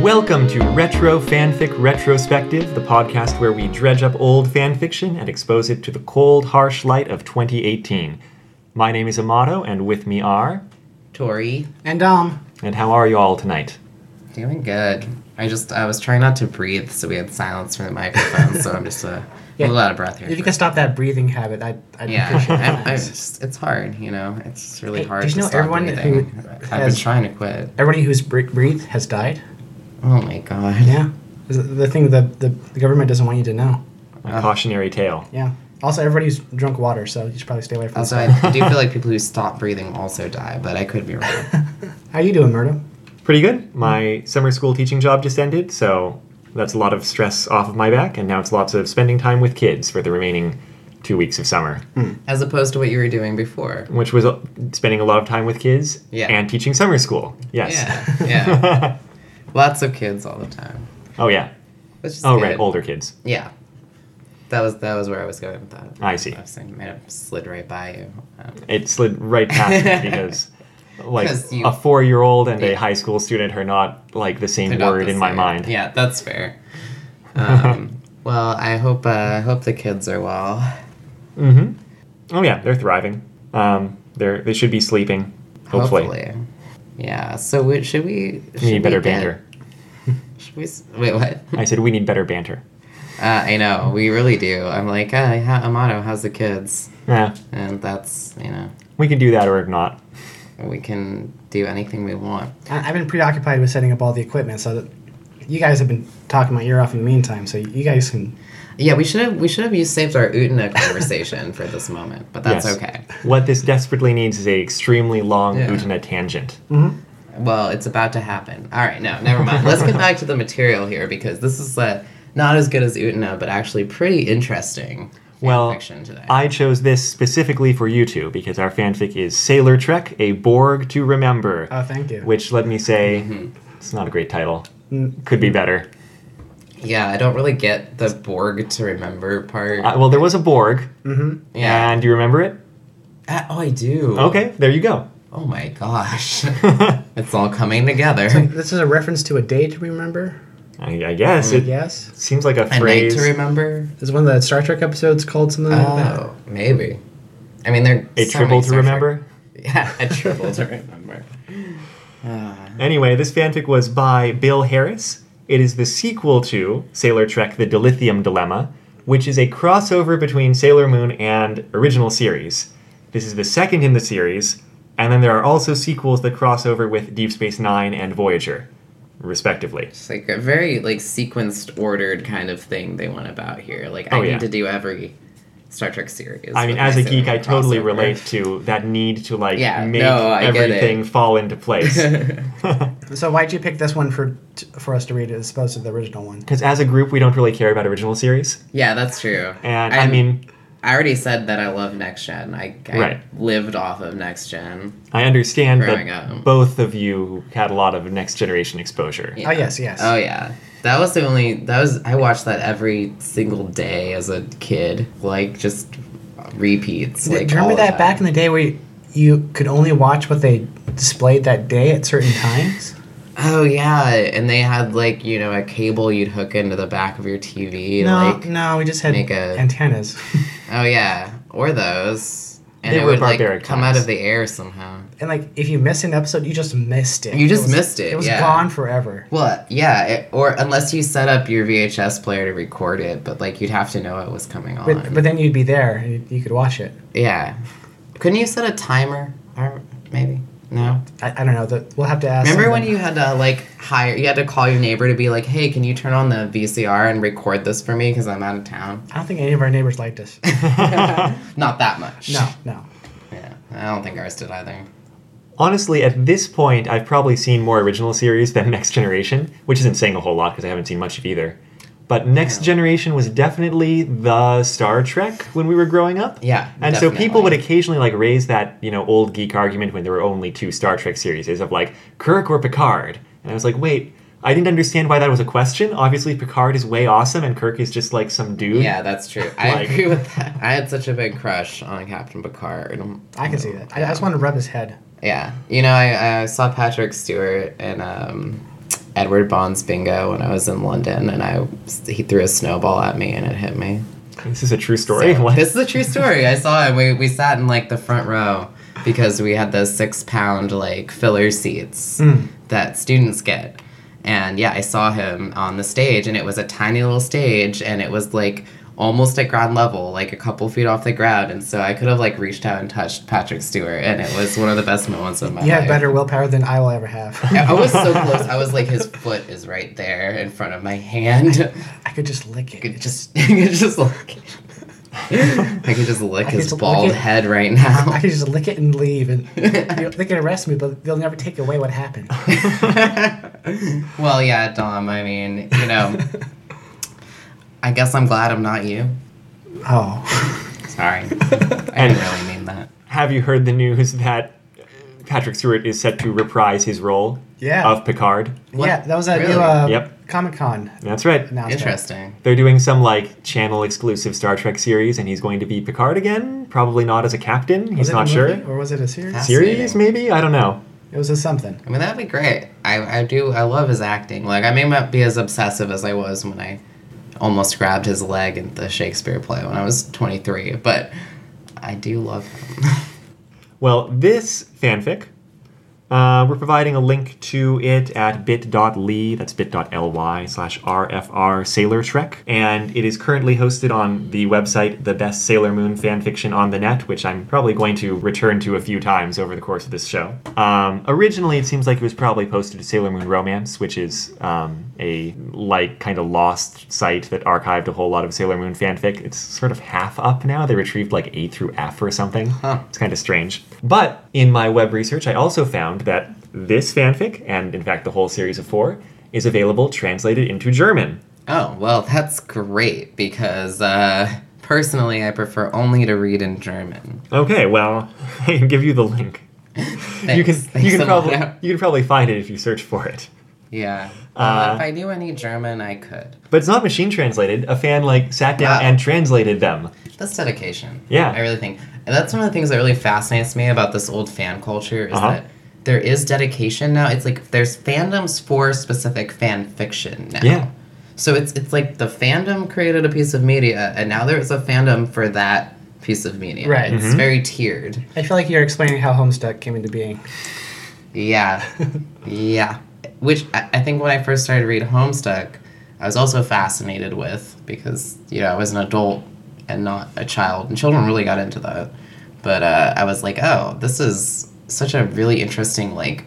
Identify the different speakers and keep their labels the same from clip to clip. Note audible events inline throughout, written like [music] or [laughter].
Speaker 1: Welcome to Retro Fanfic Retrospective, the podcast where we dredge up old fanfiction and expose it to the cold, harsh light of 2018. My name is Amato, and with me are.
Speaker 2: Tori,
Speaker 3: And um,
Speaker 1: And how are you all tonight?
Speaker 2: doing good. I just I was trying not to breathe, so we had silence from the microphone. so I'm just uh, a
Speaker 3: Yeah.
Speaker 2: little out of breath here.
Speaker 3: if you could stop that breathing habit, I'd, I'd
Speaker 2: yeah,
Speaker 3: appreciate
Speaker 2: I'm,
Speaker 3: it.
Speaker 2: I'm just, it's hard, you know. It's really
Speaker 3: Hey,
Speaker 2: hard.
Speaker 3: did
Speaker 2: to
Speaker 3: you know
Speaker 2: stop
Speaker 3: everyone who
Speaker 2: breathing. I've been
Speaker 3: has-
Speaker 2: trying to quit.
Speaker 3: Everybody who's bre- breathed has died.
Speaker 2: Oh my god.
Speaker 3: Yeah, Is it the thing that the, the government doesn't want you to know.
Speaker 1: A
Speaker 2: Ah.
Speaker 1: cautionary tale.
Speaker 3: Yeah. Also, everybody's drunk water, so you should probably stay away from.
Speaker 2: Also,
Speaker 3: that.
Speaker 2: I do feel like people who stop breathing also die, but I could be wrong.
Speaker 3: How you doing, Murdo?
Speaker 1: Pretty good. My summer school teaching job just ended, so that's a lot of stress off of my back, and now it's lots of spending time with kids for the remaining two weeks of summer,
Speaker 2: As opposed to what you were doing before.
Speaker 1: which was uh, spending a lot of time with kids
Speaker 2: Yeah.
Speaker 1: and teaching summer school. Yes.
Speaker 2: Yeah, yeah. Lots of kids all the time.
Speaker 1: [laughs] Oh, yeah.
Speaker 2: Which is
Speaker 1: Oh,
Speaker 2: good.
Speaker 1: right. Older kids.
Speaker 2: Yeah. That was that was where I was going with that.
Speaker 1: I see.
Speaker 2: I was saying, might have slid right by you. Um,
Speaker 1: it slid right past me
Speaker 2: [laughs]
Speaker 1: because like
Speaker 2: 'Cause you-
Speaker 1: a four year old and a
Speaker 2: Yeah.
Speaker 1: high school student are not like the same
Speaker 2: they're not
Speaker 1: word
Speaker 2: the
Speaker 1: in my
Speaker 2: same.
Speaker 1: mind.
Speaker 2: Yeah, that's
Speaker 1: [laughs]
Speaker 2: fair. Um, well, I hope uh, I hope the kids are well.
Speaker 1: hmm Oh yeah, they're thriving. Um, they're they should be sleeping. Hopefully.
Speaker 2: Yeah. So we, should we? Should
Speaker 1: We need better
Speaker 2: we get-
Speaker 1: banter.
Speaker 2: Should we? s- Wait, what?
Speaker 1: I said we need better banter.
Speaker 2: Uh, I know we really do. I'm like, hey, ha- Amato, how's the kids?
Speaker 1: Yeah.
Speaker 2: And that's you know
Speaker 1: We can do that or not.
Speaker 2: we can do anything we want.
Speaker 3: I, I've been preoccupied with setting up all the equipment, so that you guys have been talking my ear off in the meantime. So you guys can.
Speaker 2: Yeah, we should have we should have used saved our Utna conversation for this moment, but that's
Speaker 1: Yes.
Speaker 2: okay.
Speaker 1: What this desperately needs is a extremely long
Speaker 2: Yeah.
Speaker 1: Utana tangent.
Speaker 2: Well, it's about to happen. All right, no, never mind. Let's get back to the material here because this is uh, not as good as Utna, but actually pretty interesting
Speaker 1: Well,
Speaker 2: fiction today.
Speaker 1: I chose this specifically for you two because our fanfic is Sailor Trek, a Borg to Remember.
Speaker 2: Uh,
Speaker 3: Oh, thank you.
Speaker 1: which let me say
Speaker 2: mm-hmm.
Speaker 1: it's not a great title could be better
Speaker 2: yeah, I don't really get the Borg to remember part.
Speaker 1: uh, well there was a borg
Speaker 2: yeah.
Speaker 1: and you remember it
Speaker 2: Ah, oh, I do.
Speaker 1: okay there you go
Speaker 2: Oh my
Speaker 1: [laughs]
Speaker 2: gosh, it's all coming together.
Speaker 3: This is a reference to a day to remember.
Speaker 1: i, I guess it
Speaker 3: Yes.
Speaker 1: seems like a
Speaker 2: Mm. A night
Speaker 1: phrase
Speaker 2: to remember.
Speaker 3: Is one of the Star Trek episodes called something like that?
Speaker 2: Oh, maybe. I mean, they're
Speaker 1: a
Speaker 2: so
Speaker 1: triple
Speaker 2: many
Speaker 1: to
Speaker 2: Star Trek-
Speaker 1: remember
Speaker 2: [laughs] Yeah, a triple to remember.
Speaker 1: [laughs]
Speaker 2: Ah.
Speaker 1: anyway this fanfic was by bill harris it is the sequel to sailor trek the dilithium dilemma which is a crossover between sailor moon and original series this is the second in the series and then there are also sequels that cross over with deep space nine and voyager respectively
Speaker 2: It's like a very like sequenced, ordered kind of thing they went about here. Like I
Speaker 1: Oh, yeah.
Speaker 2: need to do every Star Trek series.
Speaker 1: I mean,
Speaker 2: with
Speaker 1: as a
Speaker 2: my
Speaker 1: geek, I
Speaker 2: cinematic
Speaker 1: totally
Speaker 2: crossover.
Speaker 1: relate to that need to like
Speaker 2: Yeah,
Speaker 1: make
Speaker 2: no, I get it.
Speaker 1: everything fall into place.
Speaker 2: [laughs] Oh.
Speaker 3: So why'd you pick this one for t- for us to read as opposed to the original one?
Speaker 1: Because as a group, we don't really care about original series,
Speaker 2: yeah, that's true.
Speaker 1: and I mean,
Speaker 2: I already said that I love Next Gen. I, I
Speaker 1: Right.
Speaker 2: lived off of Next Gen.
Speaker 1: I understand that
Speaker 2: Growing up.
Speaker 1: both of you had a lot of next generation exposure.
Speaker 2: Yeah.
Speaker 3: Oh yes, yes.
Speaker 2: Oh yeah, that was the only that was I watched that every single day as a kid. Like just repeats.
Speaker 3: Do-
Speaker 2: Like
Speaker 3: do you
Speaker 2: all
Speaker 3: remember
Speaker 2: the
Speaker 3: that back
Speaker 2: time.
Speaker 3: in the day where you, you could only watch what they displayed that day at certain
Speaker 2: [laughs]
Speaker 3: times?
Speaker 2: Oh yeah, and they had like you know a cable you'd hook into the back of your TV.
Speaker 3: no,
Speaker 2: like,
Speaker 3: no, we just had
Speaker 2: make a-
Speaker 3: antennas.
Speaker 2: Oh yeah, or those. And
Speaker 1: They
Speaker 2: it
Speaker 1: were
Speaker 2: would like
Speaker 1: barbaric
Speaker 2: come
Speaker 1: times.
Speaker 2: out of the air somehow.
Speaker 3: and like, if you missed an episode, you just missed it.
Speaker 2: You just
Speaker 3: was-
Speaker 2: missed it,
Speaker 3: It was
Speaker 2: yeah.
Speaker 3: gone forever.
Speaker 2: Well, yeah, it, or unless you set up your VHS player to record it, but like you'd have to know it was coming on.
Speaker 3: But, but then you'd be there and you, you could watch it.
Speaker 2: yeah, couldn't you set a timer? Or maybe no.
Speaker 3: I, I don't know. The, we'll have to ask.
Speaker 2: Remember
Speaker 3: them.
Speaker 2: when you had to like hire? You had to call your neighbor to be like, "Hey, can you turn on the VCR and record this for me? Because I'm out of town."
Speaker 3: I don't think any of our neighbors
Speaker 2: [laughs]
Speaker 3: liked us.
Speaker 2: Not that much.
Speaker 3: No, no.
Speaker 2: Yeah, I don't think ours did either.
Speaker 1: Honestly, at this point, I've probably seen more original series than Next Generation, which isn't saying a whole lot because I haven't seen much of either. But Next Generation was definitely the Star Trek when we were growing up.
Speaker 2: Yeah,
Speaker 1: And so people
Speaker 2: definitely.
Speaker 1: would occasionally like raise that, you know, old geek argument when there were only two Star Trek series of like Kirk or Picard. And I was like, wait, I didn't understand why that was a question. Obviously, Picard is way awesome, and Kirk is just like some dude.
Speaker 2: Yeah, that's true. I
Speaker 1: Like-
Speaker 2: agree with that. I had such a big crush on Captain Picard. and-
Speaker 3: I can see that. I, I just wanted to rub his head.
Speaker 2: Yeah, you know, I, I saw Patrick Stewart and um, Edward Bond's bingo when I was in London, and I he threw a snowball at me and it hit me.
Speaker 1: This is a true story.
Speaker 2: So,
Speaker 1: What?
Speaker 2: This is a true story. I saw it. We, we sat in like the front row because we had those six pound like filler seats that students get. And yeah, I saw him on the stage, and it was a tiny little stage, and it was like almost at ground level, like a couple feet off the ground. And so I could have like reached out and touched Patrick Stewart, and it was one of the best moments of my
Speaker 3: You
Speaker 2: life.
Speaker 3: have better willpower than I will ever have.
Speaker 2: [laughs] Yeah, I was so close. I was like, his foot is right there in front of my hand.
Speaker 3: [laughs] I could just lick
Speaker 2: I could
Speaker 3: it.
Speaker 2: just, [laughs] I could just lick. I could just lick
Speaker 3: could
Speaker 2: his
Speaker 3: just lick
Speaker 2: bald
Speaker 3: it.
Speaker 2: head right
Speaker 3: [laughs] I
Speaker 2: now.
Speaker 3: could just lick it and
Speaker 2: [laughs]
Speaker 3: leave, and you know, they can arrest me, but they'll never take away what happened.
Speaker 2: well, yeah, Dom. I mean, you
Speaker 3: [laughs]
Speaker 2: know, I guess I'm glad I'm not you.
Speaker 3: Oh,
Speaker 2: Sorry, I didn't really mean that.
Speaker 1: Have you heard the news that Patrick Stewart is set to reprise his role
Speaker 3: Yeah.
Speaker 1: of Picard?
Speaker 2: What?
Speaker 3: yeah, that was that
Speaker 2: Really?
Speaker 3: new uh,
Speaker 1: Yep.
Speaker 3: Comic Con
Speaker 1: That's right.
Speaker 3: announcement.
Speaker 2: Interesting.
Speaker 1: They're doing some like channel exclusive Star Trek series, and he's going to be Picard again. Probably not as a captain.
Speaker 3: Was
Speaker 1: He's
Speaker 3: it
Speaker 1: not
Speaker 3: a
Speaker 1: sure.
Speaker 3: movie, or was it a series?
Speaker 2: That's-
Speaker 1: Series maybe? I don't know.
Speaker 3: It was a something.
Speaker 2: I mean, that'd be great. I, I do. I love his acting. Like, I may not be as obsessive as I was when I almost grabbed his leg in the Shakespeare play when I was 23, but I do love him. [laughs]
Speaker 1: Well, this fanfic, uh, we're providing a link to it at bit.ly, that's bit.ly slash RFR Sailor Trek, and it is currently hosted on the website The Best Sailor Moon Fanfiction on the Net, which I'm probably going to return to a few times over the course of this show. Um, originally, it seems like it was probably posted to Sailor Moon Romance, which is um, a like kind of lost site that archived a whole lot of Sailor Moon fanfic. It's sort of half up now. They retrieved like A through F or something.
Speaker 2: Huh.
Speaker 1: It's kind of strange. But in my web research, I also found that this fanfic, and in fact the whole series of four, is available translated into German.
Speaker 2: Oh, well, that's great because uh, personally, I prefer only to read in German.
Speaker 1: Okay, well, [laughs] I can give you the link.
Speaker 2: Thanks.
Speaker 1: you can
Speaker 2: Thanks
Speaker 1: you can
Speaker 2: a
Speaker 1: probably
Speaker 2: lot.
Speaker 1: you can probably find it if you search for it.
Speaker 2: Yeah. Well,
Speaker 1: Uh,
Speaker 2: if I knew any German, I could.
Speaker 1: But it's not machine translated. A fan like sat down
Speaker 2: Wow.
Speaker 1: and translated them. [laughs]
Speaker 2: That's dedication.
Speaker 1: Yeah.
Speaker 2: I really think. And that's one of the things that really fascinates me about this old fan culture is
Speaker 1: Uh-huh.
Speaker 2: that there is dedication now. It's like there's fandoms for specific fan fiction now.
Speaker 1: Yeah.
Speaker 2: So it's it's like the fandom created a piece of media and now there's a fandom for that piece of media.
Speaker 3: Right.
Speaker 1: Mm-hmm.
Speaker 2: It's very tiered.
Speaker 3: I feel like you're explaining how Homestuck came into being.
Speaker 2: Yeah. yeah. Which I, I think when I first started to read Homestuck, I was also fascinated with because, you know, I was an adult and not a child. And children really got into that. But uh, I was like, oh, this is such a really interesting, like,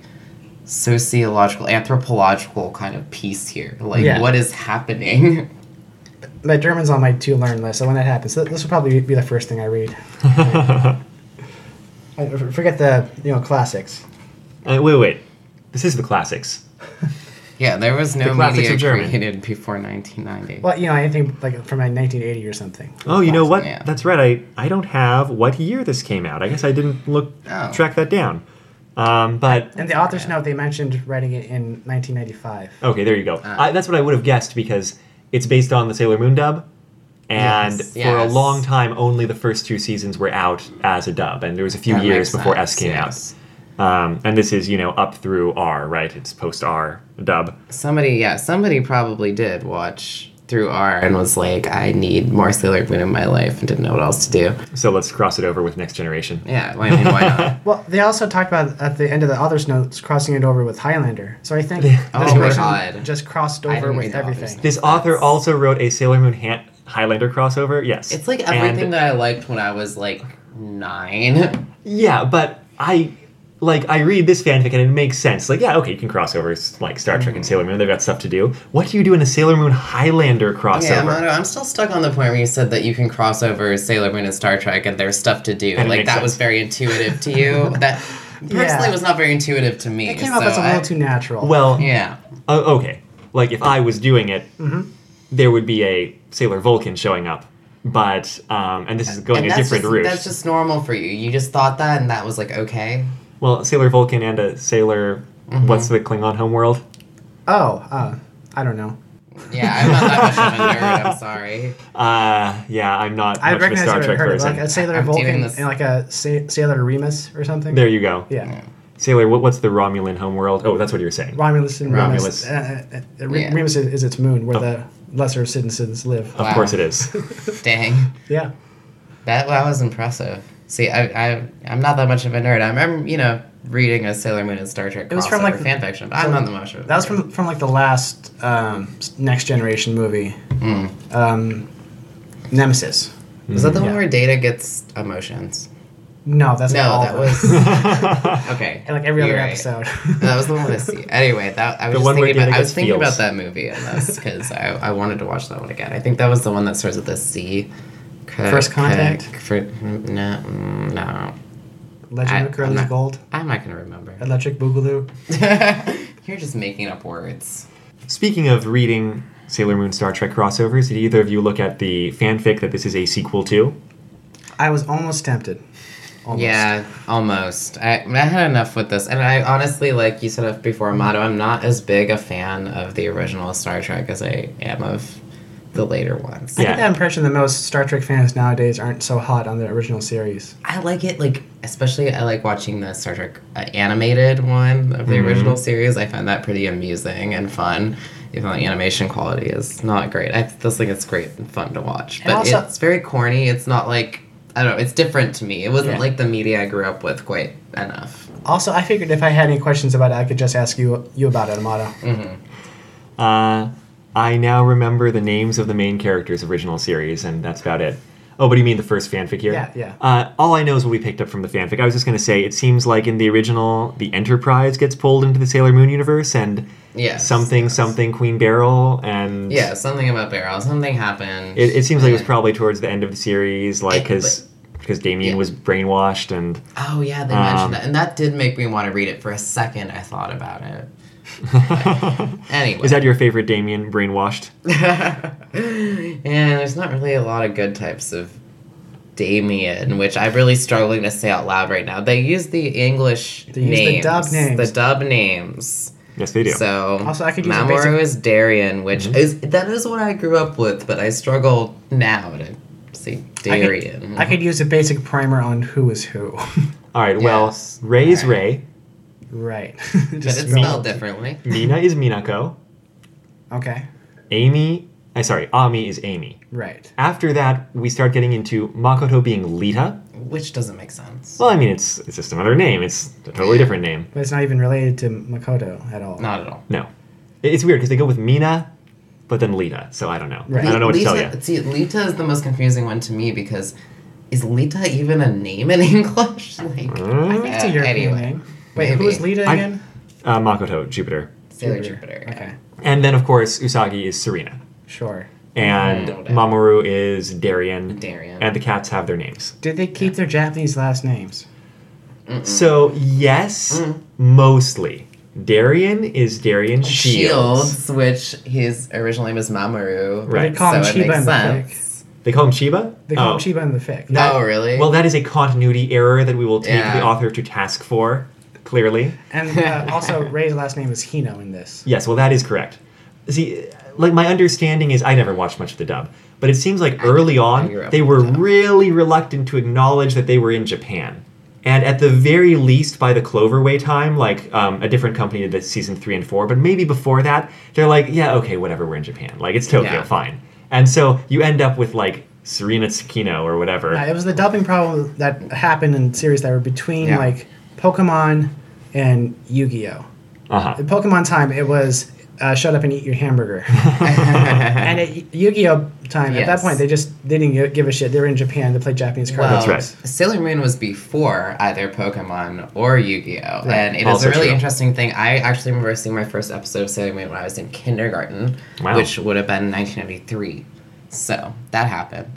Speaker 2: sociological, anthropological kind of piece here. Like,
Speaker 3: Yeah.
Speaker 2: what is happening? [laughs]
Speaker 3: But German's on my to learn list, so when that happens, th- this will probably be the first thing
Speaker 2: [laughs]
Speaker 3: I read. I f- forget the you know classics.
Speaker 1: Uh, wait, wait. This is the classics.
Speaker 2: yeah, there was
Speaker 1: The
Speaker 2: no
Speaker 1: classics
Speaker 2: media
Speaker 1: of German.
Speaker 2: created before 1990.
Speaker 3: Well, you know anything like from like 1980 or something.
Speaker 1: Oh, you know what?
Speaker 2: Yeah.
Speaker 1: That's right. I, I don't have what year this came out. I guess I didn't look
Speaker 2: Oh.
Speaker 1: track that down. Um, but
Speaker 3: And the author's note they mentioned writing it in 1995.
Speaker 1: okay, there you go.
Speaker 2: Uh.
Speaker 1: I, that's what I would have guessed because it's based on the Sailor Moon dub, and
Speaker 2: Yes.
Speaker 1: for
Speaker 2: Yes.
Speaker 1: a long time, only the first two seasons were out as a dub, and there was a few
Speaker 2: That
Speaker 1: years
Speaker 2: makes
Speaker 1: before S
Speaker 2: sense,
Speaker 1: came
Speaker 2: yes.
Speaker 1: out. Um, and this is you know up through R, right? It's post R dub.
Speaker 2: Somebody, yeah, somebody probably did watch through R and was like, I need more Sailor Moon in my life and didn't know what else to do.
Speaker 1: So let's cross it over with Next Generation.
Speaker 2: Yeah, well, I mean, why [laughs] not?
Speaker 3: Well, they also talked about at the end of the author's notes crossing it over with Highlander. So I think
Speaker 2: Oh
Speaker 3: this
Speaker 2: my
Speaker 3: person
Speaker 2: God.
Speaker 3: just crossed
Speaker 2: I
Speaker 3: over
Speaker 2: didn't
Speaker 3: with
Speaker 2: read the author's
Speaker 3: everything.
Speaker 2: note.
Speaker 1: This author
Speaker 2: That's-
Speaker 1: also wrote a Sailor Moon Han- Highlander crossover. Yes,
Speaker 2: It's like
Speaker 1: And-
Speaker 2: everything that I liked when I was like nine.
Speaker 1: Yeah, but I like I read this fanfic and it makes sense. Like, yeah, okay, you can cross over s- like Star Trek
Speaker 2: Mm-hmm.
Speaker 1: and Sailor Moon. They've got stuff to do. What do you do in a Sailor Moon Highlander crossover?
Speaker 2: Yeah, Amado, I'm still stuck on the point where you said that you can cross over Sailor Moon and Star Trek and there's stuff to do.
Speaker 1: And it
Speaker 2: like,
Speaker 1: makes
Speaker 2: that was
Speaker 1: sense.
Speaker 2: very intuitive to [laughs] you. That personally
Speaker 3: Yeah.
Speaker 2: was not very intuitive to me.
Speaker 3: It came up
Speaker 2: so
Speaker 3: as a little
Speaker 2: I-
Speaker 3: too natural.
Speaker 1: well,
Speaker 2: Yeah. Mm-hmm.
Speaker 1: o- okay. Like if I was doing it, there would be a Sailor Vulcan showing up. But um, and this is going
Speaker 2: And
Speaker 1: a
Speaker 2: that's
Speaker 1: different
Speaker 2: just,
Speaker 1: route.
Speaker 2: That's just normal for you. You just thought that and that was like, okay. Mm-hmm.
Speaker 1: Well, Sailor Vulcan and a Sailor. What's the Klingon homeworld?
Speaker 3: Oh, uh, I don't know.
Speaker 2: Yeah, I'm not that much of a nerd. I'm sorry.
Speaker 1: Uh, yeah, I'm not
Speaker 3: I
Speaker 1: much of a
Speaker 3: recognize
Speaker 1: Star
Speaker 3: I've
Speaker 1: Trek
Speaker 3: heard of
Speaker 1: person.
Speaker 3: like a Sailor
Speaker 2: I'm doing
Speaker 3: Vulcan
Speaker 2: this-
Speaker 3: and like a Sa- Sailor Remus or something.
Speaker 1: there you go.
Speaker 3: Yeah.
Speaker 1: Sailor, what, what's the Romulan homeworld? Oh, that's what you were saying.
Speaker 3: Romulus and
Speaker 1: Romulus.
Speaker 3: Remus. Uh, uh, uh, Re-
Speaker 2: Yeah.
Speaker 3: Remus is, is its moon where
Speaker 1: Oh.
Speaker 3: the lesser citizens live.
Speaker 1: Of
Speaker 2: Wow.
Speaker 1: course it is.
Speaker 2: Dang,
Speaker 3: Yeah.
Speaker 2: that that was impressive. See, I I I'm not that much of a nerd. I remember you know reading a Sailor Moon and Star Trek
Speaker 3: It was from,
Speaker 2: crossover
Speaker 3: like, the-
Speaker 2: fan fiction, but I'm not that much of. a
Speaker 3: That was
Speaker 2: nerd.
Speaker 3: from from like the last um, s- Next Generation movie.
Speaker 2: Hmm.
Speaker 3: Um, Nemesis.
Speaker 2: Is that the
Speaker 3: Yeah.
Speaker 1: Hmm.
Speaker 2: one where Data gets emotions?
Speaker 3: No, that's not
Speaker 2: No,
Speaker 3: all
Speaker 2: that
Speaker 3: of
Speaker 2: was
Speaker 3: them. [laughs]
Speaker 2: [laughs] okay.
Speaker 3: And like every other
Speaker 2: you're right.
Speaker 3: episode.
Speaker 2: That was the one with see. Anyway, that I was
Speaker 1: The
Speaker 2: just
Speaker 1: one where
Speaker 2: thinking about.
Speaker 1: Data
Speaker 2: I was
Speaker 1: gets
Speaker 2: thinking
Speaker 1: feels.
Speaker 2: about that movie and this because I, I wanted to watch that one again. I think that was the one that starts with the C. C-
Speaker 3: First
Speaker 2: C-
Speaker 3: Contact?
Speaker 2: fr- no, mm, no,
Speaker 3: [laughs] Legend
Speaker 2: I-
Speaker 3: of Crimson
Speaker 2: I'm not-
Speaker 3: Gold,
Speaker 2: I'm not gonna
Speaker 3: [laughs]
Speaker 2: remember.
Speaker 3: Electric Boogaloo.
Speaker 2: You're just making up words.
Speaker 1: [laughs] Speaking of reading Sailor Moon Star Trek crossovers, did either of you look at the fanfic that this is a sequel to?
Speaker 3: I was almost tempted. Almost.
Speaker 2: Yeah, almost. I, I had enough with this, and I honestly, like you said before,
Speaker 3: Mm-hmm.
Speaker 2: Amato, I'm not as big a fan of the original Star Trek as I am of the later ones.
Speaker 3: I
Speaker 1: Yeah.
Speaker 3: get that impression that most Star Trek fans nowadays aren't so hot on the original series.
Speaker 2: I like it, like especially I like watching the Star Trek uh, animated one of the
Speaker 3: Mm-hmm.
Speaker 2: original series. I find that pretty amusing and fun, even though the animation quality is not great. I still think it's great and fun to watch,
Speaker 3: And
Speaker 2: but
Speaker 3: also-
Speaker 2: it's very corny. It's not like I don't know. It's different to me. It wasn't
Speaker 3: Yeah.
Speaker 2: like the media I grew up with quite enough.
Speaker 3: Also, I figured if I had any questions about it, I could just ask you you about it, Amato.
Speaker 1: Uh, I now remember the names of the main characters original series, and that's about it. Oh, but you mean the first fanfic here?
Speaker 3: Yeah, yeah.
Speaker 1: Uh, all I know is what we picked up from the fanfic. I was just going to say, it seems like in the original, the Enterprise gets pulled into the Sailor Moon universe, and
Speaker 2: Yeah,
Speaker 1: something, something, Queen Beryl, and
Speaker 2: Yeah, something about Beryl. Something happened.
Speaker 1: It, it seems like it was
Speaker 2: and-
Speaker 1: probably towards the end of the series, like
Speaker 2: It-
Speaker 1: because because Damien
Speaker 2: yeah.
Speaker 1: was brainwashed,
Speaker 2: [laughs]
Speaker 1: and
Speaker 2: Oh yeah, they
Speaker 1: Um,
Speaker 2: mentioned that, and that did make me want to read it for a second. I thought about it. anyway,
Speaker 1: is that your favorite Damien brainwashed?
Speaker 2: [laughs] and there's not really a lot of good types of Damien, which I'm really struggling to say out loud right now. They use the English
Speaker 3: They use the dub names.
Speaker 2: The dub names.
Speaker 1: Yes, they do.
Speaker 2: So
Speaker 3: Also, I could use a
Speaker 2: Mamoru
Speaker 3: basic- Mm-hmm.
Speaker 2: is Darien, which is that is what I grew up with, but I struggle now to see
Speaker 3: I could-
Speaker 2: Darien.
Speaker 3: I could use a basic primer on who is who. [laughs]
Speaker 1: all right,
Speaker 2: Yes.
Speaker 1: well, Ray is
Speaker 2: All right.
Speaker 1: Ray,
Speaker 3: right. [laughs]
Speaker 2: but it's spelled differently.
Speaker 1: Mina is Minako,
Speaker 3: Okay.
Speaker 1: Amy, I sorry, Ami is Amy.
Speaker 3: Right.
Speaker 1: After that, we start getting into Makoto being Lita.
Speaker 2: Which doesn't make sense.
Speaker 1: Well, I mean, it's it's just another name. It's a totally different name.
Speaker 3: But it's not even related to Makoto at all.
Speaker 2: Not at all.
Speaker 1: No, It- it's weird because they go with Mina, but then Lita. So I don't know.
Speaker 3: Right.
Speaker 1: I don't know what to
Speaker 2: Lita,
Speaker 1: tell you.
Speaker 2: See, Lita is the most confusing one to me because is Lita even a name in [laughs] English? Like,
Speaker 1: Mm.
Speaker 3: I think it's a
Speaker 2: Uh,
Speaker 3: European
Speaker 2: anyway.
Speaker 3: name. Wait, who
Speaker 2: Maybe.
Speaker 3: was Lita
Speaker 1: I-
Speaker 3: again?
Speaker 1: Hmm? Uh, Makoto, Jupiter,
Speaker 2: Sailor Jupiter. yeah.
Speaker 3: Okay.
Speaker 1: and then of course Usagi is Serena.
Speaker 3: Sure.
Speaker 1: and
Speaker 2: Mm, whatever.
Speaker 1: Mamoru is Darien,
Speaker 2: Darien.
Speaker 1: and the cats have their names.
Speaker 3: Did they keep their Japanese last names?
Speaker 1: So yes, mostly Darien is Darien Shields.
Speaker 2: Shields, which his original name is Mamoru.
Speaker 1: Right.
Speaker 3: They call him
Speaker 2: so it
Speaker 3: Shiba
Speaker 2: makes
Speaker 3: in the fic.
Speaker 2: sense.
Speaker 1: They call him Shiba.
Speaker 3: They call
Speaker 1: Oh.
Speaker 3: him Shiba in the fic.
Speaker 2: oh, really?
Speaker 1: Well, that is a continuity error that we will take
Speaker 2: Yeah.
Speaker 1: the author to task for. Clearly,
Speaker 3: And uh,
Speaker 2: [laughs]
Speaker 3: also, Ray's last name is Hino in this.
Speaker 1: yes. Well, that is correct. See, like my understanding is, I never watched much of the dub, but it seems like early
Speaker 2: grew
Speaker 1: on
Speaker 2: up
Speaker 1: they
Speaker 2: with
Speaker 1: were
Speaker 2: the dub.
Speaker 1: really reluctant to acknowledge that they were in Japan. And at the very least, by the Cloverway time, like um, a different company did this season three and four, but maybe before that, they're like, yeah, okay, whatever, we're in Japan. Like, it's Tokyo,
Speaker 2: Yeah.
Speaker 1: fine. And so you end up with like Serena Tsukino or whatever.
Speaker 3: Uh, it was the dubbing problem that happened in series that were between
Speaker 2: Yeah.
Speaker 3: like Pokemon and Yu Gi Oh.
Speaker 1: Uh huh.
Speaker 3: In Pokemon time, it was uh, shut up and eat
Speaker 2: [laughs]
Speaker 3: your hamburger. and at Yu Gi Oh time, at that
Speaker 2: Yes.
Speaker 3: point, they just they didn't gi- give a shit. They were in Japan. They played Japanese
Speaker 2: Well,
Speaker 3: cards.
Speaker 1: That's
Speaker 2: Sailor Moon was before either Pokemon or Yu-Gi-Oh,
Speaker 3: Right.
Speaker 2: and it is
Speaker 1: Also
Speaker 2: a really
Speaker 1: true.
Speaker 2: interesting thing. I actually remember seeing my first episode of Sailor Moon when I was in kindergarten,
Speaker 1: Wow.
Speaker 2: which would have been 1993. So that happened.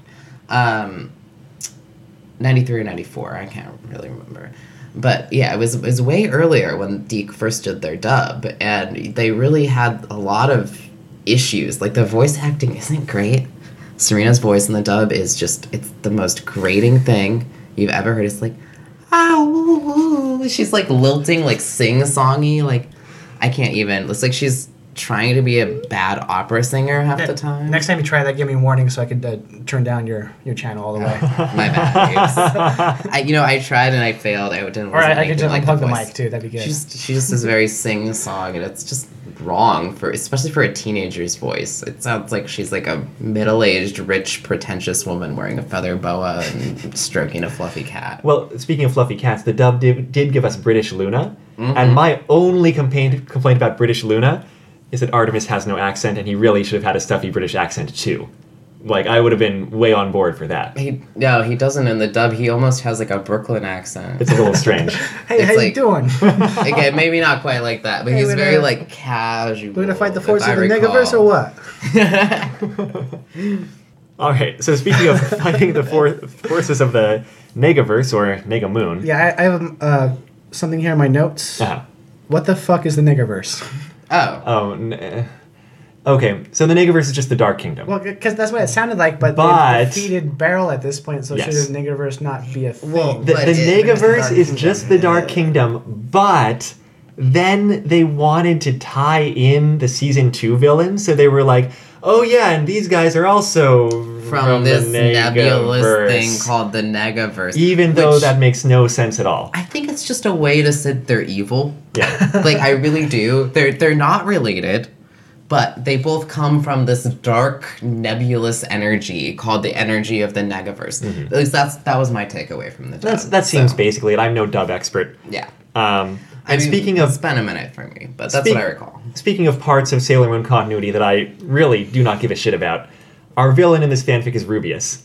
Speaker 2: Um, 93 or 94, I can't really remember. But yeah, it was it was way earlier when Deke first did their dub, and they really had a lot of issues. Like the voice acting isn't great. Serena's voice in the dub is just it's the most grating thing you've ever heard. It's like ah woo, woo. she's like lilting, like sing songy, like I can't even. It's like she's trying to be a bad opera singer half the time.
Speaker 3: Next time you try that, give me a warning so I could uh, turn down your, your channel all the
Speaker 2: [laughs]
Speaker 3: way.
Speaker 2: [laughs] My
Speaker 1: [laughs]
Speaker 2: bad. babes. I, you know, I tried and I failed. I didn't.
Speaker 3: or
Speaker 2: wasn't
Speaker 3: I, I
Speaker 2: making,
Speaker 3: could just
Speaker 2: like,
Speaker 3: unplug the,
Speaker 2: voice.
Speaker 3: mic too. That'd be good.
Speaker 2: She just, she just is very sing song, and it's just wrong for, especially for a teenager's voice. It sounds like she's like a middle aged, rich, pretentious woman wearing a feather boa and stroking a fluffy cat.
Speaker 1: Well, speaking of fluffy cats, the dub did, did give us British Luna, and my only complaint complaint about British Luna is that Artemis has no accent, and he really should have had a stuffy British accent too. Like I would have been way on board for that.
Speaker 2: He no, he doesn't in the dub. He almost has like a Brooklyn accent. [laughs]
Speaker 1: It's a little strange.
Speaker 3: hey,
Speaker 2: it's
Speaker 3: how you
Speaker 2: like- [laughs]
Speaker 3: doing?
Speaker 2: okay, maybe not quite like that, but
Speaker 3: Hey,
Speaker 2: he's
Speaker 3: we're
Speaker 2: very
Speaker 3: gonna-
Speaker 2: like casual.
Speaker 3: We're gonna fight the
Speaker 2: if
Speaker 3: forces
Speaker 2: I
Speaker 3: of the
Speaker 2: recall.
Speaker 3: negaverse or what?
Speaker 1: All right. So speaking of fighting the for- forces of the Negaverse or Negamoon,
Speaker 3: Yeah, I, I have um, uh, something here in my notes.
Speaker 1: uh,
Speaker 3: What the fuck is the niggerverse?
Speaker 2: [laughs] oh,
Speaker 1: oh, n- eh. okay. So the Negaverse is just the Dark Kingdom.
Speaker 3: Well, because that's what it sounded like, but,
Speaker 1: But-
Speaker 3: they've defeated Barrel at this point, so
Speaker 1: Yes.
Speaker 3: should the niggerverse not be a thing?
Speaker 2: Well,
Speaker 1: the,
Speaker 2: But
Speaker 1: the
Speaker 2: it-
Speaker 1: Negaverse
Speaker 3: Dark
Speaker 1: is
Speaker 3: Kingdom.
Speaker 1: just the Dark Kingdom, but then they wanted to tie in the season two villains, so they were like, "Oh yeah, and these guys are also
Speaker 2: from, this
Speaker 1: the
Speaker 2: nebulous thing
Speaker 1: Negaverse."
Speaker 2: called the negaverse.
Speaker 1: Even though
Speaker 2: which
Speaker 1: that makes no sense at all.
Speaker 2: I think it's just a way to say they're evil.
Speaker 1: Yeah.
Speaker 2: [laughs] like
Speaker 1: [laughs]
Speaker 2: I really do. They're they're not related, but they both come from this dark nebulous energy called the energy of the negaverse. At least that's that was my takeaway from the.
Speaker 1: Mm-hmm. That's,
Speaker 2: dub,
Speaker 1: that seems
Speaker 2: so,
Speaker 1: basically it. I'm no dub expert.
Speaker 2: yeah.
Speaker 1: Um, and
Speaker 2: I mean,
Speaker 1: speaking of
Speaker 2: it's been a minute for me, but that's
Speaker 1: Speak-
Speaker 2: what I recall.
Speaker 1: Speaking of parts of Sailor Moon continuity that I really do not give a shit about, our villain in this fanfic is Rubius.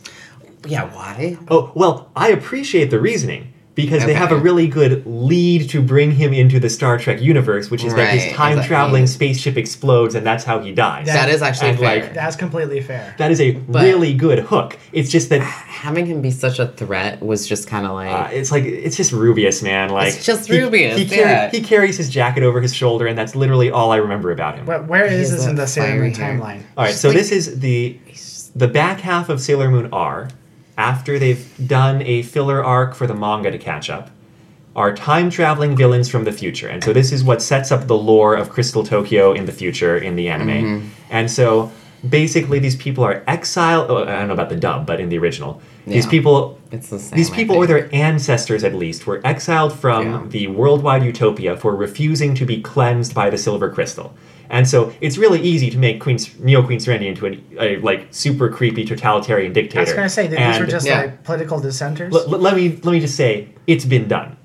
Speaker 2: Yeah, why?
Speaker 1: Oh, well, I appreciate the reasoning because they have a
Speaker 2: Okay.
Speaker 1: really good lead to bring him into the Star Trek universe, which is that his
Speaker 2: Right,
Speaker 1: time traveling
Speaker 2: exactly.
Speaker 1: spaceship explodes and that's how he dies.
Speaker 3: That-
Speaker 2: that is actually
Speaker 1: and,
Speaker 2: fair.
Speaker 1: like,
Speaker 3: That's completely fair.
Speaker 1: that is a really good hook. It's just that
Speaker 2: Having him be such a threat was just kind of like
Speaker 1: uh, it's like it's just Rubius, man. Like
Speaker 2: It's just
Speaker 1: he-
Speaker 2: Rubius,
Speaker 1: He,
Speaker 2: yeah.
Speaker 1: he carries his jacket over his shoulder, and that's literally all I remember about him.
Speaker 3: But where is
Speaker 2: He's
Speaker 3: this in
Speaker 2: a
Speaker 3: the Sailor Moon
Speaker 2: fiery
Speaker 3: timeline?
Speaker 1: All right,
Speaker 2: Just
Speaker 1: so
Speaker 2: like-
Speaker 1: this is the the back half of Sailor Moon R, after they've done a filler arc for the manga to catch up, are time traveling villains from the future, and so this is what sets up the lore of Crystal Tokyo in the future in the anime,
Speaker 2: Mm-hmm.
Speaker 1: and so basically these people are exiled. Oh, I don't know about the dub, but in the original, these
Speaker 2: Yeah.
Speaker 1: people.
Speaker 2: it's the same.
Speaker 1: These
Speaker 2: I
Speaker 1: people,
Speaker 2: think.
Speaker 1: or their ancestors at least, were exiled from
Speaker 2: Yeah.
Speaker 1: the worldwide utopia for refusing to be cleansed by the silver crystal. And so it's really easy to make Queen, Neo Queen Serenity into a, a like super creepy totalitarian dictator.
Speaker 3: I was gonna say that these were
Speaker 1: And
Speaker 3: just
Speaker 2: yeah.
Speaker 3: like political dissenters.
Speaker 1: l- l- let me let me just say it's been
Speaker 2: [laughs]
Speaker 1: done.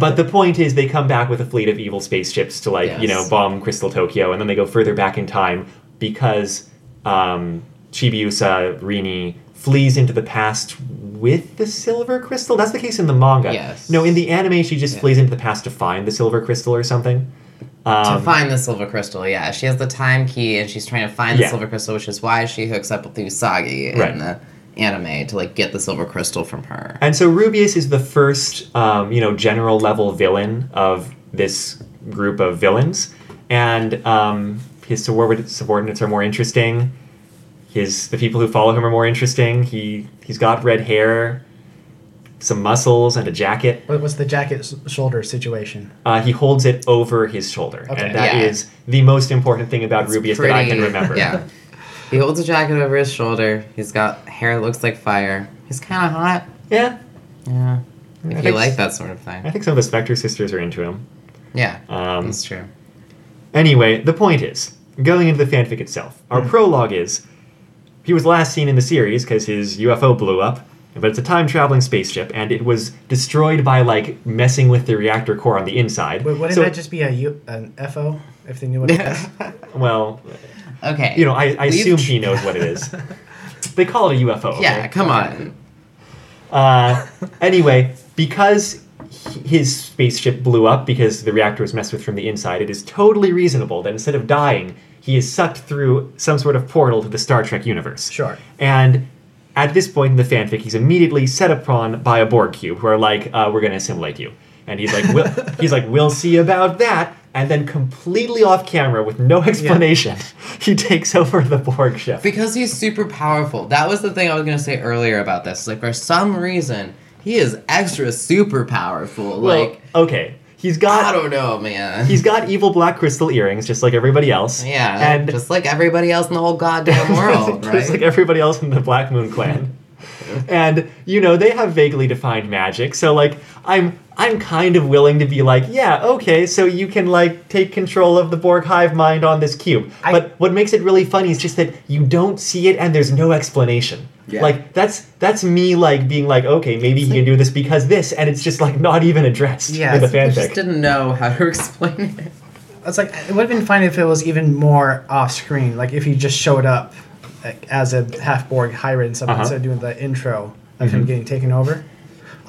Speaker 1: but the point is, they come back with a fleet of evil spaceships to like you know
Speaker 2: Yes.
Speaker 1: bomb Crystal Tokyo, and then they go further back in time because um, Chibiusa Rini flees into the past with the silver crystal. That's the case in the manga.
Speaker 2: Yes.
Speaker 1: No, in the anime, she just flees into the past to find the silver crystal or something. Um,
Speaker 2: to find the silver crystal. Yeah, she has the time key, and she's trying to find
Speaker 1: Yeah.
Speaker 2: the silver crystal, which is why she hooks up with Usagi in
Speaker 1: Right.
Speaker 2: the anime to like get the silver crystal from her.
Speaker 1: And so Rubius is the first, um, you know, general level villain of this group of villains, and um, his subord- subordinates are more interesting. His the people who follow him are more interesting. He he's got red hair, some muscles, and a jacket.
Speaker 3: What was the jacket s- shoulder situation?
Speaker 1: Uh, he holds it over his shoulder,
Speaker 3: Okay.
Speaker 1: and that is
Speaker 2: Yeah.
Speaker 1: the most important thing about
Speaker 2: It's
Speaker 1: Rubius that I can
Speaker 2: pretty-
Speaker 1: remember.
Speaker 2: Yeah, he holds a jacket over his shoulder. He's got hair that looks like fire. He's kind of hot.
Speaker 1: yeah.
Speaker 2: Yeah,
Speaker 1: I
Speaker 2: if you
Speaker 1: think
Speaker 2: like
Speaker 1: s-
Speaker 2: that sort of
Speaker 1: I
Speaker 2: thing.
Speaker 1: think some of the Spectre sisters are into him.
Speaker 2: Yeah,
Speaker 1: Um,
Speaker 2: that's true. [laughs]
Speaker 1: Anyway, the point is, going into the fanfic itself, our
Speaker 3: Hmm.
Speaker 1: prologue is he was last seen in the series because his UFO blew up, but it's a time traveling spaceship, and it was destroyed by like messing with the reactor core on the inside.
Speaker 3: Wait, wouldn't
Speaker 1: So-
Speaker 3: that just be a U- an FO if they
Speaker 1: [laughs]
Speaker 3: knew what it was?
Speaker 1: well,
Speaker 2: okay,
Speaker 1: you know, I, I
Speaker 2: We've
Speaker 1: assume
Speaker 2: tr-
Speaker 1: he knows what it
Speaker 3: [laughs]
Speaker 1: is. they call it a UFO. okay?
Speaker 2: yeah, come on.
Speaker 1: Uh, anyway, because h- his spaceship blew up because the reactor was messed with from the inside, it is totally reasonable that instead of dying, he is sucked through some sort of portal to the Star Trek universe.
Speaker 3: Sure.
Speaker 1: And at this point in the fanfic, he's immediately set upon by a Borg cube, who are like, uh, "We're going to assimilate you," and he's like, we'll, [laughs] "He's like, we'll see about that." And then completely off camera, with no explanation, [laughs] he takes over the Borg ship.
Speaker 2: Because he's super powerful. That was the thing I was gonna say earlier about this. Like for some reason, he is extra super powerful.
Speaker 1: Well,
Speaker 2: like
Speaker 1: okay. He's
Speaker 2: I
Speaker 1: got
Speaker 2: don't know, man.
Speaker 1: he's got evil black crystal earrings, just like everybody else.
Speaker 2: yeah,
Speaker 1: and
Speaker 2: just like everybody else in the whole
Speaker 3: [laughs]
Speaker 2: goddamn
Speaker 1: [laughs]
Speaker 2: world,
Speaker 1: just
Speaker 2: right?
Speaker 1: like everybody else in the Black Moon
Speaker 2: [laughs]
Speaker 1: clan. and you know they have vaguely defined magic, so like I'm I'm kind of willing to be like, yeah, okay, so you can like take control of the Borg hive mind on this cube.
Speaker 3: I-
Speaker 1: but what makes it really funny is just that you don't see it and there's no explanation.
Speaker 2: Yeah.
Speaker 1: Like that's that's me like being like, okay, maybe he can do this because this, and it's just like not even addressed
Speaker 3: Yeah,
Speaker 1: in the
Speaker 2: I
Speaker 1: fanfic.
Speaker 2: just didn't know how to [laughs] explain it.
Speaker 3: It's like it would have been fine if it was even more off screen, like if he just showed up like, as a half Borg hybrid and something
Speaker 1: Uh-huh.
Speaker 3: instead of doing the intro of him getting taken over.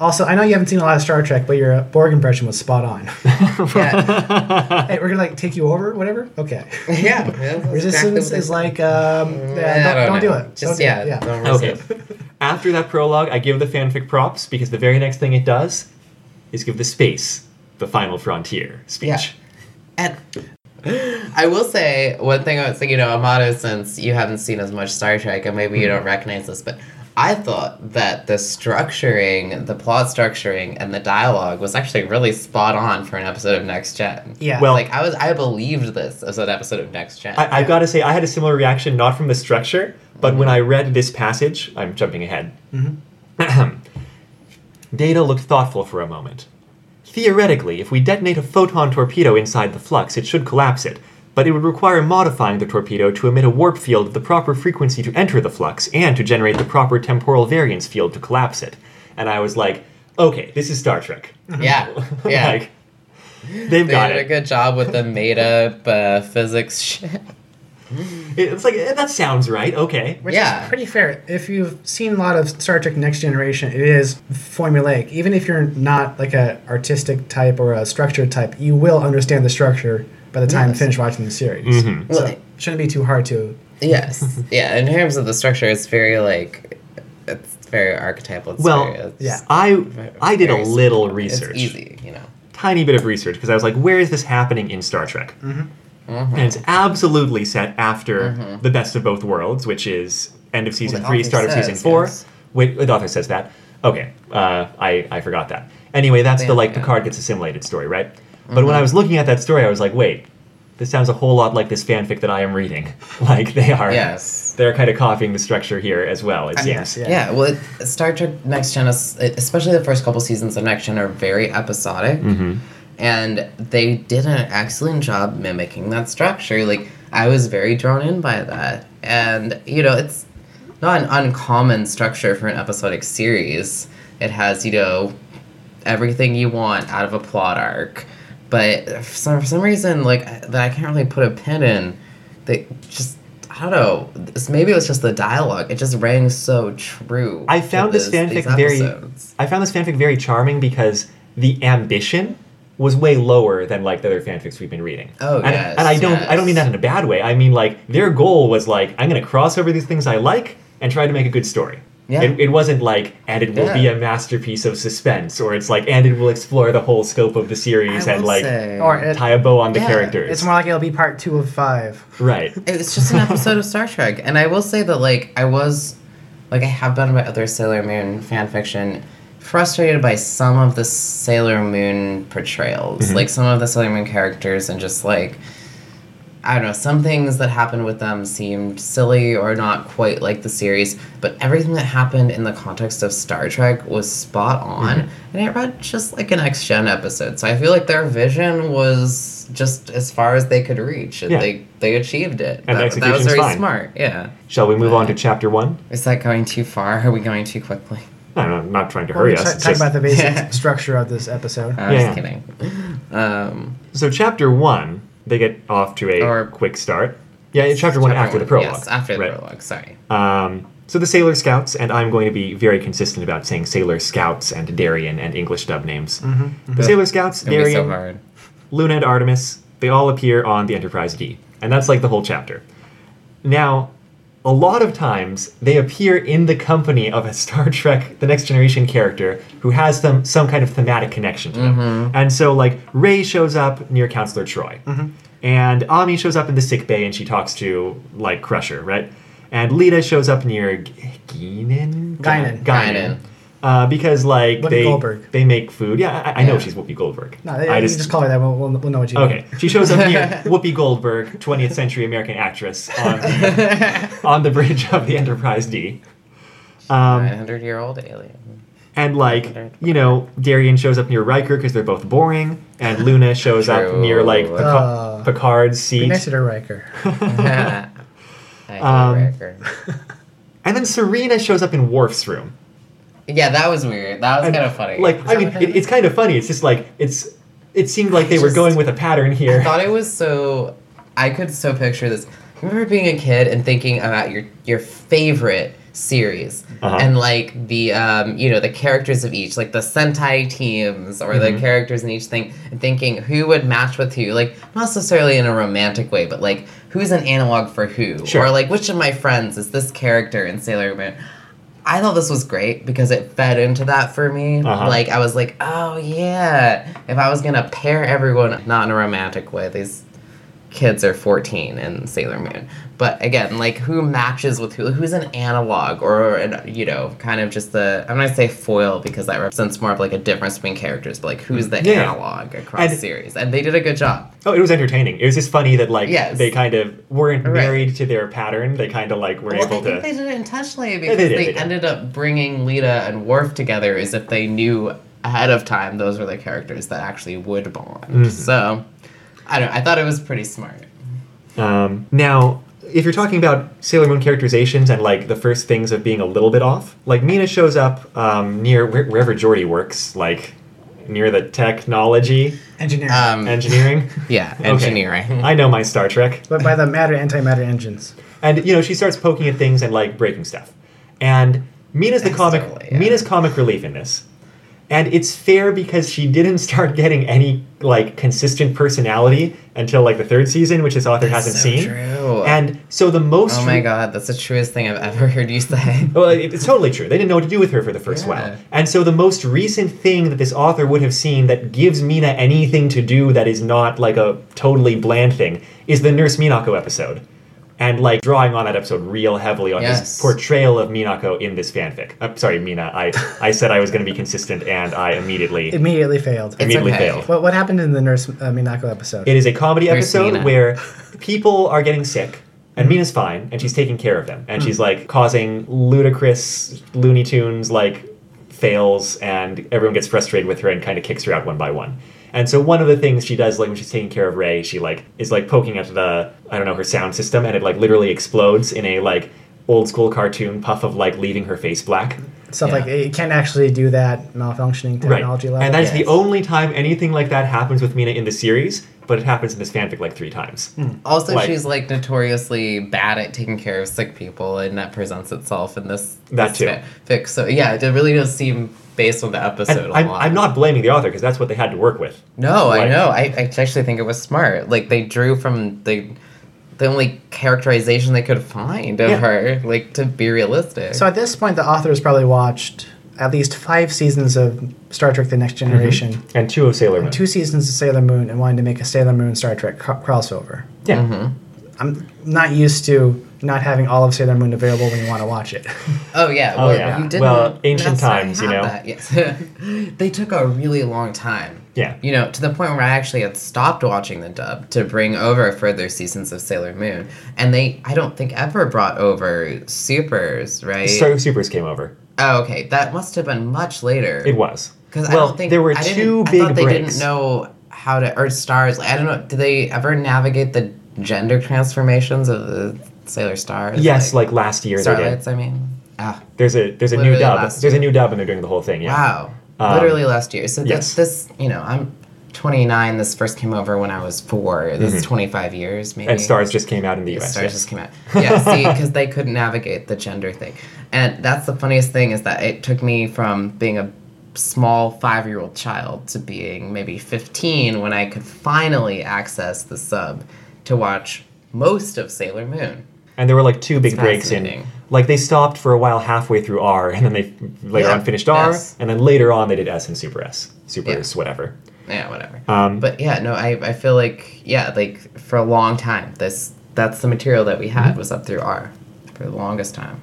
Speaker 3: Also, I know you haven't seen a lot of Star Trek, but your uh, Borg impression was spot on. [laughs] hey,
Speaker 2: Yeah,
Speaker 3: we're gonna like take you over, whatever. Okay.
Speaker 2: yeah. that's exactly
Speaker 3: [laughs] Resistance
Speaker 2: what I-
Speaker 3: is like, um,
Speaker 2: I
Speaker 3: yeah, don't, don't do
Speaker 2: know.
Speaker 3: it.
Speaker 2: Just
Speaker 3: Don't do it.
Speaker 2: yeah, don't resist.
Speaker 1: After that prologue, I give the fanfic props because the very next thing it does is give the space the final frontier speech.
Speaker 2: Yeah. And [gasps] I will say one thing I was thinking, you know, Amato, since you haven't seen as much Star Trek and maybe you don't recognize this, but I thought that the structuring, the plot structuring, and the dialogue was actually really spot on for an episode of Next Gen.
Speaker 3: Yeah.
Speaker 1: Well-
Speaker 2: Like I was, I believed this as an episode of Next Gen.
Speaker 1: I, I've got to say, I had a similar reaction, not from the structure, but when
Speaker 2: Mm-hmm.
Speaker 1: I read this passage, I'm jumping ahead.
Speaker 2: Mm-hmm.
Speaker 1: [clears throat] Data looked thoughtful for a moment. Theoretically, if we detonate a photon torpedo inside the flux, it should collapse it, but it would require modifying the torpedo to emit a warp field of the proper frequency to enter the flux and to generate the proper temporal variance field to collapse it. And I was like, okay, this is Star Trek. [laughs]
Speaker 2: yeah, yeah.
Speaker 1: like, they've
Speaker 2: they
Speaker 1: got
Speaker 2: did
Speaker 1: it.
Speaker 2: a good job with the made up uh, physics [laughs] shit.
Speaker 1: It's like, eh, that sounds right, okay.
Speaker 3: Which
Speaker 2: Yeah.
Speaker 3: is pretty fair. If you've seen a lot of Star Trek Next Generation, it is formulaic. Even if you're not like a artistic type or a structured type, you will understand the structure by the time
Speaker 2: Yes.
Speaker 3: you finish watching the series.
Speaker 1: Mm-hmm.
Speaker 3: So
Speaker 2: Well,
Speaker 3: it shouldn't be too hard to.
Speaker 2: Yes. yeah. In terms of the structure, it's very like it's very archetypal. It's
Speaker 1: Well,
Speaker 2: very, it's
Speaker 3: yeah.
Speaker 1: I I did a
Speaker 2: very
Speaker 1: little
Speaker 2: simple.
Speaker 1: research,
Speaker 2: It's easy, you know.
Speaker 1: tiny bit of research, because I was like, where is this happening in Star Trek?
Speaker 2: Mm-hmm.
Speaker 1: And it's absolutely set after the best of both worlds, which is end of season
Speaker 2: the
Speaker 1: three,
Speaker 2: author
Speaker 1: start of
Speaker 2: says,
Speaker 1: season four.
Speaker 2: yes.
Speaker 1: Wait, the author says that. Okay, uh, I I forgot that. Anyway, that's
Speaker 2: Yeah,
Speaker 1: the like
Speaker 2: yeah.
Speaker 1: Picard gets assimilated story, right? But
Speaker 2: Mm-hmm.
Speaker 1: when I was looking at that story, I was like, wait, this sounds a whole lot like this fanfic that I am reading. [laughs] like they are,
Speaker 2: Yes.
Speaker 1: they're kind of copying the structure here as well. It
Speaker 2: I-
Speaker 1: seems.
Speaker 3: yeah.
Speaker 2: Yeah. well, it, Star Trek Next Gen, is, especially the first couple seasons of Next Gen, are very episodic, and they did an excellent job mimicking that structure. Like I was very drawn in by that, and you know, it's not an uncommon structure for an episodic series. It has you know everything you want out of a plot arc, but for some, for some reason, like I- that I can't really put a pin in. They just. I don't know. This, maybe it was just the dialogue. It just rang so true.
Speaker 1: I
Speaker 2: to
Speaker 1: found this,
Speaker 2: these
Speaker 1: fanfic very.
Speaker 2: episodes.
Speaker 1: I found this fanfic very charming because the ambition was way lower than like the other fanfics we've been reading.
Speaker 2: Oh,
Speaker 1: and,
Speaker 2: yes,
Speaker 1: And I don't. I don't mean
Speaker 2: yes.
Speaker 1: that in a bad way. I mean like their goal was like I'm going to cross over these things I like and try to make a good story.
Speaker 2: Yeah.
Speaker 1: It, it wasn't like, and it will be
Speaker 2: Yeah.
Speaker 1: a masterpiece of suspense, or it's like, and it will explore the whole scope of the series
Speaker 2: I
Speaker 1: and
Speaker 2: will
Speaker 1: like uh,
Speaker 2: say-
Speaker 3: Or it,
Speaker 1: tie a bow on the
Speaker 2: Yeah,
Speaker 1: characters.
Speaker 3: it's more like it'll be part two of five.
Speaker 2: [laughs]
Speaker 1: right.
Speaker 2: It was just an episode of Star Trek, and I will say that like I was, like I have been by other Sailor Moon fan fiction, frustrated by some of the Sailor Moon portrayals,
Speaker 1: Mm-hmm.
Speaker 2: like some of the Sailor Moon characters, and just like. I don't know, some things that happened with them seemed silly or not quite like the series, but everything that happened in the context of Star Trek was spot on.
Speaker 1: Mm-hmm.
Speaker 2: And it read just like an X Gen episode. So I feel like their vision was just as far as they could reach. And
Speaker 1: Yeah.
Speaker 2: they, they achieved it.
Speaker 1: And the
Speaker 2: that, that was
Speaker 1: execution's
Speaker 2: very
Speaker 1: fine.
Speaker 2: smart. Yeah.
Speaker 1: Shall we move on to chapter one?
Speaker 2: Is that going too far? Are we going too quickly? [laughs]
Speaker 1: I don't know, I'm not trying to hurry
Speaker 3: We'll
Speaker 1: us.
Speaker 3: ta-
Speaker 1: Oh, it's
Speaker 3: talk
Speaker 1: just-
Speaker 3: about the basic
Speaker 2: Yeah. Uh,
Speaker 3: structure of this episode.
Speaker 2: I was
Speaker 1: Yeah.
Speaker 2: kidding. Um,
Speaker 1: So chapter one, they get off to a
Speaker 2: Or-
Speaker 1: quick start. Yeah, chapter, one after the prologue.
Speaker 2: Yes, after the
Speaker 1: right.
Speaker 2: prologue. Sorry.
Speaker 1: Um, so the Sailor Scouts, and I'm going to be very consistent about saying Sailor Scouts and Darien and English dub names. The Sailor Scouts,
Speaker 2: Mm-hmm, It'll be so
Speaker 1: Darien,
Speaker 2: hard.
Speaker 1: Luna and Artemis, they all appear on the Enterprise D. And that's like the whole chapter. Now, a lot of times they appear in the company of a [laughs] Star Trek The Next Generation character who has them some kind of thematic connection to them. And so like Ray shows up near Counselor Troy. And Ami shows up in the sick bay and she talks to like Crusher, right? And Lita shows up near G- Guinan?
Speaker 3: Guinan.
Speaker 1: Guinan. uh, because like
Speaker 3: Whoopi
Speaker 1: they
Speaker 3: Goldberg.
Speaker 1: they make food. Yeah, I, I know
Speaker 2: Yeah.
Speaker 1: she's Whoopi Goldberg.
Speaker 3: No, they,
Speaker 1: I
Speaker 3: you just, call her that. We'll, we'll, we'll know what you mean.
Speaker 1: Okay, she shows up
Speaker 2: [laughs]
Speaker 1: here, Whoopi Goldberg, 20th century American actress, on, on the bridge of the Enterprise D. Um,
Speaker 2: 900 year old alien.
Speaker 1: and like, you know, Darian shows up near Riker because they're both boring, and Luna shows up
Speaker 2: True.
Speaker 1: near like Pica-
Speaker 3: Uh,
Speaker 1: Picard's
Speaker 3: Be
Speaker 1: seat.
Speaker 3: nice to
Speaker 1: [laughs]
Speaker 3: her, Riker.
Speaker 2: [laughs] Um, I hate
Speaker 1: Um,
Speaker 2: Riker.
Speaker 1: And then Serena shows up in Worf's room.
Speaker 2: Yeah, that was weird. That was
Speaker 1: And,
Speaker 2: kind of funny.
Speaker 1: Like, I mean, it, it's kind of funny. It's just like it's. It seemed like they were
Speaker 2: Just-
Speaker 1: going with a pattern here.
Speaker 2: [laughs] I thought it was so. I could so picture this. Remember being a kid and thinking about your your favorite series
Speaker 1: Uh-huh.
Speaker 2: and like the um you know the characters of each like the sentai teams or
Speaker 1: Mm-hmm.
Speaker 2: the characters in each thing and thinking who would match with who like not necessarily in a romantic way but like who's an analog for who
Speaker 1: Sure.
Speaker 2: or like which of my friends is this character in Sailor Moon I thought this was great because it fed into that for me.
Speaker 1: Uh-huh.
Speaker 2: Like I was like, oh yeah, if I was gonna pair everyone, not in a romantic way. These kids are fourteen in Sailor Moon, but again, like who matches with who? Who's an analog or an, you know, kind of just the I'm gonna say foil because that represents more of like a difference between characters, but like who's the
Speaker 1: Yeah.
Speaker 2: analog across
Speaker 1: And-
Speaker 2: series, and they did a good job.
Speaker 1: Oh, it was entertaining. It was just funny that like
Speaker 2: Yes.
Speaker 1: they kind of weren't
Speaker 2: Right.
Speaker 1: married to their pattern. They kind of like were
Speaker 2: Well, I
Speaker 1: able
Speaker 2: think
Speaker 1: to.
Speaker 2: they did it intentionally
Speaker 1: they
Speaker 2: because
Speaker 1: did,
Speaker 2: they,
Speaker 1: they did.
Speaker 2: ended up bringing Lita and Worf together as if they knew ahead of time those were the characters that actually would bond.
Speaker 1: Mm-hmm.
Speaker 2: So, I don't. I thought it was pretty smart.
Speaker 1: Um, now, if you're talking about Sailor Moon characterizations and like the first things of being a little bit off, like Mina shows up um, near where, wherever Jordy works, like near the technology
Speaker 3: Engineering.
Speaker 2: Um, [laughs]
Speaker 1: engineering.
Speaker 2: yeah,
Speaker 1: Okay.
Speaker 2: engineering.
Speaker 1: I know my Star Trek.
Speaker 3: but by the matter antimatter engines.
Speaker 1: and you know she starts poking at things and like breaking stuff and mina's the comic
Speaker 2: Externally, yeah.
Speaker 1: mina's comic relief in this and it's fair because she didn't [laughs] start getting any like consistent personality until like the third season which this author hasn't
Speaker 2: so
Speaker 1: seen
Speaker 2: true.
Speaker 1: and so the most
Speaker 2: Oh my god, that's the truest thing I've ever heard
Speaker 1: [laughs]
Speaker 2: you say.
Speaker 1: well, it- it's totally true. They didn't know what to do with her for the first
Speaker 2: Yeah.
Speaker 1: while. And so the most recent thing that this author would have seen that gives Mina anything to do that is not like a totally bland thing is the Nurse Minako episode. And like drawing on that episode real heavily on this
Speaker 2: Yes.
Speaker 1: portrayal of Minako in this fanfic. I'm sorry, Mina. I, I said I was going to be consistent and I immediately
Speaker 3: Immediately failed.
Speaker 1: immediately
Speaker 2: okay.
Speaker 1: failed.
Speaker 3: What, what happened in the Nurse uh, Minako episode?
Speaker 1: It is a comedy
Speaker 2: Where's
Speaker 1: episode
Speaker 2: Mina?
Speaker 1: where people are getting sick, and Mina's fine, and she's taking care of them, and she's like causing ludicrous Looney Tunes like fails, and everyone gets frustrated with her and kind of kicks her out one by one. And so one of the things she does, like when she's taking care of Ray, she like is like poking at the I don't know her sound system, and it like literally explodes in a like old school cartoon puff of like leaving her face black.
Speaker 3: Stuff
Speaker 2: yeah.
Speaker 3: like it can't actually do that malfunctioning technology
Speaker 1: right.
Speaker 3: level.
Speaker 1: And that's the
Speaker 2: Yes.
Speaker 1: only time anything like that happens with Mina in the series, but it happens in this fanfic like three times.
Speaker 2: Also,
Speaker 1: Like-
Speaker 2: she's like notoriously bad at taking care of sick people, and that presents itself in this
Speaker 1: That
Speaker 2: this
Speaker 1: too.
Speaker 2: fa- fic. So yeah, it really does seem based on the episode.
Speaker 1: And
Speaker 2: a
Speaker 1: I'm,
Speaker 2: lot.
Speaker 1: I'm not blaming the author because that's what they had to work with.
Speaker 2: No,
Speaker 1: Like-
Speaker 2: I know. I, I actually think it was smart. Like they drew from the the only characterization they could find of
Speaker 1: Yeah.
Speaker 2: her, like to be realistic.
Speaker 3: So at this point, the author has probably watched at least five seasons of Star Trek: The Next
Speaker 1: Mm-hmm.
Speaker 3: Generation,
Speaker 1: And two of Sailor Moon.
Speaker 3: two seasons of Sailor Moon, and wanted to make a Sailor Moon Star Trek cro- crossover.
Speaker 1: yeah.
Speaker 2: mm-hmm.
Speaker 3: I'm not used to not having all of Sailor Moon available when you want to watch it. [laughs]
Speaker 2: oh yeah,
Speaker 1: Oh,
Speaker 2: well,
Speaker 1: yeah.
Speaker 2: you didn't.
Speaker 1: Well, ancient
Speaker 2: necessarily
Speaker 1: times, you
Speaker 2: have
Speaker 1: know.
Speaker 2: that. Yes, [laughs] they took a really long time.
Speaker 1: Yeah.
Speaker 2: You know, to the point where I actually had stopped watching the dub to bring over further seasons of Sailor Moon, and they, I don't think, ever brought over Supers, right?
Speaker 1: Star of Supers came over.
Speaker 2: oh, okay, that must have been much later.
Speaker 1: It was.
Speaker 2: Because
Speaker 1: well,
Speaker 2: I don't think
Speaker 1: there were
Speaker 2: I didn't-
Speaker 1: two
Speaker 2: I
Speaker 1: big
Speaker 2: thought they
Speaker 1: breaks.
Speaker 2: didn't know how to or stars. Like, I don't know. Do they ever navigate the gender transformations of the Sailor Stars?
Speaker 1: Yes, like, last year they did.
Speaker 2: Starlights. I mean, ah,
Speaker 1: There's a there's a new
Speaker 2: Literally
Speaker 1: dub.
Speaker 2: last
Speaker 1: There's a new dub, and they're doing the whole thing. Yeah.
Speaker 2: wow,
Speaker 1: Um,
Speaker 2: literally last year. So
Speaker 1: yes.
Speaker 2: this, this, you know, I'm 29. This first came over when I was four. This is 25 years, maybe.
Speaker 1: Mm-hmm. And Stars just came out in the U.S.
Speaker 2: Stars
Speaker 1: yeah.
Speaker 2: just came out.
Speaker 1: [laughs]
Speaker 2: Yeah, see, because they couldn't navigate the gender thing, and that's the funniest thing is that it took me from being a small five-year-old child to being maybe 15 when I could finally access the sub to watch most of Sailor Moon.
Speaker 1: And there were like two big breaks in.
Speaker 2: fascinating.
Speaker 1: Like they stopped for a while halfway through R, and then they later
Speaker 2: Yeah,
Speaker 1: on finished R,
Speaker 2: S.
Speaker 1: and then later on they did S and Super S, Super
Speaker 2: Yeah.
Speaker 1: S, whatever.
Speaker 2: Yeah, whatever.
Speaker 1: Um,
Speaker 2: but yeah, no, I, I feel like yeah, like for a
Speaker 1: Mm-hmm.
Speaker 2: long time, this that's the material that we had was up through R for the longest time.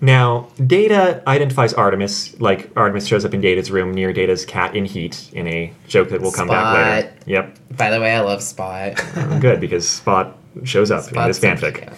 Speaker 1: Now, Data identifies Artemis, like Artemis shows up in Data's room near Data's cat in heat in a joke that will come back later.
Speaker 2: Spot.
Speaker 1: Yep. [laughs]
Speaker 2: By the way, I love Spot.
Speaker 1: Good, because Spot shows up in this
Speaker 2: Spot's a-
Speaker 1: fanfic.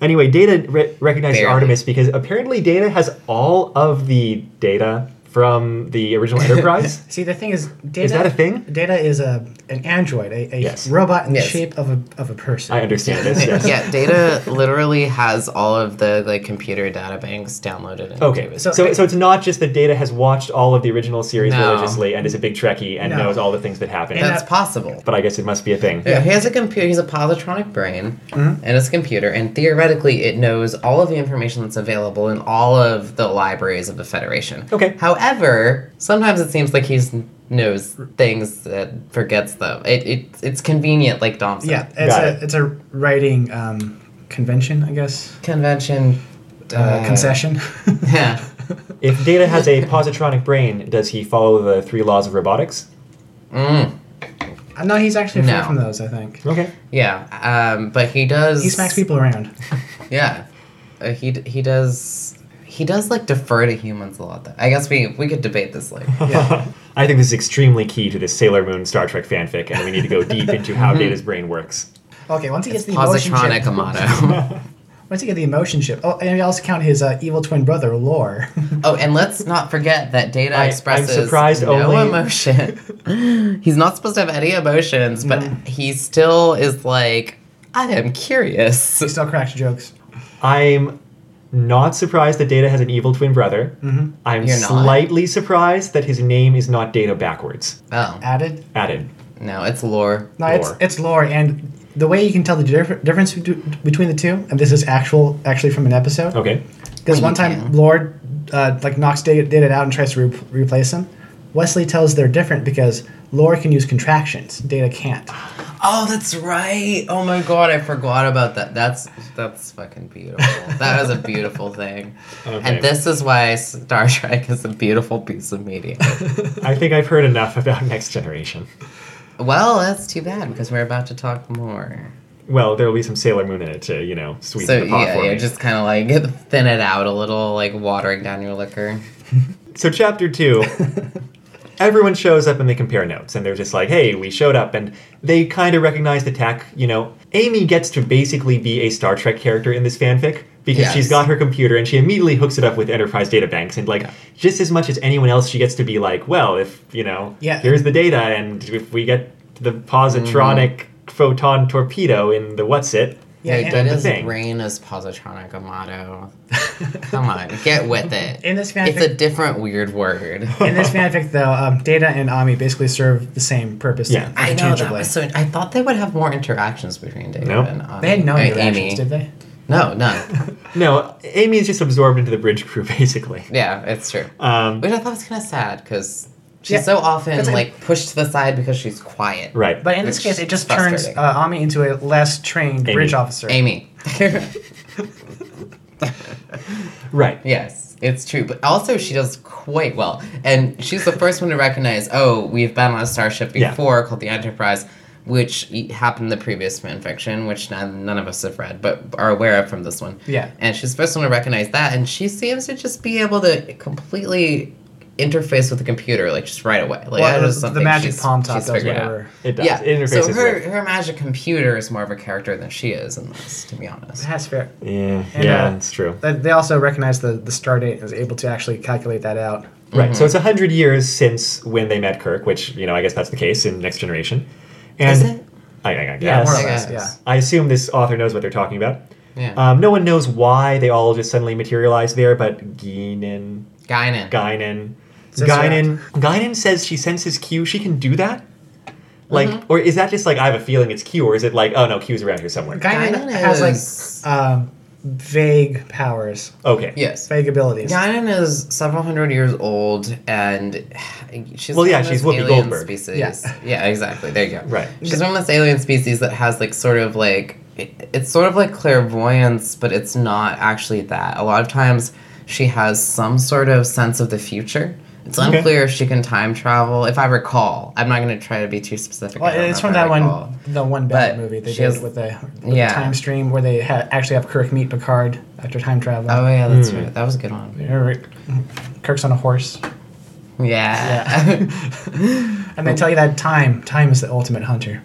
Speaker 1: Anyway, Data re- recognizes
Speaker 2: Barely.
Speaker 1: Artemis because apparently Data has all of the data from the original Enterprise.
Speaker 3: See, the thing is, data,
Speaker 1: that a thing?
Speaker 3: Data is a an android, a, a
Speaker 1: Yes.
Speaker 3: robot in
Speaker 2: Yes.
Speaker 3: the shape of a of a person.
Speaker 1: I understand this.
Speaker 2: [laughs] yeah.
Speaker 1: Yes.
Speaker 2: yeah, Data literally has all of the like computer data banks downloaded. Into
Speaker 1: Okay,
Speaker 2: his-
Speaker 1: so, so it's not just that Data has watched all of the original series
Speaker 2: No.
Speaker 1: religiously and is a big Trekkie and
Speaker 3: No.
Speaker 1: knows all the things that happen.
Speaker 3: And-
Speaker 2: that's possible.
Speaker 1: but I guess it must be a thing.
Speaker 2: Yeah, he has a computer. He's a positronic brain,
Speaker 3: Mm-hmm.
Speaker 2: and it's a computer, and theoretically, it knows all of the information that's available in all of the libraries of the Federation.
Speaker 1: Okay.
Speaker 2: However, sometimes it seems like he's knows things that forgets them. It, it it's convenient, like Dom said.
Speaker 3: yeah, it's
Speaker 1: Got
Speaker 3: a
Speaker 1: it.
Speaker 3: it's a writing um, convention, I guess.
Speaker 2: Convention.
Speaker 3: Uh,
Speaker 1: [laughs]
Speaker 3: concession.
Speaker 2: [laughs] Yeah.
Speaker 1: If Data has
Speaker 2: [laughs]
Speaker 1: a positronic brain, does he follow the three laws of robotics?
Speaker 2: Mm,
Speaker 3: Uh, no, he's actually free
Speaker 2: No.
Speaker 3: from those. I think
Speaker 1: Okay.
Speaker 2: yeah. Um, but he does.
Speaker 3: he smacks people
Speaker 2: [laughs]
Speaker 3: around.
Speaker 2: Yeah, uh, he d- he does he does like defer to humans a lot. Though I guess we we could debate this later.
Speaker 3: Yeah.
Speaker 1: [laughs] I think this is extremely key to this Sailor Moon Star Trek fanfic, and we need to go deep into how Data's brain works.
Speaker 3: Okay, once he gets the emotion
Speaker 2: Positronic
Speaker 3: chip,
Speaker 2: Amato. [laughs]
Speaker 3: once he gets the emotion chip. Oh, and we also count his uh, evil twin brother, Lore.
Speaker 2: oh, and let's not forget that Data
Speaker 1: I- I'm
Speaker 2: expresses
Speaker 1: surprised
Speaker 2: no
Speaker 1: only-
Speaker 2: emotion. [laughs] He's not supposed to have any emotions, but he still is like, I am curious.
Speaker 3: he still cracks jokes.
Speaker 1: I'm not surprised that Data has an evil twin brother. I'm
Speaker 2: You're not.
Speaker 1: slightly surprised that his name is not Data backwards.
Speaker 2: Oh
Speaker 3: Added.
Speaker 1: Added.
Speaker 2: no, it's lore.
Speaker 3: No,
Speaker 1: Lore.
Speaker 3: it's it's Lore, and the way you can tell the differ- difference bet- between the two, and this is actual actually from an episode.
Speaker 1: Okay.
Speaker 3: Because
Speaker 2: Well,
Speaker 3: one
Speaker 2: you
Speaker 3: time
Speaker 2: can.
Speaker 3: Lord uh, like knocks Da- Data out and tries to re- replace him. Wesley tells they're different because Lord can use contractions, Data can't.
Speaker 2: Oh, that's right. Oh my god, I forgot about that. That's that's fucking beautiful. That is a beautiful
Speaker 3: [laughs]
Speaker 2: thing.
Speaker 1: Okay.
Speaker 2: And this is why Star Trek is a beautiful piece of
Speaker 3: [laughs]
Speaker 2: media.
Speaker 1: I think I've heard enough about [laughs] Next Generation.
Speaker 2: well, that's too bad because we're about to talk more.
Speaker 1: Well, there will be some Sailor Moon in it to, you know, sweeten
Speaker 2: So
Speaker 1: the pot
Speaker 2: yeah,
Speaker 1: for
Speaker 2: yeah
Speaker 1: me.
Speaker 2: just kind of like [laughs] thin it out a little, like watering down your liquor.
Speaker 1: So chapter
Speaker 3: [laughs]
Speaker 1: two, everyone shows up and they compare notes, and they're just like, "Hey, we showed up," and they kind of recognize the tech. You know, Amy gets to basically be a Star Trek character in this fanfic because
Speaker 2: Yes.
Speaker 1: she's got her computer and she immediately hooks it up with Enterprise data banks, and like just as much as anyone else, she gets to be like, "Well, if you know,
Speaker 3: Yeah.
Speaker 1: here's the data, and if we get the positronic photon torpedo in the what's it."
Speaker 3: Mm-hmm. Yeah,
Speaker 2: Hey,
Speaker 3: and-
Speaker 2: Data's
Speaker 1: thing.
Speaker 2: brain is positronic
Speaker 3: [laughs]
Speaker 2: Amato. Come on, get with it.
Speaker 3: In this
Speaker 2: it's a
Speaker 3: fanfic-
Speaker 2: different weird
Speaker 3: [laughs]
Speaker 2: word.
Speaker 3: In this fanfic, though, um, Data and Ami basically serve the same purpose.
Speaker 1: Yeah.
Speaker 2: I know that
Speaker 3: interchangeably.
Speaker 2: was so. I thought they would have more interactions between David
Speaker 1: Nope.
Speaker 2: and um,
Speaker 3: They had no
Speaker 2: uh,
Speaker 3: interactions,
Speaker 2: Amy.
Speaker 3: did they?
Speaker 2: No, none.
Speaker 3: [laughs]
Speaker 1: No, Amy is just absorbed into the bridge crew, [laughs] basically.
Speaker 2: yeah, it's true.
Speaker 1: Um,
Speaker 2: Which I thought was kind of sad because she's
Speaker 3: Yeah,
Speaker 2: so often
Speaker 3: that's
Speaker 2: like,
Speaker 3: like-
Speaker 2: pushed to the side because she's quiet.
Speaker 1: right.
Speaker 3: But in this
Speaker 2: Which
Speaker 3: case, it
Speaker 2: is
Speaker 3: just turns
Speaker 2: frustrating.
Speaker 3: uh, Ami into a less trained
Speaker 1: Amy.
Speaker 3: bridge officer. [laughs]
Speaker 2: Amy.
Speaker 1: right.
Speaker 2: yes, it's true. But also, she does quite well, and she's the first one to recognize. Oh, we've been on a starship
Speaker 1: Yeah.
Speaker 2: before called the Enterprise. Which e- happened in the previous fanfiction, which none, none of us have read, but are aware of from this one.
Speaker 3: Yeah.
Speaker 2: And she's the first one to recognize that, and she seems to just be able to completely interface with the computer, like just right away. Like
Speaker 3: Well,
Speaker 2: that
Speaker 3: the-
Speaker 2: is
Speaker 3: the
Speaker 2: something
Speaker 3: magic
Speaker 2: she's-
Speaker 3: palm top
Speaker 2: she's
Speaker 3: does
Speaker 2: figured out.
Speaker 3: whatever.
Speaker 1: It does.
Speaker 2: Yeah.
Speaker 1: It interfaces
Speaker 2: so her
Speaker 1: with.
Speaker 2: her magic computer is more of a character than she is in this, to be honest.
Speaker 3: That's fair.
Speaker 1: Yeah,
Speaker 3: And,
Speaker 1: yeah,
Speaker 3: uh,
Speaker 1: it's true.
Speaker 3: They- They also recognize the, the star date and is able to actually calculate that out.
Speaker 1: Right.
Speaker 2: Mm-hmm.
Speaker 1: So it's a hundred years since when they met Kirk, which you know I guess that's the case in Next Generation. And
Speaker 2: Is it?
Speaker 1: I, I, I guess.
Speaker 3: Yeah, more
Speaker 2: I
Speaker 3: or less. Yeah.
Speaker 2: guess.
Speaker 1: I assume this author knows what they're talking about.
Speaker 2: Yeah.
Speaker 1: Um, no one knows why they all just suddenly materialized there, but Guinan,
Speaker 2: Guinan.
Speaker 1: Guinan,
Speaker 3: Says
Speaker 1: Guinan, Guinan says she senses Q. She can do that. Like,
Speaker 2: Mm-hmm.
Speaker 1: or is that just like I have a feeling it's Q, or is it like oh no, Q's around here somewhere?
Speaker 3: Guinan,
Speaker 2: Guinan is-
Speaker 3: has like um, vague powers,
Speaker 1: Okay.
Speaker 2: yes.
Speaker 3: vague abilities.
Speaker 2: Guinan is several hundred years old, and she's
Speaker 1: Well, yeah,
Speaker 2: one of
Speaker 1: she's
Speaker 2: those
Speaker 1: Whoopi
Speaker 2: alien
Speaker 1: Goldberg.
Speaker 2: Species.
Speaker 3: Yeah.
Speaker 2: yeah, exactly. There you go.
Speaker 1: Right.
Speaker 2: She's one of those alien species that has like sort of like it- it's sort of like clairvoyance, but it's not actually that. A lot of times she has some sort of sense of the future. It's
Speaker 1: Okay.
Speaker 2: unclear if she can time travel. If I recall, I'm not going to try to be too specific. I
Speaker 3: Well,
Speaker 2: don't know
Speaker 3: it's
Speaker 2: if
Speaker 3: from
Speaker 2: I
Speaker 3: that
Speaker 2: recall.
Speaker 3: one, the one bad
Speaker 2: But
Speaker 3: movie they
Speaker 2: she
Speaker 3: did
Speaker 2: has-
Speaker 3: with the, with
Speaker 2: Yeah.
Speaker 3: the time stream where they ha- actually have Kirk meet Picard after time travel.
Speaker 2: Oh yeah, that's right. That was a good one.
Speaker 3: Remember, Kirk's on a horse,
Speaker 2: Yeah.
Speaker 3: and
Speaker 2: Oh.
Speaker 3: they tell you that time, time is the ultimate hunter.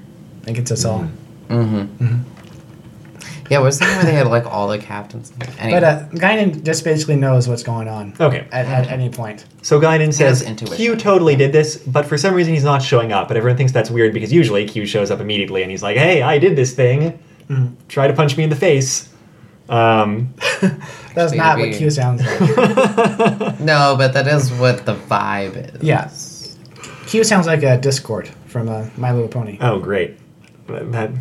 Speaker 3: It gets us
Speaker 2: Mm-hmm.
Speaker 3: all.
Speaker 2: [laughs] yeah. Was there where they had like all the captains? Anyway,
Speaker 3: But uh, Guinan just basically knows what's going on
Speaker 1: Okay.
Speaker 3: at, at any point.
Speaker 1: So Guinan
Speaker 2: has
Speaker 1: says
Speaker 2: intuition.
Speaker 1: Q totally did this, but for some reason he's not showing up, and everyone thinks that's weird because usually Q shows up immediately and he's like, "Hey, I did this thing. Try to punch me in the face." Um,
Speaker 3: That's
Speaker 2: Actually, it'd
Speaker 3: not what
Speaker 2: be-
Speaker 3: Q sounds like.
Speaker 2: [laughs] no, but that is what the vibe is.
Speaker 3: Yeah. Q sounds like a Discord from uh, My Little Pony.
Speaker 1: oh, great. That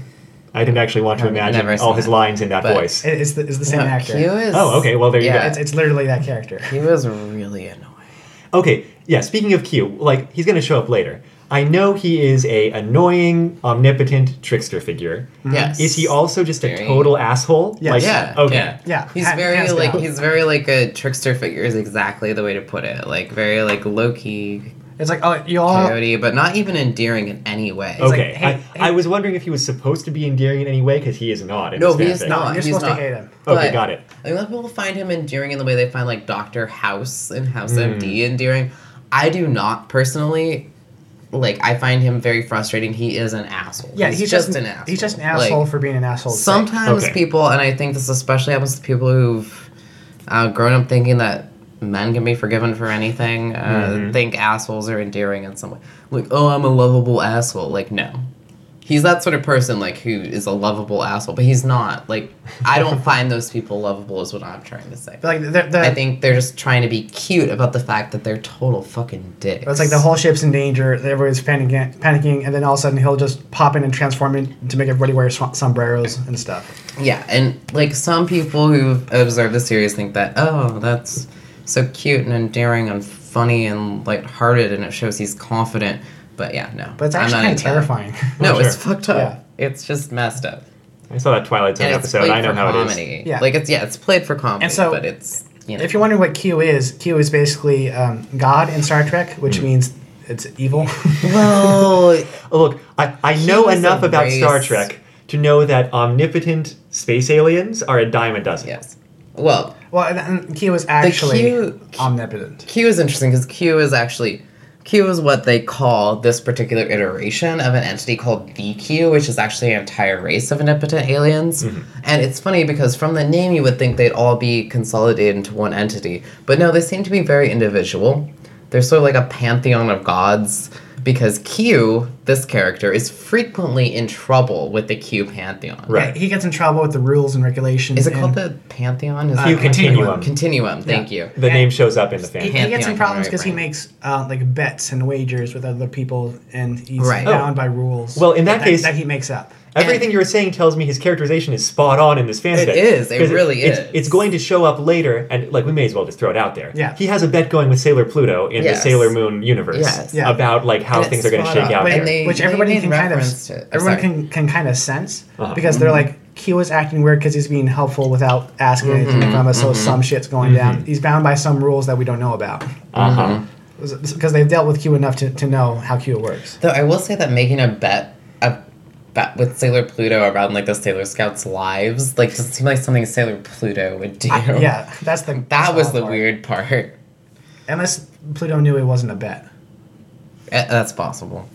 Speaker 1: I didn't actually want to
Speaker 2: I've
Speaker 1: imagine
Speaker 2: never
Speaker 1: all
Speaker 2: seen
Speaker 1: his
Speaker 2: that,
Speaker 1: lines in that
Speaker 2: but-
Speaker 1: voice.
Speaker 3: It- It's the, it's the same
Speaker 2: No,
Speaker 3: actor.
Speaker 2: Q is.
Speaker 1: Oh, okay, well, there you go.
Speaker 2: yeah,
Speaker 3: It's, it's literally that character.
Speaker 2: He was really annoying.
Speaker 1: Okay, yeah, speaking of Q, like, he's going to show up later. I know he is a annoying, omnipotent trickster figure.
Speaker 2: Yes.
Speaker 1: Mm-hmm. Is he also just a
Speaker 2: Very-
Speaker 1: total asshole?
Speaker 3: Yes.
Speaker 1: Like,
Speaker 2: Yeah.
Speaker 1: Okay.
Speaker 2: Yeah.
Speaker 3: Yeah,
Speaker 2: He's
Speaker 3: ha-
Speaker 2: very
Speaker 3: hands
Speaker 2: like
Speaker 3: down.
Speaker 2: he's very like a trickster figure is exactly the way to put it. Like very like low key
Speaker 3: It's like, oh, you all.
Speaker 2: coyote, but not even endearing in any way.
Speaker 3: like,
Speaker 1: Okay,
Speaker 3: hey-
Speaker 1: I, I was wondering if he was supposed to be endearing in any way because he is not. in
Speaker 2: No,
Speaker 1: this
Speaker 2: he is
Speaker 1: fanfic.
Speaker 3: No,
Speaker 2: not.
Speaker 3: you're
Speaker 2: he's
Speaker 3: supposed
Speaker 2: not.
Speaker 3: to hate him.
Speaker 1: Okay,
Speaker 2: But-
Speaker 1: got it.
Speaker 2: Like, a lot of people find him endearing in the way they find like Doctor House and House MD
Speaker 1: Hmm.
Speaker 2: endearing. I do not personally. Like I find him very frustrating. He is an asshole.
Speaker 3: Yeah, he's,
Speaker 2: just,
Speaker 3: just
Speaker 2: an asshole.
Speaker 3: He's just an
Speaker 2: Like,
Speaker 3: asshole for being an asshole. It's like-
Speaker 2: Sometimes
Speaker 1: Okay.
Speaker 2: people, and I think this especially happens to people who've uh, grown up thinking that men can be forgiven for anything, uh,
Speaker 3: Mm-hmm.
Speaker 2: think assholes are endearing in some way. Like, oh, I'm a lovable asshole. Like, no. He's that sort of person, like, who is a lovable asshole, but he's not. Like, I
Speaker 3: [laughs]
Speaker 2: don't find those people lovable, is what I'm trying to say.
Speaker 3: But like uh, the, the,
Speaker 2: I think they're just trying to be cute about the fact that they're total fucking dicks.
Speaker 3: it's like the whole ship's in danger. Everybody's panicking, panicking, and then all of a sudden he'll just pop in and transform in to make everybody wear sw- sombreros and stuff.
Speaker 2: Yeah, and like some people who've observed the series think that, oh, that's so cute and endearing and funny and lighthearted, and it shows he's confident. But yeah, no.
Speaker 3: But it's
Speaker 2: I'm
Speaker 3: actually
Speaker 2: not
Speaker 3: kind of
Speaker 2: into that.
Speaker 3: terrifying.
Speaker 2: [laughs] No,
Speaker 1: Oh,
Speaker 2: it's
Speaker 1: sure.
Speaker 2: fucked up. It's just messed up.
Speaker 1: I saw that Twilight Zone
Speaker 2: And it's
Speaker 1: episode.
Speaker 2: played
Speaker 1: I know
Speaker 2: for
Speaker 1: how it is.
Speaker 2: comedy.
Speaker 3: Yeah.
Speaker 2: Like it's yeah, it's played for comedy,
Speaker 3: And so,
Speaker 2: but it's you know.
Speaker 3: if you're wondering what Q is, Q is basically um, God in Star Trek, which
Speaker 2: Hmm.
Speaker 3: means it's
Speaker 2: [laughs]
Speaker 3: evil. [laughs]
Speaker 2: well,
Speaker 1: Oh, look, I, I know
Speaker 2: was a
Speaker 1: enough about Star
Speaker 2: race.
Speaker 1: Trek to know that omnipotent space aliens are a dime a dozen.
Speaker 2: yes. Well,
Speaker 3: well, and, and Q is actually
Speaker 2: Q-
Speaker 3: omnipotent.
Speaker 2: Q is interesting because Q is actually Q is what they call this particular iteration of an entity called VQ, which is actually an entire race of omnipotent aliens.
Speaker 1: Mm-hmm.
Speaker 2: And it's funny because from the name you would think they'd all be consolidated into one entity, but no, they seem to be very individual. They're sort of like a pantheon of gods because Q, this character, is frequently in trouble with the Q pantheon.
Speaker 1: Right.
Speaker 3: Yeah, he gets in trouble with the rules and regulations.
Speaker 2: Is it
Speaker 3: and-
Speaker 2: called the pantheon? Is
Speaker 1: Q
Speaker 2: it-
Speaker 1: Continuum.
Speaker 2: Continuum. Thank you.
Speaker 1: The name shows up in the
Speaker 3: He,
Speaker 1: fanfic.
Speaker 3: he
Speaker 2: Pantheon
Speaker 3: gets
Speaker 2: from
Speaker 3: in
Speaker 2: the
Speaker 3: problems
Speaker 2: right
Speaker 3: because he
Speaker 2: brain.
Speaker 3: makes uh, like bets and wagers with other people, and he's
Speaker 2: Right.
Speaker 3: bound by rules.
Speaker 1: Well, in that case-
Speaker 3: that he makes up.
Speaker 1: Everything you were saying tells me his characterization is spot on in this fanfic.
Speaker 2: is, it
Speaker 1: 'Cause
Speaker 2: really
Speaker 1: it's,
Speaker 2: is.
Speaker 1: It's going to show up later, and like we may as well just throw it out there.
Speaker 3: Yeah.
Speaker 1: He has a bet going with Sailor Pluto in
Speaker 2: Yes.
Speaker 1: the Sailor Moon universe
Speaker 2: Yes.
Speaker 3: Yeah.
Speaker 1: about like how
Speaker 2: And
Speaker 1: things
Speaker 2: it's
Speaker 1: are going to
Speaker 2: spot
Speaker 1: shake
Speaker 2: on.
Speaker 1: out.
Speaker 2: Wait,
Speaker 1: there.
Speaker 2: And they-
Speaker 3: which
Speaker 2: they
Speaker 3: everyone
Speaker 2: made
Speaker 3: can kind of
Speaker 2: reference to it.
Speaker 3: everyone
Speaker 2: Sorry.
Speaker 3: can, can kind of sense
Speaker 1: Uh-huh.
Speaker 3: because they're like he was acting weird because he's being helpful without asking anything
Speaker 2: Mm-hmm.
Speaker 3: from us, so some shit's going down. He's bound by some rules that we don't know about
Speaker 1: uh-huh.
Speaker 2: Mm-hmm.
Speaker 3: because they've dealt with Q enough to, to know how Q works.
Speaker 2: Though I will say that making a bet a bet with Sailor Pluto around like the Sailor Scouts' lives, like doesn't seem like something Sailor Pluto would do.
Speaker 3: I- yeah, that's the
Speaker 2: That was the
Speaker 3: part.
Speaker 2: weird part. Uh,
Speaker 3: Unless Pluto knew it wasn't a bet.
Speaker 2: Eh, That's possible.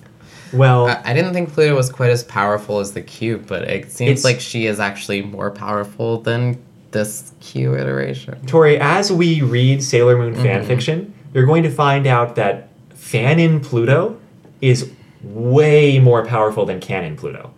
Speaker 1: Well,
Speaker 2: I I didn't think Pluto was quite as powerful as the cube, but it seems
Speaker 1: It's-
Speaker 2: like she is actually more powerful than this Q iteration.
Speaker 1: Tori, as we read Sailor Moon
Speaker 2: Mm-hmm.
Speaker 1: fan fiction, you're going to find out that fanon Pluto is way more powerful than canon Pluto.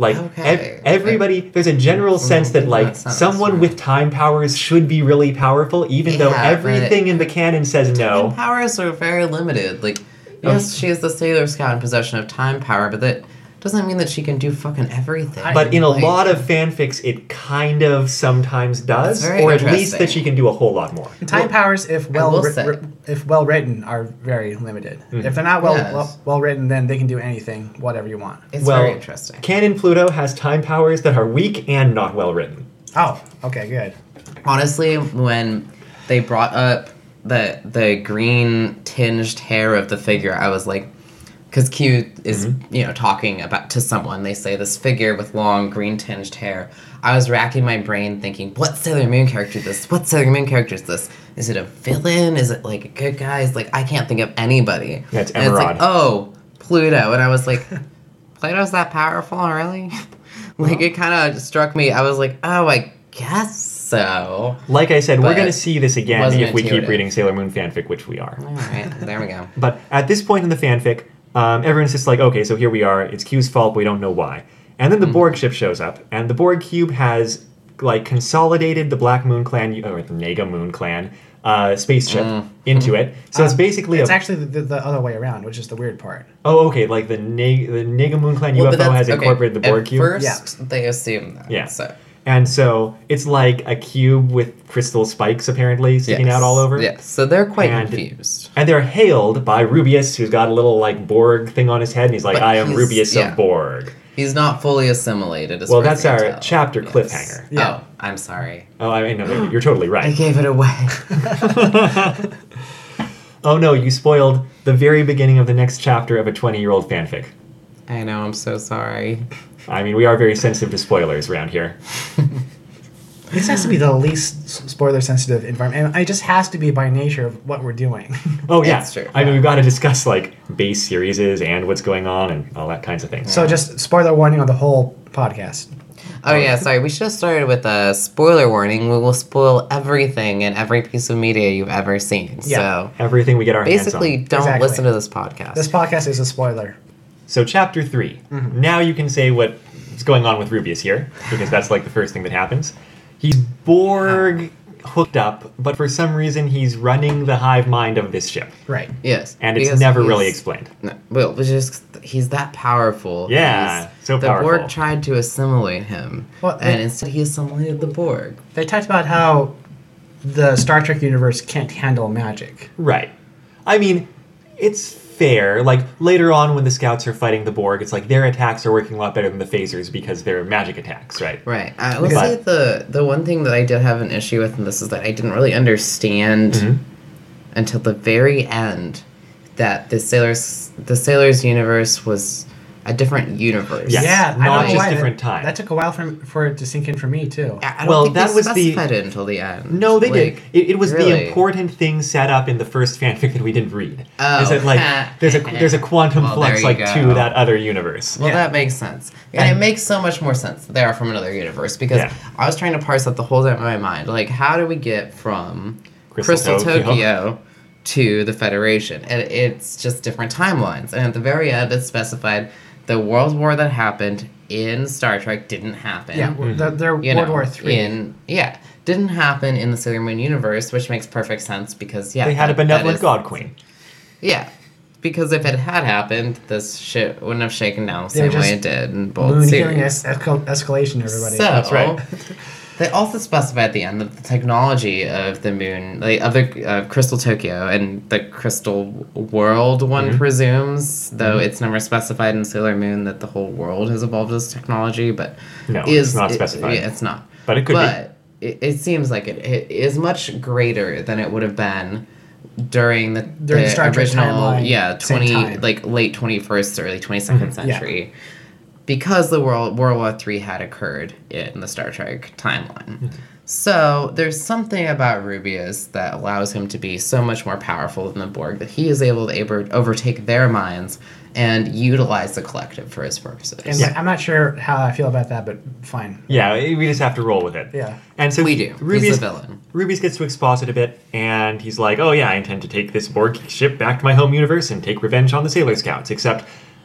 Speaker 1: Like
Speaker 2: Okay. mm,
Speaker 1: ev- everybody, there's a general sense that like
Speaker 2: that's not
Speaker 1: someone
Speaker 2: smart.
Speaker 1: with time powers should be really powerful, even though
Speaker 2: Yeah, but-
Speaker 1: everything in the canon says
Speaker 2: Time
Speaker 1: no.
Speaker 2: powers are very limited. Like, yes, she is the Sailor Scout in possession of time power, but that doesn't mean that she can do fucking everything.
Speaker 1: But in a
Speaker 2: Like-
Speaker 1: lot of fanfics, it kind of sometimes does,
Speaker 2: very
Speaker 1: or at least
Speaker 2: interesting.
Speaker 1: that she can do a whole lot more.
Speaker 3: Time powers, if well
Speaker 2: will
Speaker 3: wri-
Speaker 2: say-
Speaker 3: wri- if well written, are very limited. If they're not well,
Speaker 2: Mm-hmm. Yes.
Speaker 3: well well written, then they can do anything, whatever you want.
Speaker 2: it's
Speaker 1: well,
Speaker 2: very interesting.
Speaker 1: Canon Pluto has time powers that are weak and not well written.
Speaker 3: Oh, okay, good.
Speaker 2: honestly, when they brought up the the green tinged hair of the figure, I was like, because Q is
Speaker 1: Mm-hmm.
Speaker 2: you know talking about to someone. They say this figure with long green tinged hair. I was racking my brain thinking, what Sailor Moon character is this? What Sailor Moon character is this? Is it a villain? Is it like a good guy? Is like I can't think of anybody.
Speaker 1: Yeah, it's
Speaker 2: and it's like
Speaker 1: Emerald.
Speaker 2: oh Pluto, and I was like, [laughs] Plato's that powerful, really? [laughs] like it kind of struck me. I was like, oh, I guess so.
Speaker 1: Like I said, we're
Speaker 2: But
Speaker 1: going to see this again
Speaker 2: wasn't
Speaker 1: if we keep
Speaker 2: intuitive.
Speaker 1: reading Sailor Moon fanfic, which we are.
Speaker 2: All right, there we
Speaker 1: [laughs]
Speaker 2: go.
Speaker 1: But at this point in the fanfic, um, everyone's just like, okay, so here we are. It's Q's fault. We don't know why. And
Speaker 2: Hmm.
Speaker 1: then the Borg ship shows up, and the Borg cube has like consolidated the Black Moon Clan or the Nega Moon Clan uh, spaceship
Speaker 2: Hmm.
Speaker 1: into it. So it's basically
Speaker 3: Um, It's
Speaker 1: a
Speaker 3: actually the, the other way around, which is the weird part.
Speaker 1: oh, okay, like the Neg- the Nega Moon Clan
Speaker 2: Well, but
Speaker 1: UFO
Speaker 2: that's-
Speaker 1: has
Speaker 2: okay,
Speaker 1: incorporated the Borg
Speaker 2: at
Speaker 1: cube.
Speaker 2: First,
Speaker 3: Yeah.
Speaker 2: they assume that.
Speaker 1: Yeah.
Speaker 2: So
Speaker 1: And so it's like a cube with crystal spikes apparently sticking
Speaker 2: Yes.
Speaker 1: out all over.
Speaker 2: Yes. So they're quite
Speaker 1: And-
Speaker 2: confused.
Speaker 1: And they're hailed by Rubius, who's got a little like Borg thing on his head, and he's like,
Speaker 2: But
Speaker 1: "I am
Speaker 2: he's-
Speaker 1: Rubius
Speaker 2: yeah.
Speaker 1: of Borg."
Speaker 2: He's not fully assimilated. As
Speaker 1: Well,
Speaker 2: far
Speaker 1: that's
Speaker 2: as I can
Speaker 1: our
Speaker 2: tell.
Speaker 1: chapter
Speaker 2: Yes.
Speaker 1: cliffhanger.
Speaker 3: Yeah.
Speaker 2: Oh, I'm sorry.
Speaker 1: Oh, I mean,
Speaker 2: [gasps]
Speaker 1: no, you're totally
Speaker 2: I
Speaker 1: right.
Speaker 2: gave it away.
Speaker 1: [laughs] Oh no, you spoiled the very beginning of the next chapter of a 20-year-old fanfic.
Speaker 2: [laughs] I know. I'm so
Speaker 1: [laughs]
Speaker 2: sorry.
Speaker 1: I mean, we are very sensitive to spoilers around here.
Speaker 3: This has to be the least spoiler sensitive environment, and it just has to be by nature of what we're doing. [laughs]
Speaker 1: Oh yeah,
Speaker 2: It's true.
Speaker 1: I mean, we've got to discuss like base series and what's going on and all that kinds of things.
Speaker 3: so just spoiler warning on the whole podcast.
Speaker 2: Oh yeah, sorry. We should have started with a spoiler warning. We will spoil everything and every piece of media you've ever seen.
Speaker 3: Yeah.
Speaker 2: So
Speaker 1: everything we get our
Speaker 2: basically,
Speaker 1: hands on.
Speaker 2: don't
Speaker 3: Exactly.
Speaker 2: listen to this podcast.
Speaker 3: This podcast is a spoiler.
Speaker 1: So chapter 3
Speaker 2: Mm-hmm.
Speaker 1: Now you can say what's going on with Rubius here because that's like the first thing that happens. He's Borg hooked up, but for some reason he's running the hive mind of this ship,
Speaker 3: Right.
Speaker 2: yes,
Speaker 1: and it's
Speaker 2: because
Speaker 1: never really
Speaker 2: he's-
Speaker 1: explained.
Speaker 2: No, well, it was just he's that powerful.
Speaker 1: Yeah,
Speaker 2: He's-
Speaker 1: so
Speaker 2: the
Speaker 1: powerful.
Speaker 2: Borg tried to assimilate him,
Speaker 3: Well,
Speaker 2: and
Speaker 3: they-
Speaker 2: instead he assimilated the Borg.
Speaker 3: They talked about how the Star Trek universe can't handle magic.
Speaker 1: Right. I mean, it's fair. Like later on when the scouts are fighting the Borg, it's like their attacks are working a lot better than the phasers because they're magic attacks, right?
Speaker 2: Right. I will
Speaker 1: But-
Speaker 2: say the the one thing that I did have an issue with, and this is that I didn't really understand
Speaker 1: Mm-hmm.
Speaker 2: until the very end that the sailors the sailors universe was a different universe.
Speaker 1: Yes.
Speaker 3: Yeah,
Speaker 1: Not
Speaker 3: I don't know
Speaker 1: just
Speaker 3: why.
Speaker 1: different
Speaker 3: that,
Speaker 1: time.
Speaker 3: That took a while for, for it to sink in for me too.
Speaker 2: I, I don't
Speaker 1: Well,
Speaker 2: think
Speaker 1: that
Speaker 2: they
Speaker 1: was the-
Speaker 2: specified it until the end.
Speaker 1: No, they did.
Speaker 2: Like,
Speaker 1: It, it was the
Speaker 2: really.
Speaker 1: important thing set up in the first fanfic that we didn't read.
Speaker 2: Oh.
Speaker 1: Is that
Speaker 2: [laughs]
Speaker 1: like there's a there's a quantum
Speaker 2: Well, there
Speaker 1: flux
Speaker 2: you
Speaker 1: like
Speaker 2: go.
Speaker 1: to that other universe.
Speaker 2: Well,
Speaker 3: Yeah.
Speaker 2: that makes sense. And,
Speaker 1: And-
Speaker 2: it makes so much more sense that they are from another universe because
Speaker 1: Yeah.
Speaker 2: I was trying to parse out the whole time in my mind. Like, how do we get from
Speaker 1: Crystal
Speaker 2: Crystal,
Speaker 1: Tokyo.
Speaker 2: Tokyo. to the Federation? And it's just different timelines. And at the very end, it's specified the World War that happened in Star Trek didn't happen.
Speaker 3: yeah, they're, they're
Speaker 2: You
Speaker 3: World
Speaker 2: know,
Speaker 3: War Three.
Speaker 2: In, yeah. Didn't happen in the Sailor Moon universe, which makes perfect sense because, yeah.
Speaker 1: They had a
Speaker 2: that- that
Speaker 1: benevolent
Speaker 2: is-
Speaker 1: god queen.
Speaker 2: yeah. Because if it had happened, this shit wouldn't have shaken down the
Speaker 3: They
Speaker 2: same way
Speaker 3: just
Speaker 2: it did in both
Speaker 3: Moon healing
Speaker 2: series.
Speaker 3: es- escal- escalation, everybody.
Speaker 2: So,
Speaker 1: That's right. [laughs]
Speaker 2: they also specify at the end that the technology of the moon, like of the uh, crystal Tokyo and the crystal world, one
Speaker 1: Mm-hmm.
Speaker 2: presumes, though it's never specified in Sailor Moon that the whole world has evolved as technology, but
Speaker 1: No, it's
Speaker 2: is,
Speaker 1: not
Speaker 2: it-
Speaker 1: specified.
Speaker 2: yeah, it's not.
Speaker 1: But it could be.
Speaker 2: but It, it seems like it, it is much greater than it would have been during the,
Speaker 3: During the Star Trek
Speaker 2: original,
Speaker 3: timeline,
Speaker 2: yeah,
Speaker 3: same
Speaker 2: twenty
Speaker 3: time. Mm-hmm,
Speaker 2: like late twenty first, early twenty second
Speaker 3: yeah.
Speaker 2: century because the world World War Three had occurred in the Star Trek
Speaker 3: Mm-hmm.
Speaker 2: timeline. So there's something about Rubius that allows him to be so much more powerful than the Borg that he is able to aber- overtake their minds and utilize the collective for his purposes.
Speaker 3: And like, I'm not sure how I feel about that, but fine.
Speaker 1: Yeah, we just have to roll with it.
Speaker 3: Yeah.
Speaker 1: And so
Speaker 2: We do.
Speaker 1: Rubius,
Speaker 2: He's the villain.
Speaker 1: Rubius gets to exposit a bit, and he's like, "Oh yeah, I intend to take this Borg ship back to my home universe and take revenge on the Sailor Scouts." Except,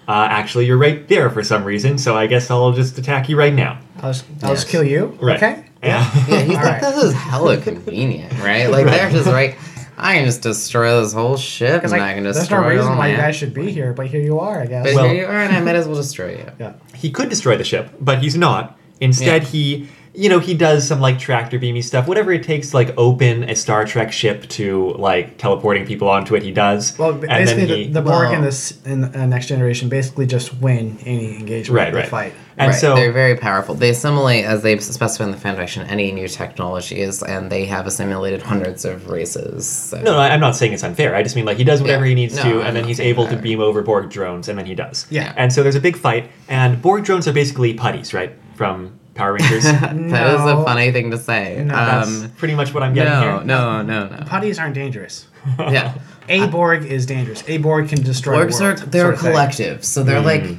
Speaker 1: uh, actually, you're right there for some reason, so I guess I'll just attack you right now.
Speaker 3: I'll just, I'll just
Speaker 2: Yes.
Speaker 3: kill you.
Speaker 1: Right.
Speaker 3: Okay.
Speaker 1: [laughs]
Speaker 2: [laughs]
Speaker 1: Yeah.
Speaker 2: Yeah, he's
Speaker 3: All
Speaker 2: like,
Speaker 3: right.
Speaker 2: this
Speaker 1: [laughs]
Speaker 2: is hella convenient, right? Like, they're just like, I can just destroy this whole ship, and
Speaker 3: It's like,
Speaker 2: I can
Speaker 3: there's
Speaker 2: destroy
Speaker 3: no reason
Speaker 2: all
Speaker 3: why
Speaker 2: my
Speaker 3: you guys should be here, but here you are, I guess.
Speaker 2: But
Speaker 1: Well-
Speaker 2: here you are, and I might as well destroy you.
Speaker 3: yeah.
Speaker 1: he could destroy the ship, but he's not. Instead,
Speaker 2: Yeah.
Speaker 1: he you know, he does some like tractor beamy stuff, whatever it takes to like open a Star Trek ship to like teleporting people onto it. He does.
Speaker 3: Well,
Speaker 1: And then
Speaker 3: basically,
Speaker 1: he-
Speaker 3: the, the Borg
Speaker 2: Well-
Speaker 3: in this in uh, Next Generation basically just win any engagement
Speaker 1: right,
Speaker 3: or
Speaker 1: right,
Speaker 3: fight.
Speaker 1: and
Speaker 2: right.
Speaker 1: so
Speaker 2: they're very powerful. They assimilate, as they specify in the fanfiction, any new technologies, and they have assimilated hundreds of races. So.
Speaker 1: No, no, I'm not saying it's unfair. I just mean like he does whatever
Speaker 2: Yeah.
Speaker 1: he needs
Speaker 2: No,
Speaker 1: to,
Speaker 2: I'm
Speaker 1: and then
Speaker 2: not
Speaker 1: he's
Speaker 2: saying
Speaker 1: able to
Speaker 2: that.
Speaker 1: beam over Borg drones, and then he does.
Speaker 3: Yeah.
Speaker 1: And so there's a big fight, and Borg drones are basically putties, right, from Power
Speaker 2: [laughs]
Speaker 1: Rangers.
Speaker 2: [laughs] that is
Speaker 3: No.
Speaker 2: a funny thing to say.
Speaker 3: No,
Speaker 1: That's
Speaker 2: um,
Speaker 1: pretty much what I'm getting
Speaker 2: no,
Speaker 1: here.
Speaker 2: no, no, no.
Speaker 3: [laughs] Putties aren't dangerous.
Speaker 2: Yeah.
Speaker 3: A Borg is dangerous. A Borg can destroy.
Speaker 2: Orcs
Speaker 3: the world,
Speaker 2: are they're
Speaker 3: sort of thing. Hmm.
Speaker 2: collective, so they're like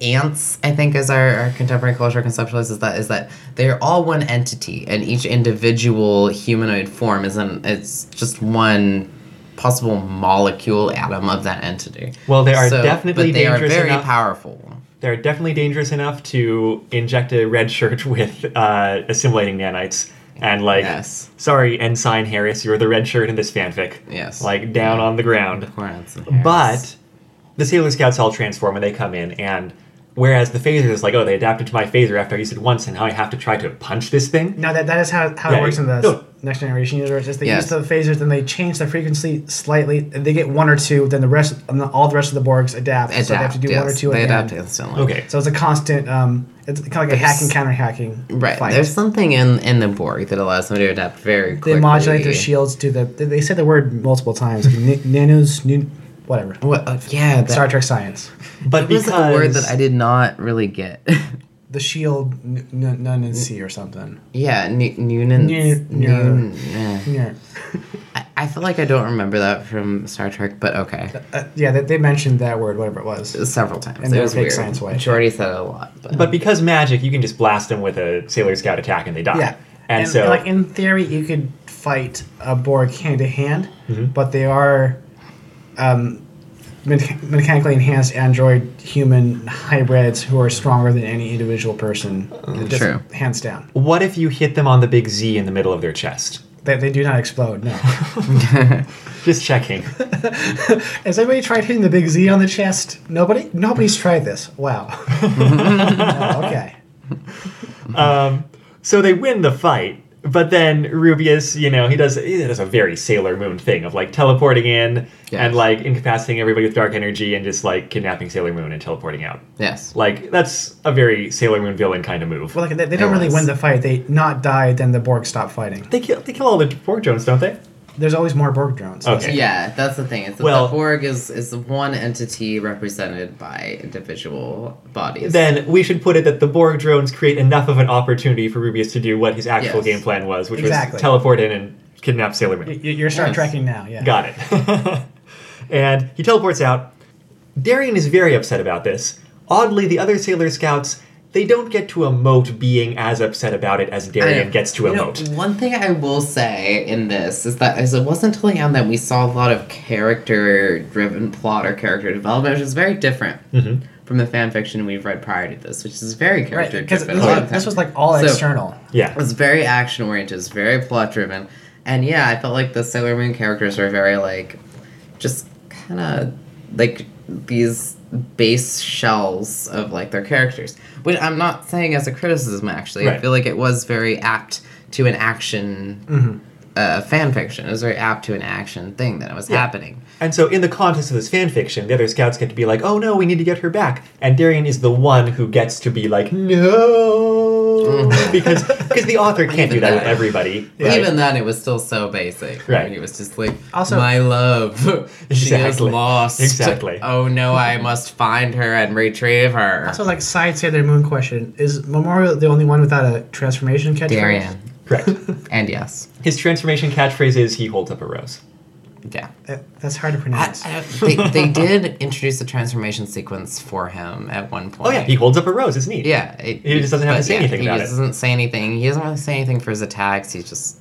Speaker 2: ants. I think is our, our contemporary culture conceptualizes that is that they are all one entity, and each individual humanoid form is an it's just one possible molecule atom of that entity.
Speaker 1: Well, they are definitely
Speaker 2: but they
Speaker 1: dangerous
Speaker 2: are very
Speaker 1: enough-
Speaker 2: powerful.
Speaker 1: They're definitely dangerous enough to inject a red shirt [laughs] with uh, assimilating nanites, and like,
Speaker 2: Yes.
Speaker 1: sorry, Ensign Harris, you're the red shirt in this fanfic.
Speaker 2: Yes.
Speaker 1: Like down on the ground.
Speaker 2: Hornets and hairs.
Speaker 1: But the Sailor Scouts all transform when they come in, and whereas the phaser is like, oh, they adapted to my phaser after I used it once, and now I have to try to punch this thing.
Speaker 3: Now that that is how, how
Speaker 1: Yeah,
Speaker 3: it works in the
Speaker 1: no.
Speaker 3: next generation universe. Is they
Speaker 2: Yes.
Speaker 3: use the phasers, then they change the frequency slightly. and They get one or two, then the rest, and the, all the rest of the Borgs adapt.
Speaker 2: adapt,
Speaker 3: so they have to do
Speaker 2: yes,
Speaker 3: one or two.
Speaker 2: they
Speaker 3: again.
Speaker 2: adapt instantly.
Speaker 1: Okay.
Speaker 3: So it's a constant. Um, it's kind of like a hack and counter hacking.
Speaker 2: Right.
Speaker 3: Fight.
Speaker 2: There's something in in the Borg that allows them to adapt very
Speaker 3: they
Speaker 2: quickly.
Speaker 3: modulate their shields to the. They, they say the word multiple times. Like,
Speaker 2: [laughs]
Speaker 3: n- nanos, nu- whatever.
Speaker 2: What, uh, yeah, that,
Speaker 3: Star Trek science.
Speaker 1: But
Speaker 2: This
Speaker 1: because
Speaker 2: is a word that I did not really get. [laughs]
Speaker 3: The shield, n- n- none in sea or something.
Speaker 2: yeah, N- Noonan.
Speaker 3: New-
Speaker 2: Noon- eh.
Speaker 3: Yeah.
Speaker 2: I, I feel like I don't remember that from Star Trek, but okay.
Speaker 3: Uh, yeah, they, they mentioned that word, whatever it was.
Speaker 2: Several times.
Speaker 3: And
Speaker 2: it
Speaker 3: they
Speaker 2: was
Speaker 3: take
Speaker 2: weird.
Speaker 3: science away.
Speaker 2: Jordy said it a lot, but,
Speaker 1: but because magic, you can just blast them with a Sailor Scout attack and they die.
Speaker 3: Yeah.
Speaker 1: And, so
Speaker 3: like in theory, you could fight a Borg hand to hand,
Speaker 1: Mm-hmm.
Speaker 3: but they are um, mecha- mechanically enhanced android human hybrids who are stronger than any individual person.
Speaker 1: Oh,
Speaker 3: Just
Speaker 2: true.
Speaker 3: Hands down.
Speaker 1: what if you hit them on the big Z in the middle of their chest?
Speaker 3: They, they do not explode, no. [laughs]
Speaker 1: Just checking.
Speaker 3: Has anybody tried hitting the big Z on the chest? Nobody? Nobody's tried this. Wow. [laughs] Oh, okay.
Speaker 1: so they win the fight, but then Rubius, you know, he does he does a very Sailor Moon thing of like teleporting in and
Speaker 2: Yes.
Speaker 1: like incapacitating everybody with dark energy and just like kidnapping Sailor Moon and teleporting out.
Speaker 2: yes.
Speaker 1: Like that's a very Sailor Moon villain kind of move.
Speaker 3: Well, like, they, they don't really
Speaker 2: Anyways.
Speaker 3: win the fight. They not die, then the Borg stop fighting.
Speaker 1: they kill they kill all the Borg drones, don't they?
Speaker 3: There's always more Borg drones.
Speaker 1: Okay.
Speaker 2: Yeah, that's the thing. It's that
Speaker 1: Well-
Speaker 2: the Borg is is the one entity represented by individual bodies.
Speaker 1: Then we should put it that the Borg drones create enough of an opportunity for Rubius to do what his actual
Speaker 2: Yes.
Speaker 1: game plan was, which
Speaker 3: Exactly.
Speaker 1: was teleport in and kidnap Sailor Moon.
Speaker 3: Y- y- You're Star
Speaker 2: Yes.
Speaker 3: Trekking now, yeah.
Speaker 1: Got it. [laughs] and he teleports out. Darian is very upset about this. Oddly, the other Sailor Scouts, they don't get to emote being as upset about it as Darian
Speaker 2: I-
Speaker 1: gets to
Speaker 2: you know,
Speaker 1: emote.
Speaker 2: one thing I will say in this is that as it wasn't until the end that we saw a lot of character-driven plot or character development, which is very different
Speaker 1: Mm-hmm.
Speaker 2: from the fan fiction we've read prior to this, which is very
Speaker 3: Right, because
Speaker 2: character-driven.
Speaker 3: this,
Speaker 2: all the
Speaker 3: was- this
Speaker 2: time.
Speaker 3: was like all
Speaker 2: So-
Speaker 3: external.
Speaker 1: yeah.
Speaker 2: It's very action oriented. It's very plot driven, and yeah, I felt like the Sailor Moon characters are very like, just kind of like these base shells of like their characters. Which I'm not saying as a criticism. Actually,
Speaker 1: Right.
Speaker 2: I feel like it was very apt to an action
Speaker 1: Mm-hmm.
Speaker 2: uh, fan fiction. It was very apt to an action thing that was happening.
Speaker 1: And so, in the context of this fanfiction, the other scouts get to be like, oh no, we need to get her back. And Darian is the one who gets to be like,
Speaker 2: [laughs] Mm.
Speaker 1: no. because because the author can't do
Speaker 2: Even
Speaker 1: that with
Speaker 2: that.
Speaker 1: everybody. right?
Speaker 2: Even then, it was still so basic.
Speaker 1: Right.
Speaker 2: It was just like,
Speaker 3: Also-
Speaker 2: my love, [laughs] she is
Speaker 1: Exactly.
Speaker 2: lost.
Speaker 1: Exactly.
Speaker 2: Oh no, I must find her and retrieve her.
Speaker 3: So, like, side Sailor Moon question Is Memorial the only one without a transformation
Speaker 1: [laughs]
Speaker 3: catchphrase?
Speaker 2: Darian. [laughs]
Speaker 1: Correct.
Speaker 2: And yes.
Speaker 1: His transformation catchphrase is he holds up a rose.
Speaker 2: Yeah.
Speaker 3: That- Uh, that's hard to pronounce.
Speaker 2: they, they did introduce the transformation sequence for him at one point.
Speaker 1: Oh yeah, he holds up a rose. It's neat.
Speaker 2: yeah, it-
Speaker 1: He just doesn't have to
Speaker 2: but
Speaker 1: say anything
Speaker 2: He
Speaker 1: about
Speaker 2: just
Speaker 1: it.
Speaker 2: doesn't say anything. He doesn't really say anything for his attacks. He's just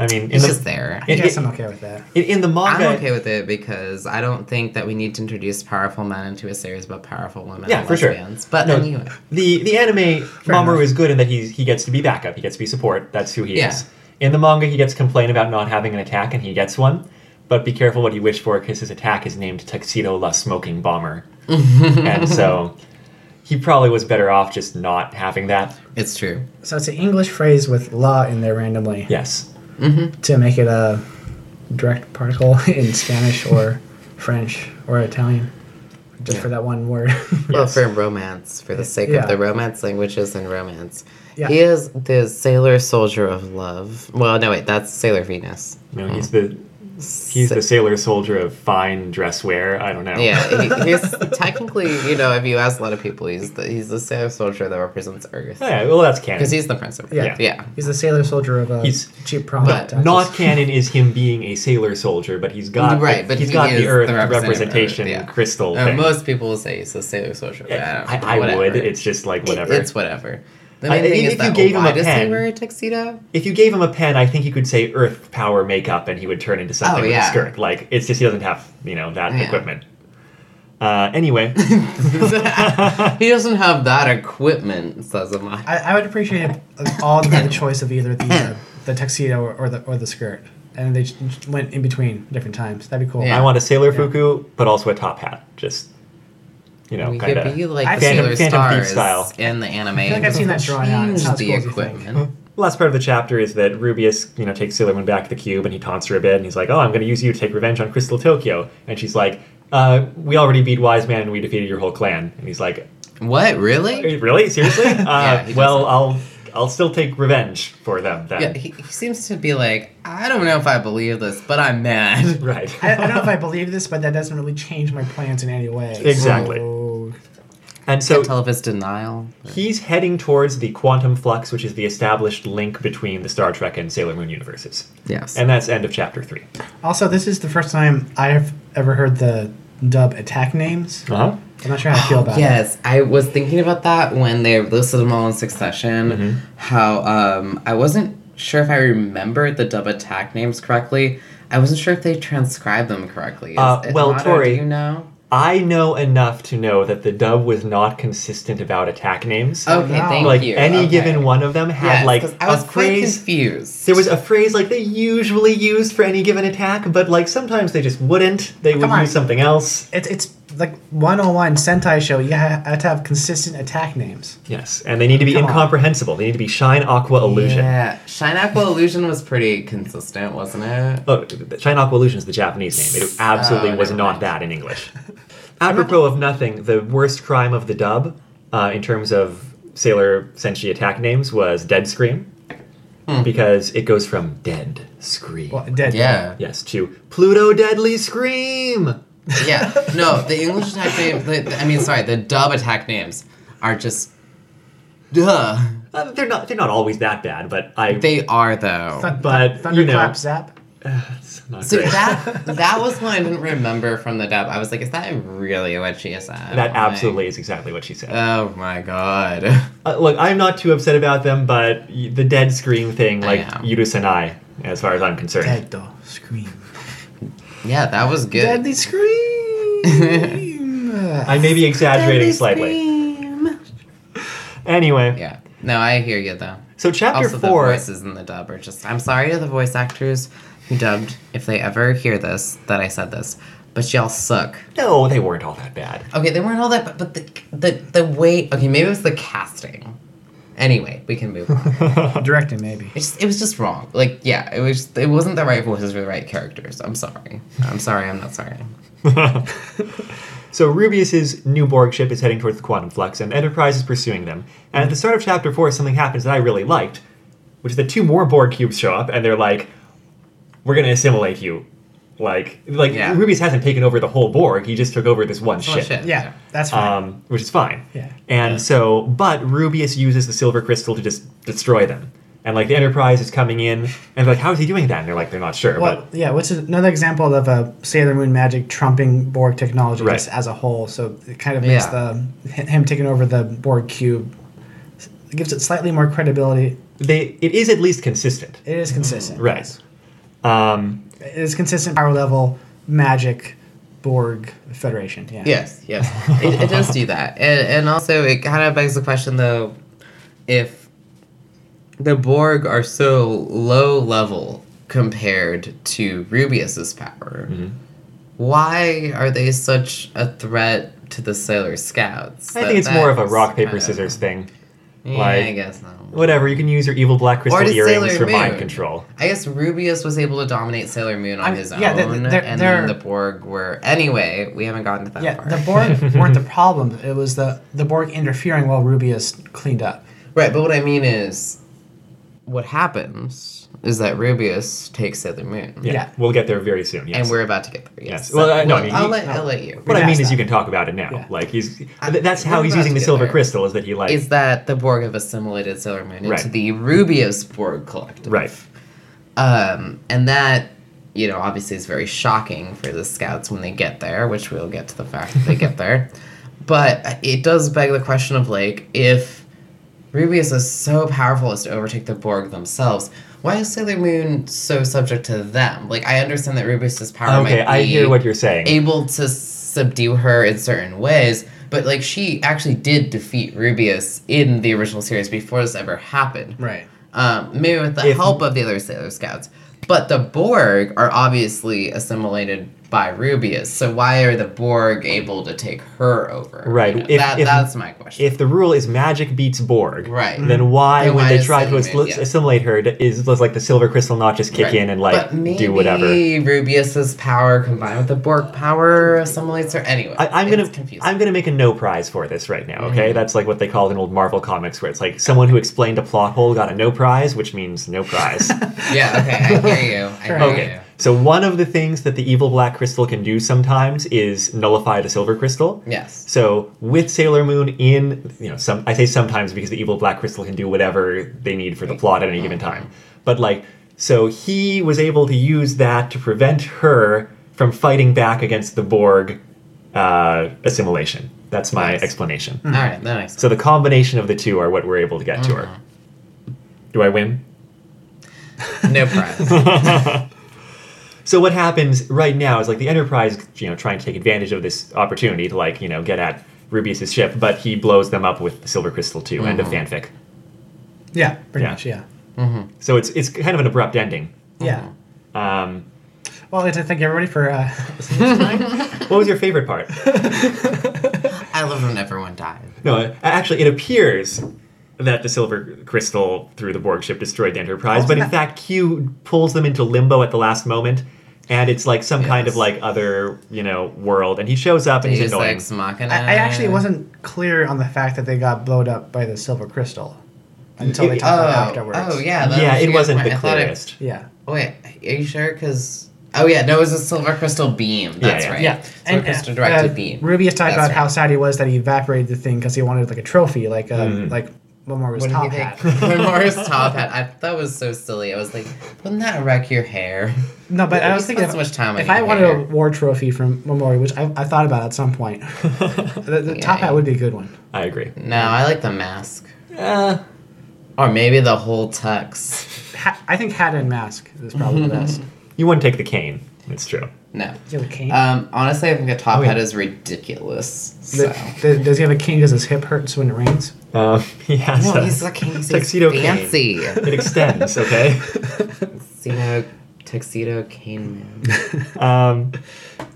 Speaker 1: I mean, in
Speaker 2: he's
Speaker 1: the,
Speaker 2: just there.
Speaker 3: I
Speaker 1: it-
Speaker 3: guess
Speaker 1: it-
Speaker 3: I'm okay with that.
Speaker 1: in, in the
Speaker 2: I'm
Speaker 1: manga,
Speaker 2: okay with it because I don't think that we need to introduce powerful men into a series about powerful women.
Speaker 1: Yeah,
Speaker 2: and
Speaker 1: for sure.
Speaker 2: lesbians. But
Speaker 1: No.
Speaker 2: anyway,
Speaker 1: The the anime Mamoru
Speaker 3: enough.
Speaker 1: is good in that he's he gets to be backup, he gets to be support. That's who he
Speaker 2: Yeah.
Speaker 1: is. In the manga, he gets complained about not having an attack, and he gets one. But be careful what you
Speaker 2: [laughs]
Speaker 1: wish for, because his attack is named Tuxedo La Smoking Bomber, and so he probably was better off just not having that.
Speaker 2: It's true.
Speaker 3: So it's an English phrase with la in there randomly
Speaker 1: Yes.
Speaker 3: to make it a direct particle [laughs] in Spanish or French or Italian, just for that one word. [laughs]
Speaker 2: Well,
Speaker 1: Yes.
Speaker 2: for romance, for the sake
Speaker 3: Yeah.
Speaker 2: of the romance languages and romance.
Speaker 3: Yeah.
Speaker 2: He is the sailor soldier of love. Well, no, wait, that's Sailor Venus.
Speaker 1: No, he's the he's the sailor soldier of fine dress wear. I don't know.
Speaker 2: Yeah, he, he's technically, you know, if you ask a lot of people, he's the, he's the sailor soldier that represents Earth.
Speaker 1: [laughs] Yeah, well, that's canon.
Speaker 2: Because he's the prince of Earth.
Speaker 3: Yeah.
Speaker 2: Yeah.
Speaker 3: He's the sailor soldier of a
Speaker 1: He's-
Speaker 3: cheap prom.
Speaker 2: but [laughs]
Speaker 3: taxes.
Speaker 1: Not canon is him being a sailor soldier, but he's got
Speaker 2: Right, but
Speaker 1: he's
Speaker 2: he
Speaker 1: got
Speaker 2: is
Speaker 1: the Earth
Speaker 2: the representative of
Speaker 1: representation
Speaker 2: Earth, yeah.
Speaker 1: crystal
Speaker 2: Uh,
Speaker 1: thing.
Speaker 2: most people will say he's the sailor soldier. but
Speaker 1: I,
Speaker 2: don't-
Speaker 1: I would.
Speaker 2: whatever.
Speaker 1: It's just like whatever.
Speaker 2: It's whatever. The
Speaker 1: I-
Speaker 2: main thing
Speaker 1: if
Speaker 2: is
Speaker 1: you
Speaker 2: that
Speaker 1: gave him
Speaker 2: why
Speaker 1: a
Speaker 2: does
Speaker 1: pen-
Speaker 2: he wear a tuxedo?
Speaker 1: if you gave him a pen, I think he could say Earth power makeup, and he would turn into something
Speaker 2: Oh,
Speaker 1: with
Speaker 2: yeah.
Speaker 1: a skirt. Like it's just he doesn't have you know that
Speaker 2: Yeah.
Speaker 1: equipment. Uh, [laughs] anyway,
Speaker 2: He doesn't have that equipment, says Amaya.
Speaker 3: I, I would appreciate it if all had the choice of either the uh, the tuxedo or, or the or the skirt, and they just went in between different times. That'd be cool.
Speaker 2: Yeah.
Speaker 1: I want a sailor fuku, but also a top hat. Just you know,
Speaker 2: We
Speaker 1: kind
Speaker 2: could be
Speaker 1: of.
Speaker 2: like
Speaker 3: I've
Speaker 2: the
Speaker 3: seen-
Speaker 2: Sailor
Speaker 1: Phantom Thief
Speaker 2: Stars
Speaker 1: style.
Speaker 2: in the anime.
Speaker 3: feel like I've seen that drawn out. It sounds
Speaker 2: the
Speaker 3: cool as you think.
Speaker 2: equipment.
Speaker 1: Last part of the chapter is that Rubius, you know, takes Sailor Moon back to the cube, and he taunts her a bit, and he's like, "Oh, I'm going to use you to take revenge on Crystal Tokyo," and she's like, uh, "We already beat Wise Man, and we defeated your whole clan," and he's like,
Speaker 2: What really?
Speaker 1: "Eh, "Really? Seriously? Uh,
Speaker 2: [laughs] Yeah, he does
Speaker 1: well,
Speaker 2: that.
Speaker 1: I'll I'll still take revenge for them then."
Speaker 2: Yeah, he, he seems to be like, I don't know if I believe this, but I'm
Speaker 1: [laughs]
Speaker 2: mad.
Speaker 1: right.
Speaker 3: I, I don't know if I believe this, but that doesn't really change my plans in any way.
Speaker 1: Exactly.
Speaker 3: So-
Speaker 1: [laughs] and so
Speaker 2: [laughs] Can't tell if it's denial.
Speaker 1: He's heading towards the quantum flux, which is the established link between the Star Trek and Sailor Moon universes.
Speaker 2: Yes.
Speaker 1: And that's end of chapter three.
Speaker 3: also, this is the first time I have ever heard the dub attack names.
Speaker 1: Uh huh.
Speaker 3: I'm not sure how I
Speaker 2: Oh,
Speaker 3: feel about it.
Speaker 2: yes, I was thinking about that when they listed them all in succession.
Speaker 1: Mm-hmm.
Speaker 2: How um, I wasn't sure if I remembered the dub attack names correctly. I wasn't sure if they transcribed them correctly. Is
Speaker 1: Uh,
Speaker 2: it
Speaker 1: well,
Speaker 2: not, or
Speaker 1: Tori-
Speaker 2: do you know?
Speaker 1: I know enough to know that the dub was not consistent about attack names.
Speaker 2: Okay,
Speaker 3: no.
Speaker 2: thank
Speaker 1: like
Speaker 2: you.
Speaker 1: any
Speaker 2: Okay.
Speaker 1: given one of them had
Speaker 2: Yes,
Speaker 1: like
Speaker 2: 'cause I was
Speaker 1: a
Speaker 2: quite
Speaker 1: phrase.
Speaker 2: confused.
Speaker 1: There was a phrase like they usually used for any given attack, but like sometimes they just wouldn't. They would
Speaker 3: Come on.
Speaker 1: use something else.
Speaker 3: It's it's like 101 Sentai show. You ha- have to have consistent attack names.
Speaker 1: Yes, and they need to be
Speaker 3: Come on.
Speaker 1: incomprehensible. They need to be shine aqua illusion.
Speaker 2: Yeah, Shine Aqua Illusion was pretty consistent, wasn't it?
Speaker 1: Oh, Shine Aqua Illusion is the Japanese name. It absolutely
Speaker 2: Oh,
Speaker 1: was
Speaker 2: never
Speaker 1: not
Speaker 2: mind.
Speaker 1: that in
Speaker 2: [laughs]
Speaker 1: English. Apropos of nothing, the worst crime of the dub, uh, in terms of Sailor Senshi attack names, was Dead Scream,
Speaker 2: Hmm.
Speaker 1: because it goes from Dead Scream,
Speaker 3: Well, dead.
Speaker 2: Yeah,
Speaker 1: yes, to Pluto Deadly Scream.
Speaker 2: yeah. No, the English attack name. The, the- I mean, sorry, the dub attack names are just. Duh.
Speaker 1: Uh, they're not. They're not always that bad, but I.
Speaker 2: They are though.
Speaker 3: Thun-
Speaker 1: But,
Speaker 3: thun-
Speaker 1: you
Speaker 3: thunderclap
Speaker 1: know.
Speaker 3: zap.
Speaker 1: It's [laughs] not
Speaker 2: So
Speaker 1: great.
Speaker 2: that that was one I didn't remember from the dub. I was like, is that really what she said?
Speaker 1: That
Speaker 2: Like,
Speaker 1: absolutely is exactly what she said.
Speaker 2: Oh my god. [laughs]
Speaker 1: Uh, look, I'm not too upset about them, but y- the Dead Scream thing, like
Speaker 2: know.
Speaker 1: Yudu Senai, as far as I'm concerned.
Speaker 3: Dead though. Scream.
Speaker 2: Yeah, that was good. [laughs]
Speaker 3: Deadly scream.
Speaker 1: I may be exaggerating
Speaker 2: Deadly
Speaker 1: slightly.
Speaker 2: Scream.
Speaker 1: Anyway,
Speaker 2: Yeah. No, I hear you though.
Speaker 1: so chapter
Speaker 2: also,
Speaker 1: four.
Speaker 2: the voices in the dub are just. I'm sorry to the voice actors who dubbed, if they ever hear this, that I said this, but y'all suck.
Speaker 1: No, they weren't all that bad. [laughs]
Speaker 2: Okay, they weren't all that, but, but the, the the way. Okay, maybe it was the casting. Anyway, we can [laughs] move on.
Speaker 3: Directing maybe.
Speaker 2: it, just, it was just wrong. Like, yeah, it was. It wasn't the right voices for the right characters. I'm sorry. I'm sorry. I'm not sorry.
Speaker 1: So Rubius's new Borg ship is heading towards the quantum flux, and Enterprise is pursuing them. And at the start of chapter four, something happens that I really liked, which is that two more Borg cubes show up, and they're like, "We're gonna assimilate you." Like, like
Speaker 2: Yeah.
Speaker 1: Rubius hasn't taken over the whole Borg; he just took over this one
Speaker 2: Oh,
Speaker 1: ship.
Speaker 2: shit.
Speaker 3: Yeah, that's fine.
Speaker 1: um, which is fine.
Speaker 3: Yeah.
Speaker 1: And so, but Rubius uses the silver crystal to just destroy them. And like the Enterprise is coming in, and they're like, "How is he doing that?" And they're like, "They're not sure."
Speaker 3: Well, yeah, which is another example of a Sailor Moon magic trumping Borg technology
Speaker 1: Right.
Speaker 3: just as a whole. So it kind of makes
Speaker 2: Yeah.
Speaker 3: the hi- him taking over the Borg cube it gives it slightly more credibility.
Speaker 1: but they, it is at least consistent,
Speaker 3: It is consistent.
Speaker 1: right? Um,
Speaker 3: It is consistent power level magic Borg Federation. Yeah.
Speaker 2: Yes, yes. it, it does
Speaker 1: [laughs]
Speaker 2: do that. And, and also, it kind of begs the question, though, if the Borg are so low level compared
Speaker 1: Mm-hmm.
Speaker 2: to Rubius's power, why are they such a threat to the Sailor Scouts.
Speaker 1: I
Speaker 2: So
Speaker 1: think it's more of a
Speaker 2: that's
Speaker 1: rock paper
Speaker 2: kind of-
Speaker 1: scissors thing.
Speaker 2: Yeah, I
Speaker 1: like-
Speaker 2: guess so.
Speaker 1: Whatever, you can use your evil black crystal
Speaker 2: does
Speaker 1: earrings
Speaker 2: Sailor
Speaker 1: for mind
Speaker 2: Moon.
Speaker 1: control.
Speaker 2: I guess Rubius was able to dominate Sailor Moon on
Speaker 3: I'm-
Speaker 2: his
Speaker 3: yeah,
Speaker 2: own,
Speaker 3: they're- they're-
Speaker 2: and
Speaker 3: they're-
Speaker 2: then the Borg were. Anyway, we haven't gotten to that
Speaker 3: Yeah,
Speaker 2: part.
Speaker 3: the Borg weren't the problem. It was the the Borg interfering while Rubius cleaned up.
Speaker 2: Right, but what I mean is, what happens is that Rubius takes Sailor Moon,
Speaker 1: Yeah,
Speaker 3: Yeah.
Speaker 1: we'll get there very soon. Yes.
Speaker 2: and we're about to get there.
Speaker 1: Yes. Well, uh, no, I mean,
Speaker 2: I'll
Speaker 1: he-
Speaker 2: let I'll let you.
Speaker 1: what I
Speaker 3: past
Speaker 1: mean is,
Speaker 3: that.
Speaker 1: you can talk about it now.
Speaker 3: Yeah.
Speaker 1: Like he's th-
Speaker 2: I-
Speaker 1: that's how
Speaker 2: we're
Speaker 1: he's
Speaker 2: about
Speaker 1: using
Speaker 2: to
Speaker 1: the
Speaker 2: get
Speaker 1: silver
Speaker 2: there.
Speaker 1: crystal is that he like
Speaker 2: Is that the Borg have assimilated Sailor Moon into
Speaker 1: Right.
Speaker 2: the Rubius Borg collective?
Speaker 1: right.
Speaker 2: Um, and that, you know, obviously is very shocking for the scouts when they get there, which we'll get to the fact that they
Speaker 1: [laughs]
Speaker 2: get there. But it does beg the question of like, if Rubius is so powerful as to overtake the Borg themselves, why is Sailor Moon so subject to them? Like, I understand that Rubius's power
Speaker 1: Okay,
Speaker 2: might
Speaker 1: I
Speaker 2: be
Speaker 1: hear what you're saying.
Speaker 2: able to subdue her in certain ways. But like she actually did defeat Rubius in the original series before this ever happened
Speaker 3: Right.
Speaker 2: um, maybe with the
Speaker 1: If-
Speaker 2: help of the other Sailor Scouts. But the Borg are obviously assimilated by Rubius, so why are the Borg able to take her over?
Speaker 1: Right,
Speaker 2: You know,
Speaker 1: if-
Speaker 2: that,
Speaker 1: if-
Speaker 2: that's my question.
Speaker 1: If the rule is magic beats Borg,
Speaker 2: Right.
Speaker 1: Then why,
Speaker 2: Then
Speaker 1: when
Speaker 2: why
Speaker 1: they
Speaker 2: does
Speaker 1: try to
Speaker 2: Sailor
Speaker 1: assi-
Speaker 2: Moon- yeah.
Speaker 1: assimilate her, d- is does, like the silver crystal not just kick
Speaker 2: Right.
Speaker 1: in and like
Speaker 2: but maybe
Speaker 1: do whatever?
Speaker 2: Rubius's power combined with the Borg power assimilates her. Anyway,
Speaker 1: I, I'm gonna
Speaker 2: it's confusing. Mm-hmm.
Speaker 1: I'm gonna make a no prize for this right now. Okay, that's like what they call it in old Marvel comics, where it's like someone who explained a plot hole got a no prize, which means no prize.
Speaker 2: [laughs] yeah, okay, I
Speaker 3: [laughs]
Speaker 2: hear you. I hear
Speaker 1: Okay.
Speaker 2: you.
Speaker 1: So one of the things that the evil black crystal can do sometimes is nullify the silver crystal.
Speaker 2: Yes.
Speaker 1: So with Sailor Moon in, you know, some I say sometimes because the evil black crystal can do whatever they need for the plot at any given time. But like so he was able to use that to prevent her from fighting back against the Borg uh, assimilation. That's my
Speaker 2: Nice. Mm-hmm.
Speaker 1: explanation.
Speaker 2: All right, that makes sense.
Speaker 1: So the combination of the two are what we're able to get to her. Do I win? [laughs]
Speaker 2: No prize.
Speaker 1: So what happens right now is like the Enterprise, you know, trying to take advantage of this opportunity to like you know get at Rubius's ship, but he blows them up with the Silver Crystal too. End of
Speaker 2: Mm-hmm.
Speaker 1: fanfic.
Speaker 3: Yeah, pretty
Speaker 1: Yeah.
Speaker 3: much. Yeah.
Speaker 1: So it's it's kind of an abrupt ending.
Speaker 3: Yeah.
Speaker 1: Um,
Speaker 3: Well, I'd like to thank everybody for uh, [laughs] listening this time.
Speaker 1: what was your favorite part? [laughs]
Speaker 2: I love when everyone dies.
Speaker 1: No, a- actually, it appears that the Silver Crystal through the Borg ship destroyed the Enterprise, but
Speaker 2: [laughs]
Speaker 1: in
Speaker 3: Wasn't
Speaker 1: fact, Q pulls them into limbo at the last moment. And it's like some kind of
Speaker 2: Yes.
Speaker 1: like other, you know, world. And he shows up and he's
Speaker 2: Deus
Speaker 1: annoying.
Speaker 2: Ex Machina.
Speaker 3: I, I
Speaker 2: Uh,
Speaker 3: actually wasn't clear on the fact that they got blowed up by the silver crystal until they
Speaker 1: It-
Speaker 3: talked
Speaker 2: Oh,
Speaker 3: about it afterwards.
Speaker 2: oh yeah. that
Speaker 1: yeah,
Speaker 2: was
Speaker 1: it
Speaker 2: your
Speaker 1: wasn't
Speaker 2: point.
Speaker 1: the
Speaker 2: I thought it-
Speaker 1: clearest.
Speaker 3: Yeah.
Speaker 2: Oh, wait, are you sure? Because oh yeah, no, it was a silver crystal beam. That's
Speaker 1: yeah.
Speaker 2: right.
Speaker 3: Yeah,
Speaker 2: silver
Speaker 3: and
Speaker 2: crystal
Speaker 3: uh,
Speaker 2: directed
Speaker 3: uh,
Speaker 2: beam.
Speaker 3: Rubius talked
Speaker 2: That's
Speaker 3: about how
Speaker 2: right.
Speaker 3: sad he was that he evaporated the thing because he wanted like a trophy, like um, like Momoru's
Speaker 2: Mm. What
Speaker 3: top
Speaker 2: did you [laughs]
Speaker 3: hat.
Speaker 2: think? When
Speaker 3: [laughs]
Speaker 2: Morris top hat. I, that was so silly. I was like, wouldn't that wreck your hair? [laughs]
Speaker 3: No, but
Speaker 2: You
Speaker 3: I was thinking
Speaker 2: spent so much time on
Speaker 3: if
Speaker 2: your
Speaker 3: I wanted
Speaker 2: hair.
Speaker 3: a war trophy from Momoru, which I, I thought about at
Speaker 2: [laughs]
Speaker 3: some point, the, the top
Speaker 2: Yeah.
Speaker 3: hat would be a good one.
Speaker 1: I agree.
Speaker 2: No, I like the mask,
Speaker 1: Uh,
Speaker 2: or maybe the whole tux.
Speaker 3: Ha- I think hat and mask is probably
Speaker 2: [laughs]
Speaker 3: the best.
Speaker 1: You wouldn't take the cane. It's true.
Speaker 2: No.
Speaker 3: Does he have a cane?
Speaker 2: Um, honestly, I think the top
Speaker 1: Oh, yeah.
Speaker 2: hat is ridiculous. So.
Speaker 3: Th- [laughs] th- does he have a cane because his hip hurts when it rains?
Speaker 1: Um, [laughs] he has
Speaker 2: No,
Speaker 1: a-
Speaker 2: he's like he's
Speaker 1: tuxedo cane.
Speaker 2: fancy.
Speaker 1: it extends,
Speaker 2: [laughs]
Speaker 1: okay?
Speaker 2: tuxedo, tuxedo cane man.
Speaker 1: Um,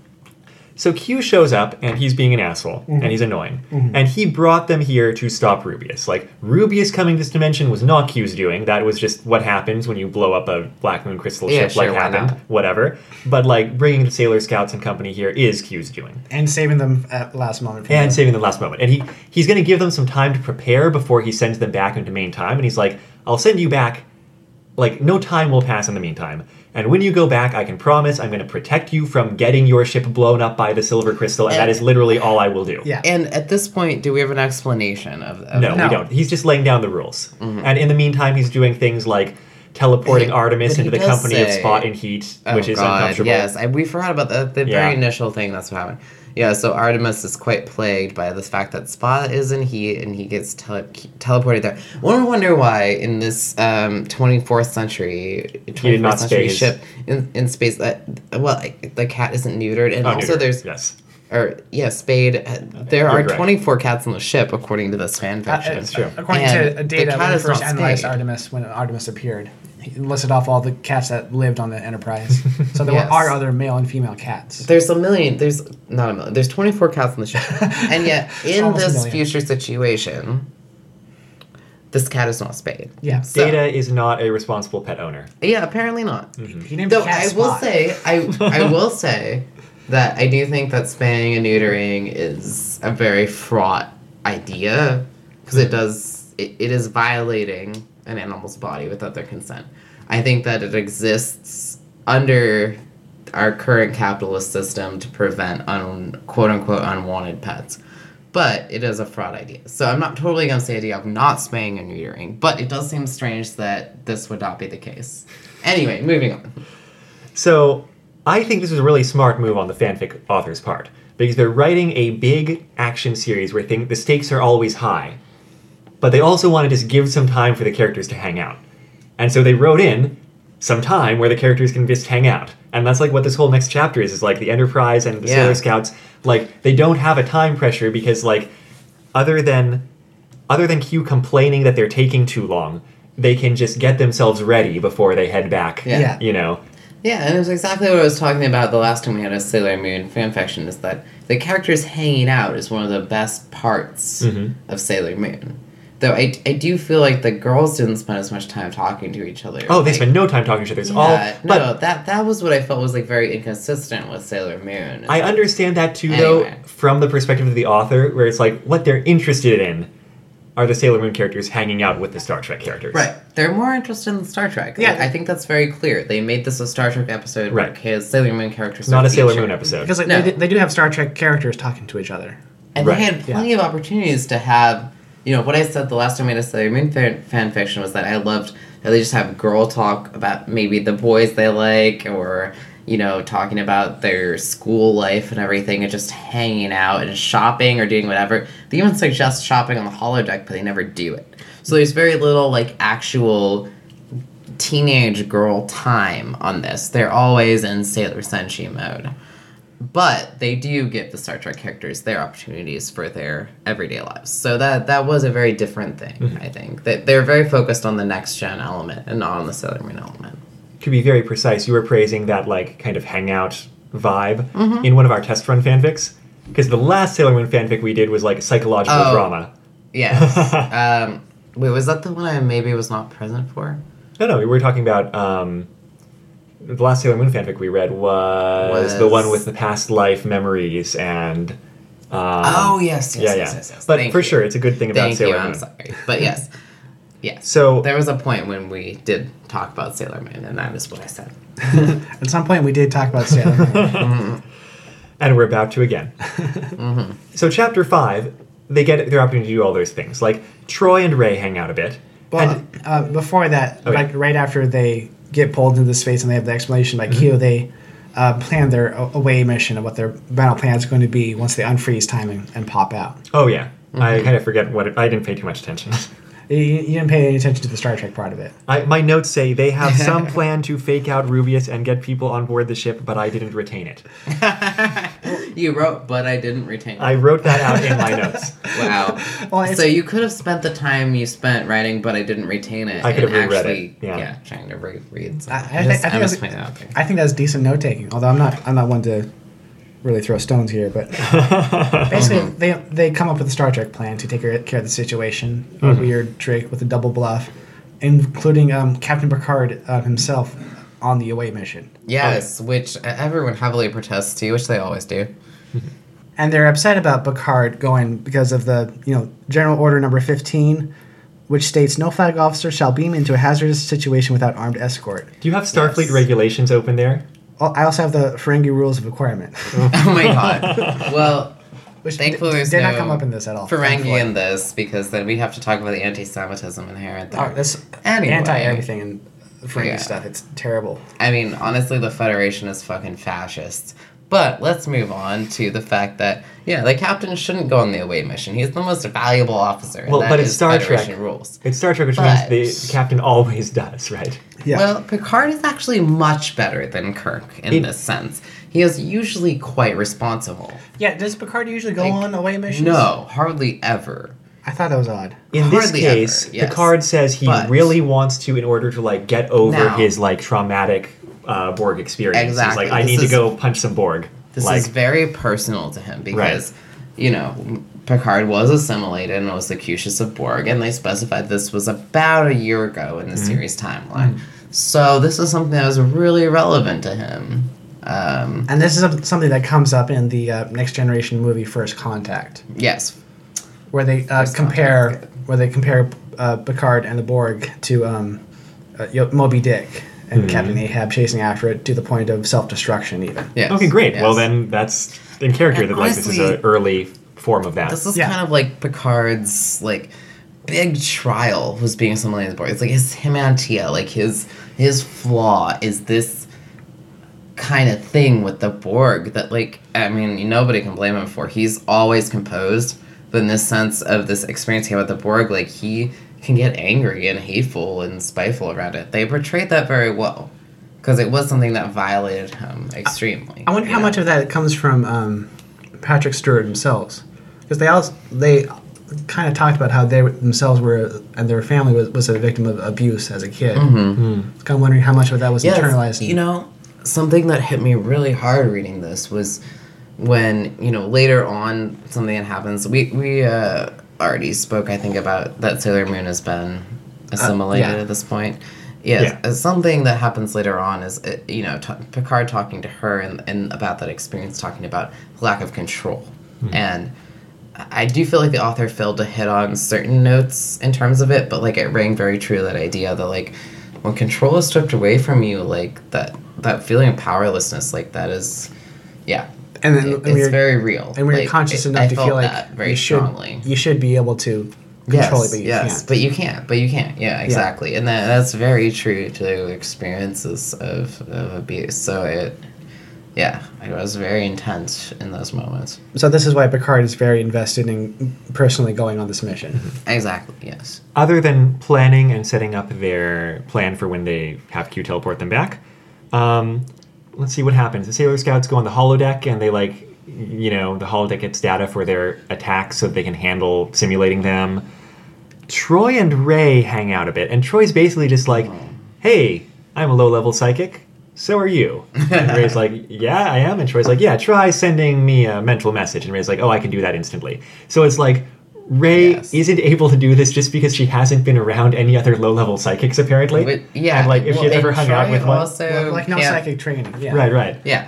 Speaker 1: so Q shows up and he's being an asshole
Speaker 2: Mm-hmm.
Speaker 1: and he's annoying. And he brought them here to stop Rubius. Like, Rubius coming this dimension was not Q's doing. That was just what happens when you blow up a Black Moon crystal
Speaker 2: Yeah,
Speaker 1: ship,
Speaker 2: sure,
Speaker 1: like
Speaker 2: why
Speaker 1: happened,
Speaker 2: not?
Speaker 1: whatever. But, like, bringing the Sailor Scouts and company here is Q's doing.
Speaker 3: And saving them at last moment. From
Speaker 1: and
Speaker 3: the-
Speaker 1: saving the last moment. And he he's going to give them some time to prepare before he sends them back into main time. And he's like, "I'll send you back. Like no time will pass in the meantime. And when you go back, I can promise I'm going to protect you from getting your ship blown up by the silver crystal. And that is literally all I will do."
Speaker 3: yeah.
Speaker 2: And at this point, do we have an explanation of, of
Speaker 1: No,
Speaker 3: No.
Speaker 1: we don't. He's just laying down the rules. And in the meantime, he's doing things like teleporting
Speaker 2: Mm-hmm. But he-
Speaker 1: Artemis
Speaker 2: but he
Speaker 1: into the
Speaker 2: does
Speaker 1: company of
Speaker 2: say-
Speaker 1: Spot and Heat,
Speaker 2: Oh,
Speaker 1: which is
Speaker 2: God,
Speaker 1: uncomfortable.
Speaker 2: Yes, I, we forgot about that. The
Speaker 1: Yeah.
Speaker 2: very initial thing that's what happened. Yeah, so Artemis is quite plagued by the fact that Spa is in heat and he gets tele- teleported there. One would wonder why in this um, 24th century, 21st
Speaker 1: not
Speaker 2: century
Speaker 1: space.
Speaker 2: ship in, in space, that, well, like, the cat isn't neutered. And
Speaker 1: Oh,
Speaker 2: also
Speaker 1: neuter.
Speaker 2: there's,
Speaker 1: yes.
Speaker 2: or yeah, Spade, uh, there
Speaker 1: you're
Speaker 2: are
Speaker 1: correct.
Speaker 2: 24 cats on the ship according to this fan
Speaker 3: Uh,
Speaker 2: fiction.
Speaker 1: That's true.
Speaker 3: According
Speaker 2: And
Speaker 3: to
Speaker 2: the
Speaker 3: data,
Speaker 2: cat
Speaker 3: when we
Speaker 2: is
Speaker 3: first
Speaker 2: not
Speaker 3: analyzed
Speaker 2: spayed.
Speaker 3: Artemis, when Artemis appeared, he listed off all the cats that lived on the
Speaker 2: [laughs]
Speaker 3: Enterprise. So there
Speaker 2: Yes.
Speaker 3: were, are other male and female cats.
Speaker 2: There's a million. There's not a million. There's 24 cats on
Speaker 3: [laughs]
Speaker 2: the ship, and yet in
Speaker 3: Almost a
Speaker 2: this
Speaker 3: million.
Speaker 2: future situation, this cat is not spayed.
Speaker 3: Yeah.
Speaker 2: So-
Speaker 1: Data is not a responsible pet owner.
Speaker 2: Yeah, apparently not.
Speaker 3: He named
Speaker 2: Though
Speaker 3: the cat
Speaker 2: I will
Speaker 3: Spot.
Speaker 2: say, I I will say that I do think that spaying and neutering is a very fraught idea because it does it, it is violating an animal's body without their consent. I think that it exists under our current capitalist system to prevent un, quote unquote unwanted pets. But it is a fraud idea. So I'm not totally against the idea of not spaying and neutering, but it does seem strange that this would not be the case. Anyway, moving on.
Speaker 1: So I think this was a really smart move on the fanfic author's part because they're writing a big action series where thing, the stakes are always high, but they also want to just give some time for the characters to hang out. And so they wrote in some time where the characters can just hang out. And that's like what this whole next chapter is is like the Enterprise and the
Speaker 2: Yeah.
Speaker 1: Sailor Scouts like they don't have a time pressure because like other than other than Q complaining that they're taking too long, they can just get themselves ready before they head back.
Speaker 2: Yeah.
Speaker 3: Yeah.
Speaker 1: You know.
Speaker 2: Yeah, and it's exactly what I was talking about the last time we had a Sailor Moon fanfiction is that the characters hanging out is one of the best parts
Speaker 1: Mm-hmm.
Speaker 2: of Sailor Moon. Though I, I do feel like the girls didn't spend as much time talking to each other.
Speaker 1: Oh, they
Speaker 2: Like,
Speaker 1: spend no time talking to each other. It's
Speaker 2: yeah,
Speaker 1: all. But
Speaker 2: no, that that was what I felt was like very inconsistent with Sailor Moon.
Speaker 1: I understand that too, though,
Speaker 2: Anyway.
Speaker 1: from the perspective of the author, where it's like what they're interested in are the Sailor Moon characters hanging out with the Star Trek characters.
Speaker 2: Right. They're more interested in Star Trek.
Speaker 3: Yeah.
Speaker 2: Like, I think that's very clear. They made this a Star Trek episode
Speaker 1: Right.
Speaker 2: where his Sailor Moon characters
Speaker 1: Not
Speaker 2: are
Speaker 1: a Sailor
Speaker 2: featured.
Speaker 1: Moon episode.
Speaker 3: Because like,
Speaker 2: No.
Speaker 3: they, do- they do have Star Trek characters talking to each other.
Speaker 2: And
Speaker 1: Right.
Speaker 2: they had plenty of opportunities to have, you know, what I said the last time I made a Sailor Moon fan, fan fiction was that I loved that they just have girl talk about maybe the boys they like or, you know, talking about their school life and everything and just hanging out and shopping or doing whatever. They even suggest shopping on the holodeck, but they never do it. So there's very little, like, actual teenage girl time on this. They're always in Sailor Senshi mode. But they do give the Star Trek characters their opportunities for their everyday lives. So that that was a very different thing, I think. That they're very focused on the next gen element and not on the Sailor Moon element.
Speaker 1: To be very precise, you were praising that like kind of hangout vibe
Speaker 2: Mm-hmm.
Speaker 1: in one of our test run fanfics. Because the last Sailor Moon fanfic we did was like psychological
Speaker 2: Oh.
Speaker 1: drama.
Speaker 2: [laughs] Yes. um, wait, was that the one I maybe was not present for?
Speaker 1: No, no, we were talking about um, the last Sailor Moon fanfic we read was, the
Speaker 2: Was-
Speaker 1: one with the past life memories and. Um,
Speaker 2: oh yes, yes,
Speaker 1: yeah, yeah.
Speaker 2: yes, yes, yes.
Speaker 1: But
Speaker 2: Thank
Speaker 1: for
Speaker 2: you.
Speaker 1: sure, it's a good thing about
Speaker 2: Thank
Speaker 1: Sailor
Speaker 2: you,
Speaker 1: Moon.
Speaker 2: I'm sorry. [laughs] But yes. Yes.
Speaker 1: So
Speaker 2: there was a point when we did talk about Sailor Moon and that is what I said.
Speaker 3: At some point, we did talk about Sailor
Speaker 2: [laughs]
Speaker 3: Moon.
Speaker 1: and we're about to again. Mm-hmm. So chapter five, they get their opportunity to do all those things. Like Troy and Ray hang out a bit.
Speaker 3: Well,
Speaker 1: and,
Speaker 3: uh, before that,
Speaker 1: Okay.
Speaker 3: like right after they get pulled into space and they have the explanation
Speaker 2: Mm-hmm.
Speaker 3: by Q, they uh, plan their a- away mission of what their battle plan is going to be once they unfreeze time and, and pop out.
Speaker 1: oh yeah, I
Speaker 2: Mm-hmm.
Speaker 1: kind of forget what it, I didn't pay too much attention.
Speaker 3: You, you you didn't pay any attention to the Star Trek part of it.
Speaker 1: I, my notes say they have
Speaker 2: [laughs]
Speaker 1: some plan to fake out Rubius and get people on board the ship, but I didn't retain it.
Speaker 2: You wrote, but I didn't retain.
Speaker 1: I wrote that out in my
Speaker 2: [laughs]
Speaker 1: notes.
Speaker 2: Wow.
Speaker 3: [laughs] Well, it's-
Speaker 2: so you could have spent the time you spent writing, but I didn't retain it.
Speaker 1: I could
Speaker 2: and
Speaker 1: have reread
Speaker 2: actually,
Speaker 1: it, yeah.
Speaker 2: trying to reread.
Speaker 3: I, I,
Speaker 2: something.
Speaker 3: think-
Speaker 2: just,
Speaker 3: I
Speaker 2: I'm
Speaker 3: think
Speaker 2: just
Speaker 3: that's,
Speaker 2: putting it out
Speaker 3: [laughs]
Speaker 2: there.
Speaker 3: I think that's decent note taking. Although I'm not, I'm not one to really throw stones here. But basically, they they come up with a Star Trek plan to take care of the situation. A weird trick with a double bluff, including um, Captain Picard uh, himself on the away mission.
Speaker 2: Yes, which uh, everyone heavily protests to, which they always do. [laughs]
Speaker 3: and they're upset about Picard going because of the you know General Order Number Fifteen, which states no flag officer shall beam into a hazardous situation without armed escort.
Speaker 1: Do you have Starfleet
Speaker 2: Yes.
Speaker 1: regulations open there?
Speaker 3: Al- I also have the Ferengi Rules of Requirement,
Speaker 2: Oh
Speaker 1: [laughs]
Speaker 2: my god. well,
Speaker 3: which
Speaker 2: thankfully
Speaker 3: d-
Speaker 2: there's
Speaker 3: did
Speaker 2: no
Speaker 3: not come up in this at all.
Speaker 2: Ferengi
Speaker 3: thankfully.
Speaker 2: in this because then we have to talk about the anti-Semitism inherent there.
Speaker 3: Oh, that's
Speaker 2: Anyway.
Speaker 3: anti everything and Ferengi
Speaker 2: Yeah.
Speaker 3: stuff. It's terrible.
Speaker 2: I mean, honestly, the Federation is fucking fascist. But let's move on to the fact that yeah, the captain shouldn't go on the away mission. He's the most valuable officer. and
Speaker 1: Well,
Speaker 2: that
Speaker 1: but it's
Speaker 2: is
Speaker 1: Star
Speaker 2: Federation
Speaker 1: Trek.
Speaker 2: rules.
Speaker 1: It's Star Trek, which
Speaker 2: But-
Speaker 1: means the captain always does, right?
Speaker 3: Yeah.
Speaker 2: Well, Picard is actually much better than Kirk in
Speaker 1: It-
Speaker 2: this sense. He is usually quite responsible.
Speaker 3: yeah. Does Picard usually go
Speaker 2: Like,
Speaker 3: on away missions?
Speaker 2: No, hardly ever.
Speaker 3: I thought that was odd.
Speaker 1: In this
Speaker 2: Hardly
Speaker 1: case,
Speaker 2: ever, yes.
Speaker 1: Picard says he
Speaker 2: But-
Speaker 1: really wants to in order to like get over
Speaker 2: Now.
Speaker 1: his like traumatic uh, Borg experience.
Speaker 2: Exactly.
Speaker 1: He's like, I
Speaker 2: This
Speaker 1: need to
Speaker 2: is-
Speaker 1: go punch some Borg.
Speaker 2: This
Speaker 1: like,
Speaker 2: is very personal to him because, you know, Picard was assimilated and was the Cutius of Borg, and they specified this was about a year ago in the
Speaker 1: Mm-hmm.
Speaker 2: series timeline. So this is something that was really relevant to him. Um,
Speaker 3: And this is some- something that comes up in the uh, Next Generation movie First Contact,
Speaker 2: yes,
Speaker 3: where they uh,
Speaker 2: First Contact's
Speaker 3: compare
Speaker 2: good.
Speaker 3: where they compare uh, Picard and the Borg to um, uh, you know, Moby Dick and Captain Ahab chasing after it to the point of self destruction, even.
Speaker 2: yes.
Speaker 1: okay, great. Well,
Speaker 2: yes.
Speaker 1: then that's in character
Speaker 2: And
Speaker 1: that like this is
Speaker 2: honestly-
Speaker 1: an early form of that.
Speaker 2: This is
Speaker 3: Yeah.
Speaker 2: kind of like Picard's like big trial was being assimilated as Borg. It's like his him and Tia, like his his flaw is this kind of thing with the Borg that like I mean nobody can blame him for. He's always composed, but in this sense of this experience he had with the Borg, like he can get angry and hateful and spiteful around it. They portrayed that very well. Because it was something that violated him extremely.
Speaker 3: I wonder how
Speaker 2: Yeah.
Speaker 3: much of that comes from um, Patrick Stewart themselves, because they also they kind of talked about how they themselves were and their family was, was a victim of abuse as a kid.
Speaker 1: Mm-hmm.
Speaker 3: Kind of wondering how much of that was
Speaker 2: Mm-hmm. Yes,
Speaker 3: internalized.
Speaker 2: You know, something that hit me really hard reading this was when you know later on something that happens. We we uh, already spoke, I think, about that Sailor Moon has been assimilated
Speaker 3: Uh, yeah.
Speaker 2: at this point.
Speaker 1: Yeah.
Speaker 2: Yeah, uh, something that happens later on is uh, you know t- Picard talking to her and, and about that experience, talking about lack of control,
Speaker 3: Mm-hmm.
Speaker 2: and I do feel like the author failed to hit on certain notes in terms of it, but like it rang very true that idea that like when control is stripped away from you, like that that feeling of powerlessness, like that is, yeah,
Speaker 3: and then
Speaker 2: it-
Speaker 3: and
Speaker 2: it's
Speaker 3: we were,
Speaker 2: very real.
Speaker 3: and we were
Speaker 2: Like,
Speaker 3: conscious
Speaker 2: it-
Speaker 3: enough
Speaker 2: I
Speaker 3: to
Speaker 2: felt
Speaker 3: feel like
Speaker 2: that very
Speaker 3: you should
Speaker 2: strongly.
Speaker 3: you should be able to
Speaker 2: Yes,
Speaker 3: control it, but you
Speaker 2: yes,
Speaker 3: can't.
Speaker 2: but you can't, but you can't. Yeah, exactly, and that that's very true to experiences of, of abuse. So it, yeah, it was very intense in those moments.
Speaker 3: so this is why Picard is very invested in personally going on this mission.
Speaker 2: Mm-hmm. Exactly. Yes.
Speaker 1: other than planning and setting up their plan for when they have Q teleport them back, um, let's see what happens. The Sailor Scouts go on the holodeck and they like, you know, the holodeck gets data for their attacks so they can handle simulating them. Troy and Ray hang out a bit, and Troy's basically just like, "Hey, I'm a low-level psychic. So are you?" And Ray's like, "Yeah, I am." And Troy's like, "Yeah, try sending me a mental message." And Ray's like, "Oh, I can do that instantly." So it's like Ray
Speaker 2: Yes.
Speaker 1: isn't able to do this just because she hasn't been around any other low-level psychics, apparently.
Speaker 2: But, yeah.
Speaker 1: and like if
Speaker 2: well,
Speaker 1: she had
Speaker 2: and
Speaker 1: ever hung out
Speaker 2: Troy
Speaker 1: with one,
Speaker 2: also
Speaker 3: Like- like no
Speaker 2: can't-
Speaker 3: psychic training. Yeah.
Speaker 1: right, right.
Speaker 2: Yeah.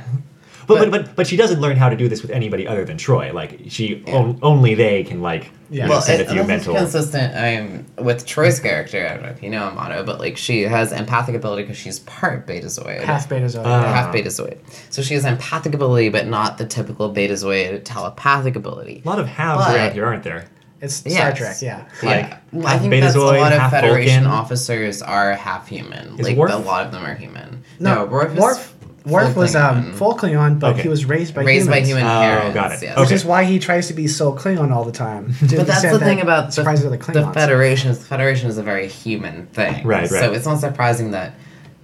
Speaker 1: But but,
Speaker 2: But-
Speaker 1: but but she doesn't learn how to do this with anybody other than Troy. Like she on- only they can like
Speaker 3: Yeah.
Speaker 1: you know,
Speaker 2: Well,
Speaker 1: send
Speaker 2: it-
Speaker 1: a few
Speaker 2: this is
Speaker 1: mental.
Speaker 2: consistent. I'm with Troy's character. I don't know if you know Amato, but like she has empathic ability because she's part Betazoid.
Speaker 3: Half betas are.
Speaker 1: Uh,
Speaker 2: half betazoid. So she has empathic ability, but not the typical betazoid telepathic ability.
Speaker 1: A lot of halves
Speaker 2: But-
Speaker 1: around here, aren't there?
Speaker 3: it's Star
Speaker 2: yes.
Speaker 3: Trek. Yeah.
Speaker 1: Like,
Speaker 2: Well, I
Speaker 1: half
Speaker 2: think that's a
Speaker 1: Betazoid,
Speaker 2: lot of
Speaker 1: half
Speaker 2: Federation
Speaker 1: Vulcan.
Speaker 2: officers are half human.
Speaker 1: Is
Speaker 2: like
Speaker 1: Worf-
Speaker 2: a lot of them are human.
Speaker 3: No,
Speaker 2: Worf is
Speaker 3: Worf, Worf
Speaker 2: full
Speaker 3: was um,
Speaker 2: Klingon.
Speaker 3: full Klingon, but
Speaker 1: Okay.
Speaker 3: he was raised by
Speaker 2: raised by
Speaker 3: humans.
Speaker 2: human
Speaker 1: Oh,
Speaker 2: parents.
Speaker 1: got it.
Speaker 2: yes.
Speaker 1: Okay.
Speaker 3: Which is why he tries to be so Klingon all
Speaker 2: [laughs]
Speaker 3: the time.
Speaker 2: But that's the thing about the,
Speaker 3: surprise of the Klingons.
Speaker 2: Federation. is- The Federation is a very human thing,
Speaker 1: Right,
Speaker 2: So
Speaker 1: right.
Speaker 2: it's not surprising that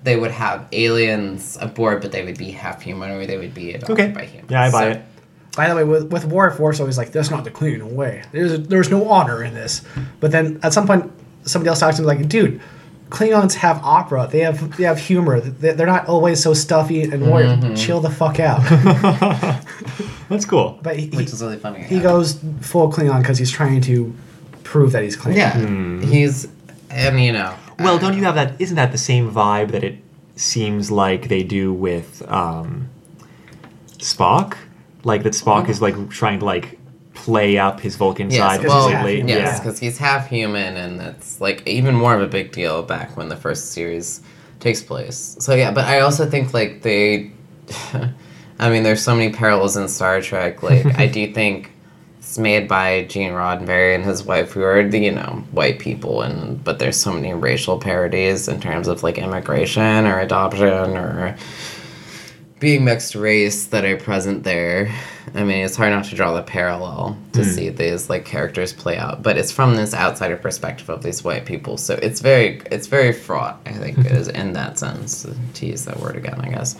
Speaker 2: they would have aliens aboard, but they would be half human, or they would be adopted
Speaker 1: Okay.
Speaker 2: by humans.
Speaker 1: Yeah, I buy
Speaker 2: So-
Speaker 1: it.
Speaker 3: By the way, with, with Worf, Worf's always like, "That's not the Klingon way. There's there's no honor in this." But then at some point, somebody else talks to him like, "Dude, Klingons have opera. They have they have humor. They, they're not always so stuffy and warrior.
Speaker 2: Mm-hmm.
Speaker 3: Chill the fuck out." [laughs]
Speaker 1: That's cool.
Speaker 3: but he, he,
Speaker 2: which is really funny.
Speaker 3: he goes full Klingon because he's trying to prove that he's Klingon.
Speaker 2: yeah,
Speaker 1: Hmm.
Speaker 2: he's, and you know,
Speaker 1: Well,
Speaker 2: I
Speaker 1: don't you
Speaker 2: know.
Speaker 1: have that? Isn't that the same vibe that it seems like they do with um, Spock? Like that Spock is like trying to like play up his Vulcan
Speaker 2: Yes,
Speaker 1: side
Speaker 2: well,
Speaker 1: completely.
Speaker 3: half-human.
Speaker 1: Yeah.
Speaker 2: yes, because he's half human, and that's like even more of a big deal back when the first series takes place. So yeah, but I also think like they, [laughs] I mean, there's so many parallels in Star Trek. Like I do think it's made by Gene Roddenberry and his wife, who are the you know white people, and but there's so many racial parodies in terms of like immigration or adoption or being mixed race that are present there. I mean, it's hard not to draw the parallel to
Speaker 3: Hmm.
Speaker 2: see these like characters play out, but it's from this outsider perspective of these white people. So it's very it's very fraught. I think
Speaker 3: [laughs]
Speaker 2: it is in that sense to use that word again. I guess,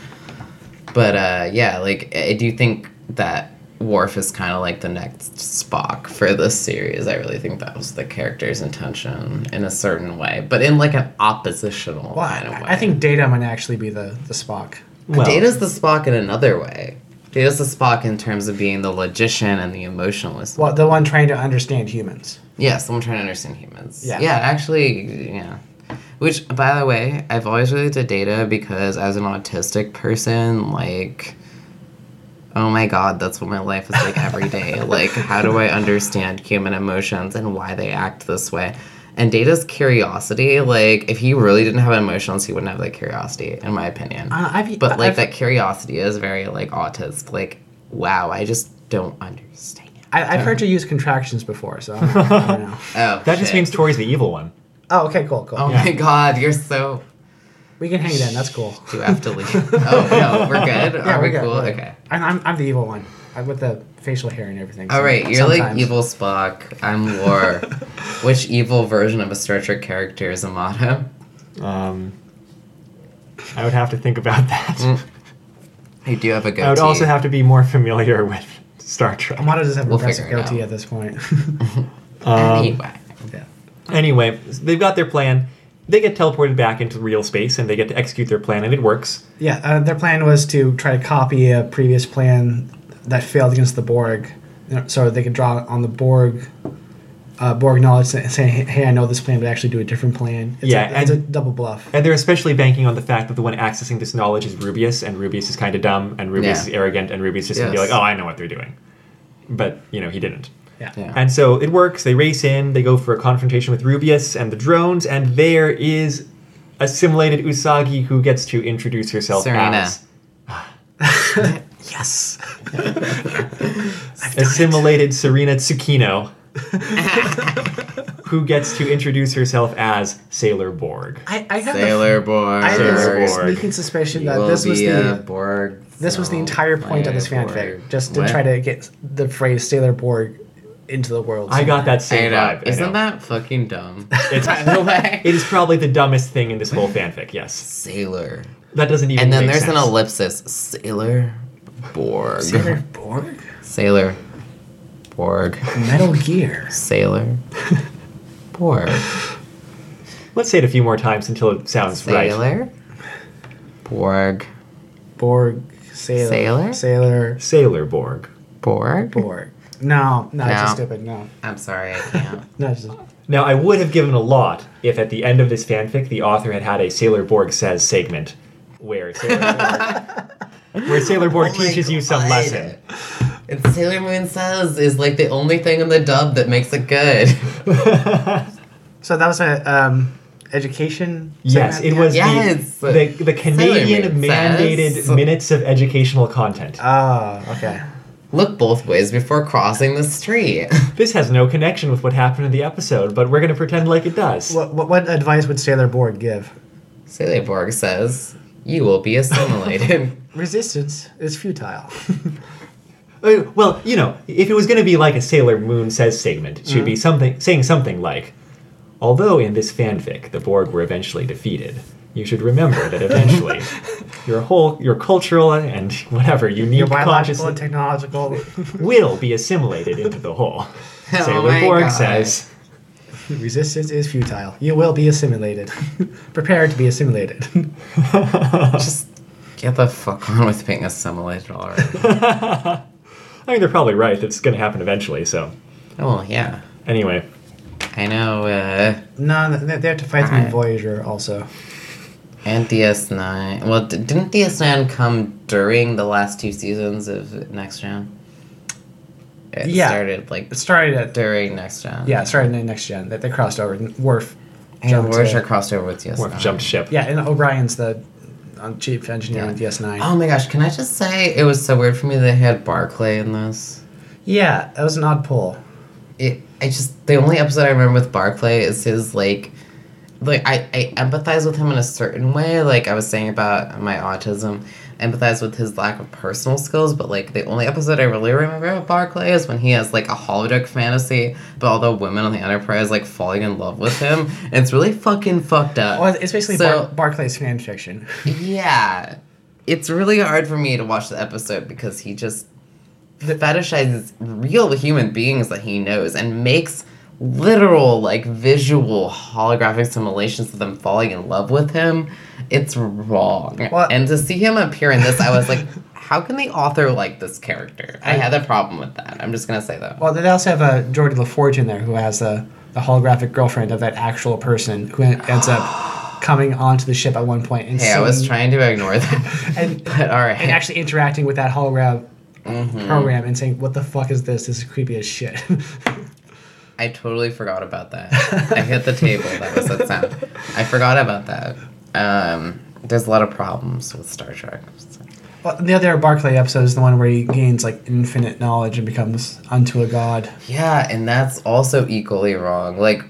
Speaker 2: but uh, yeah, like I I do think that Worf is kind of like the next Spock for this series. I really think that was the character's intention in a certain way, but in like an oppositional
Speaker 3: Well,
Speaker 2: kind of way.
Speaker 3: I, I think Data might actually be the, the Spock.
Speaker 1: Well,
Speaker 2: Data's the Spock in another way. Data's the Spock in terms of being the logician and the emotionalist.
Speaker 3: Well, the one trying to understand humans.
Speaker 2: Yes, I'm trying to understand humans.
Speaker 3: Yeah.
Speaker 2: Yeah, actually, yeah. Which, by the way, I've always related to data because as an autistic person, like, oh my god, that's what my life is like every
Speaker 3: [laughs]
Speaker 2: day. like, how do I understand human emotions and why they act this way? And data's curiosity, like, if he really didn't have emotions, he wouldn't have that curiosity, in my opinion.
Speaker 3: Uh, I've,
Speaker 2: But, like,
Speaker 3: I've,
Speaker 2: that curiosity is very, like, autist. Like, wow, I just don't understand.
Speaker 3: I, I've
Speaker 2: uh,
Speaker 3: heard you use contractions before, so I don't know. I [laughs] don't know.
Speaker 2: Oh,
Speaker 1: that just
Speaker 2: shit.
Speaker 1: means Tori's the evil one.
Speaker 3: Oh, okay, cool, cool.
Speaker 2: Oh my god, you're so.
Speaker 3: We can hang then.
Speaker 2: [laughs]
Speaker 3: That's cool.
Speaker 2: Do you have to
Speaker 3: [laughs]
Speaker 2: leave? oh no, we're good.
Speaker 3: Yeah,
Speaker 2: Are we
Speaker 3: we're good,
Speaker 2: cool?
Speaker 3: we're good.
Speaker 2: Okay.
Speaker 3: I'm, I'm, I'm the evil one I'm with the facial hair and everything.
Speaker 2: All
Speaker 3: so
Speaker 2: right, you're like
Speaker 3: sometimes.
Speaker 2: evil Spock. I'm
Speaker 3: [laughs]
Speaker 2: Lore. Which evil version of a Star Trek character is Amato?
Speaker 1: Um, I would have to think about that.
Speaker 2: I do have a goatee.
Speaker 1: I would also have to be more familiar with Star Trek.
Speaker 3: Amato doesn't have
Speaker 2: We'll
Speaker 3: a progressive
Speaker 2: figure it
Speaker 3: goatee
Speaker 2: out.
Speaker 3: at this point. [laughs]
Speaker 2: Anyway. [laughs]
Speaker 3: yeah.
Speaker 1: Anyway, they've got their plan. They get teleported back into real space and they get to execute their plan, and it works.
Speaker 3: Yeah, uh, their plan was to try to copy a previous plan that failed against the Borg, you know, so they could draw on the Borg, uh, Borg knowledge and say, "Hey, I know this plan, but actually do a different plan." It's
Speaker 1: Yeah,
Speaker 3: a, it's a
Speaker 1: and-
Speaker 3: double bluff.
Speaker 1: And they're especially banking on the fact that the one accessing this knowledge is Rubius, and Rubius is kind of dumb, and Rubius
Speaker 2: Yeah.
Speaker 1: is arrogant, and Rubius just gonna be
Speaker 2: Yes.
Speaker 1: like, "Oh, I know what they're doing," but you know he didn't.
Speaker 3: Yeah.
Speaker 2: Yeah.
Speaker 1: And so it works. They race in. They go for a confrontation with Rubius and the drones, and there is assimilated Usagi who gets to introduce herself
Speaker 2: Serena.
Speaker 1: as yes, assimilated Serena Tsukino, who gets to introduce herself as Sailor Borg.
Speaker 3: I, I have
Speaker 2: Sailor Borg.
Speaker 3: The, I have
Speaker 1: Sailor
Speaker 3: this
Speaker 1: Borg.
Speaker 3: sneaking suspicion
Speaker 2: You
Speaker 3: that
Speaker 2: will
Speaker 3: this was
Speaker 2: be
Speaker 3: the
Speaker 2: a Borg.
Speaker 3: this was the entire point of this
Speaker 2: Sailor
Speaker 3: fanfic,
Speaker 2: Borg.
Speaker 3: just to
Speaker 2: What?
Speaker 3: try to get the phrase Sailor Borg into the world.
Speaker 1: I got that
Speaker 2: I
Speaker 1: same
Speaker 2: know.
Speaker 1: vibe. I
Speaker 2: Isn't
Speaker 1: know.
Speaker 2: that fucking dumb?
Speaker 1: It's-
Speaker 2: By the way.
Speaker 1: [laughs] It is probably the dumbest thing in this
Speaker 2: [laughs]
Speaker 1: whole fanfic. Yes,
Speaker 2: Sailor.
Speaker 1: that doesn't even.
Speaker 2: And then
Speaker 1: make
Speaker 2: there's an
Speaker 1: sense.
Speaker 2: ellipsis. Sailor Borg.
Speaker 3: Sailor Borg,
Speaker 2: Sailor Borg.
Speaker 3: Metal Gear.
Speaker 2: Sailor Borg.
Speaker 1: Let's say it a few more times until it sounds right.
Speaker 2: Sailor Borg.
Speaker 3: Borg sailor
Speaker 2: Sailor?
Speaker 3: sailor
Speaker 1: Sailor Borg.
Speaker 2: Borg.
Speaker 3: Borg. No, no, it's
Speaker 2: No.
Speaker 3: just stupid. No,
Speaker 2: I'm sorry, I can't.
Speaker 3: no, it's just,
Speaker 1: Now, I would have given a lot if at the end of this fanfic the author had had a Sailor Borg Says segment where
Speaker 2: [laughs]
Speaker 1: Sailor Borg, where Sailor Borg
Speaker 2: Oh my
Speaker 1: teaches you some
Speaker 2: God. [laughs]
Speaker 1: lesson.
Speaker 2: And Sailor Moon says is like the only thing in the dub that makes it good.
Speaker 3: so that was a um, education.
Speaker 1: Yes,
Speaker 3: segment
Speaker 1: it
Speaker 3: at
Speaker 1: was
Speaker 3: the end?
Speaker 2: Yes.
Speaker 1: the, the, the Canadian
Speaker 2: Moon
Speaker 1: mandated
Speaker 2: Says.
Speaker 1: minutes of educational content.
Speaker 3: Oh, okay.
Speaker 2: Look both ways before crossing the street.
Speaker 1: This has no connection with what happened in the episode, but we're going to pretend like it does.
Speaker 3: What, what what advice would Sailor Borg give?
Speaker 2: Sailor Borg says you will be assimilated.
Speaker 3: Resistance is [laughs] futile.
Speaker 1: Uh, well, you know, if it was going to be like a Sailor Moon Says segment, it should be something saying something like, "Although in this fanfic the Borg were eventually defeated, you should remember that eventually your whole your cultural and whatever unique
Speaker 3: Your biological and
Speaker 1: consciousness
Speaker 3: technological. [laughs]
Speaker 1: will be assimilated into the whole."
Speaker 2: Oh
Speaker 1: Sailor
Speaker 2: my
Speaker 1: Borg
Speaker 2: God.
Speaker 1: says,
Speaker 3: Resistance is futile. You will be assimilated. [laughs] Prepare to be assimilated.
Speaker 2: Just get the fuck on with being assimilated already.
Speaker 1: "I mean, they're probably right. That's going to happen eventually." So,
Speaker 2: oh yeah.
Speaker 1: anyway,
Speaker 2: I know, uh,
Speaker 3: [laughs] no, they, they have to fight them in
Speaker 2: Alright.
Speaker 3: Voyager also.
Speaker 2: and DS9. Well, d- didn't DS9 come during the last two seasons of Next Gen? It
Speaker 3: Yeah.
Speaker 2: started, like,
Speaker 3: It started at
Speaker 2: during Next Gen.
Speaker 3: yeah, it started in next gen. That they crossed over. and Worf
Speaker 2: And
Speaker 3: jumped
Speaker 2: Voyager
Speaker 3: to-
Speaker 2: crossed over with DS9.
Speaker 1: Worf jumped ship.
Speaker 3: Yeah, and O'Brien's the um, chief engineer
Speaker 2: Yeah.
Speaker 3: on DS9.
Speaker 2: Oh my gosh, can I just say it was so weird for me they had Barclay in this?
Speaker 3: Yeah, that was an odd pull.
Speaker 2: It, I just, the only episode I remember with Barclay is his, like, like I, I empathize with him in a certain way like i was saying about my autism empathize with his lack of personal skills but like the only episode i really remember of barclay is when he has like a holodeck fantasy but all the women on the enterprise like falling in love with him and it's really fucking fucked up
Speaker 3: Well, it's basically
Speaker 2: so
Speaker 3: Bar- Barclay's fan fiction.
Speaker 2: yeah it's really hard for me to watch the episode because he just fetishizes real human beings that he knows and makes literal like visual holographic simulations of them falling in love with him it's wrong
Speaker 3: Well-
Speaker 2: and to see him appear in this i was like how can the author like this character i had a problem with that i'm just gonna say that
Speaker 3: Well, they also have a Jordi LaForge in there who has the, the holographic girlfriend of that actual person who en-
Speaker 2: [gasps]
Speaker 3: ends up coming onto the ship at one point and
Speaker 2: hey i was
Speaker 3: seeing-
Speaker 2: trying to ignore that
Speaker 3: [laughs]
Speaker 2: [laughs]
Speaker 3: and,
Speaker 2: but all right
Speaker 3: and actually interacting with that hologram
Speaker 2: Mm-hmm.
Speaker 3: program and saying, "What the fuck is this? This is creepy as shit." [laughs]
Speaker 2: I totally forgot about that. I hit the table. That was that sound. I forgot about that. Um, there's a lot of problems with Star Trek.
Speaker 3: well, the other Barclay episode is the one where he gains like infinite knowledge and becomes unto a god.
Speaker 2: Yeah, and that's also equally wrong. Like,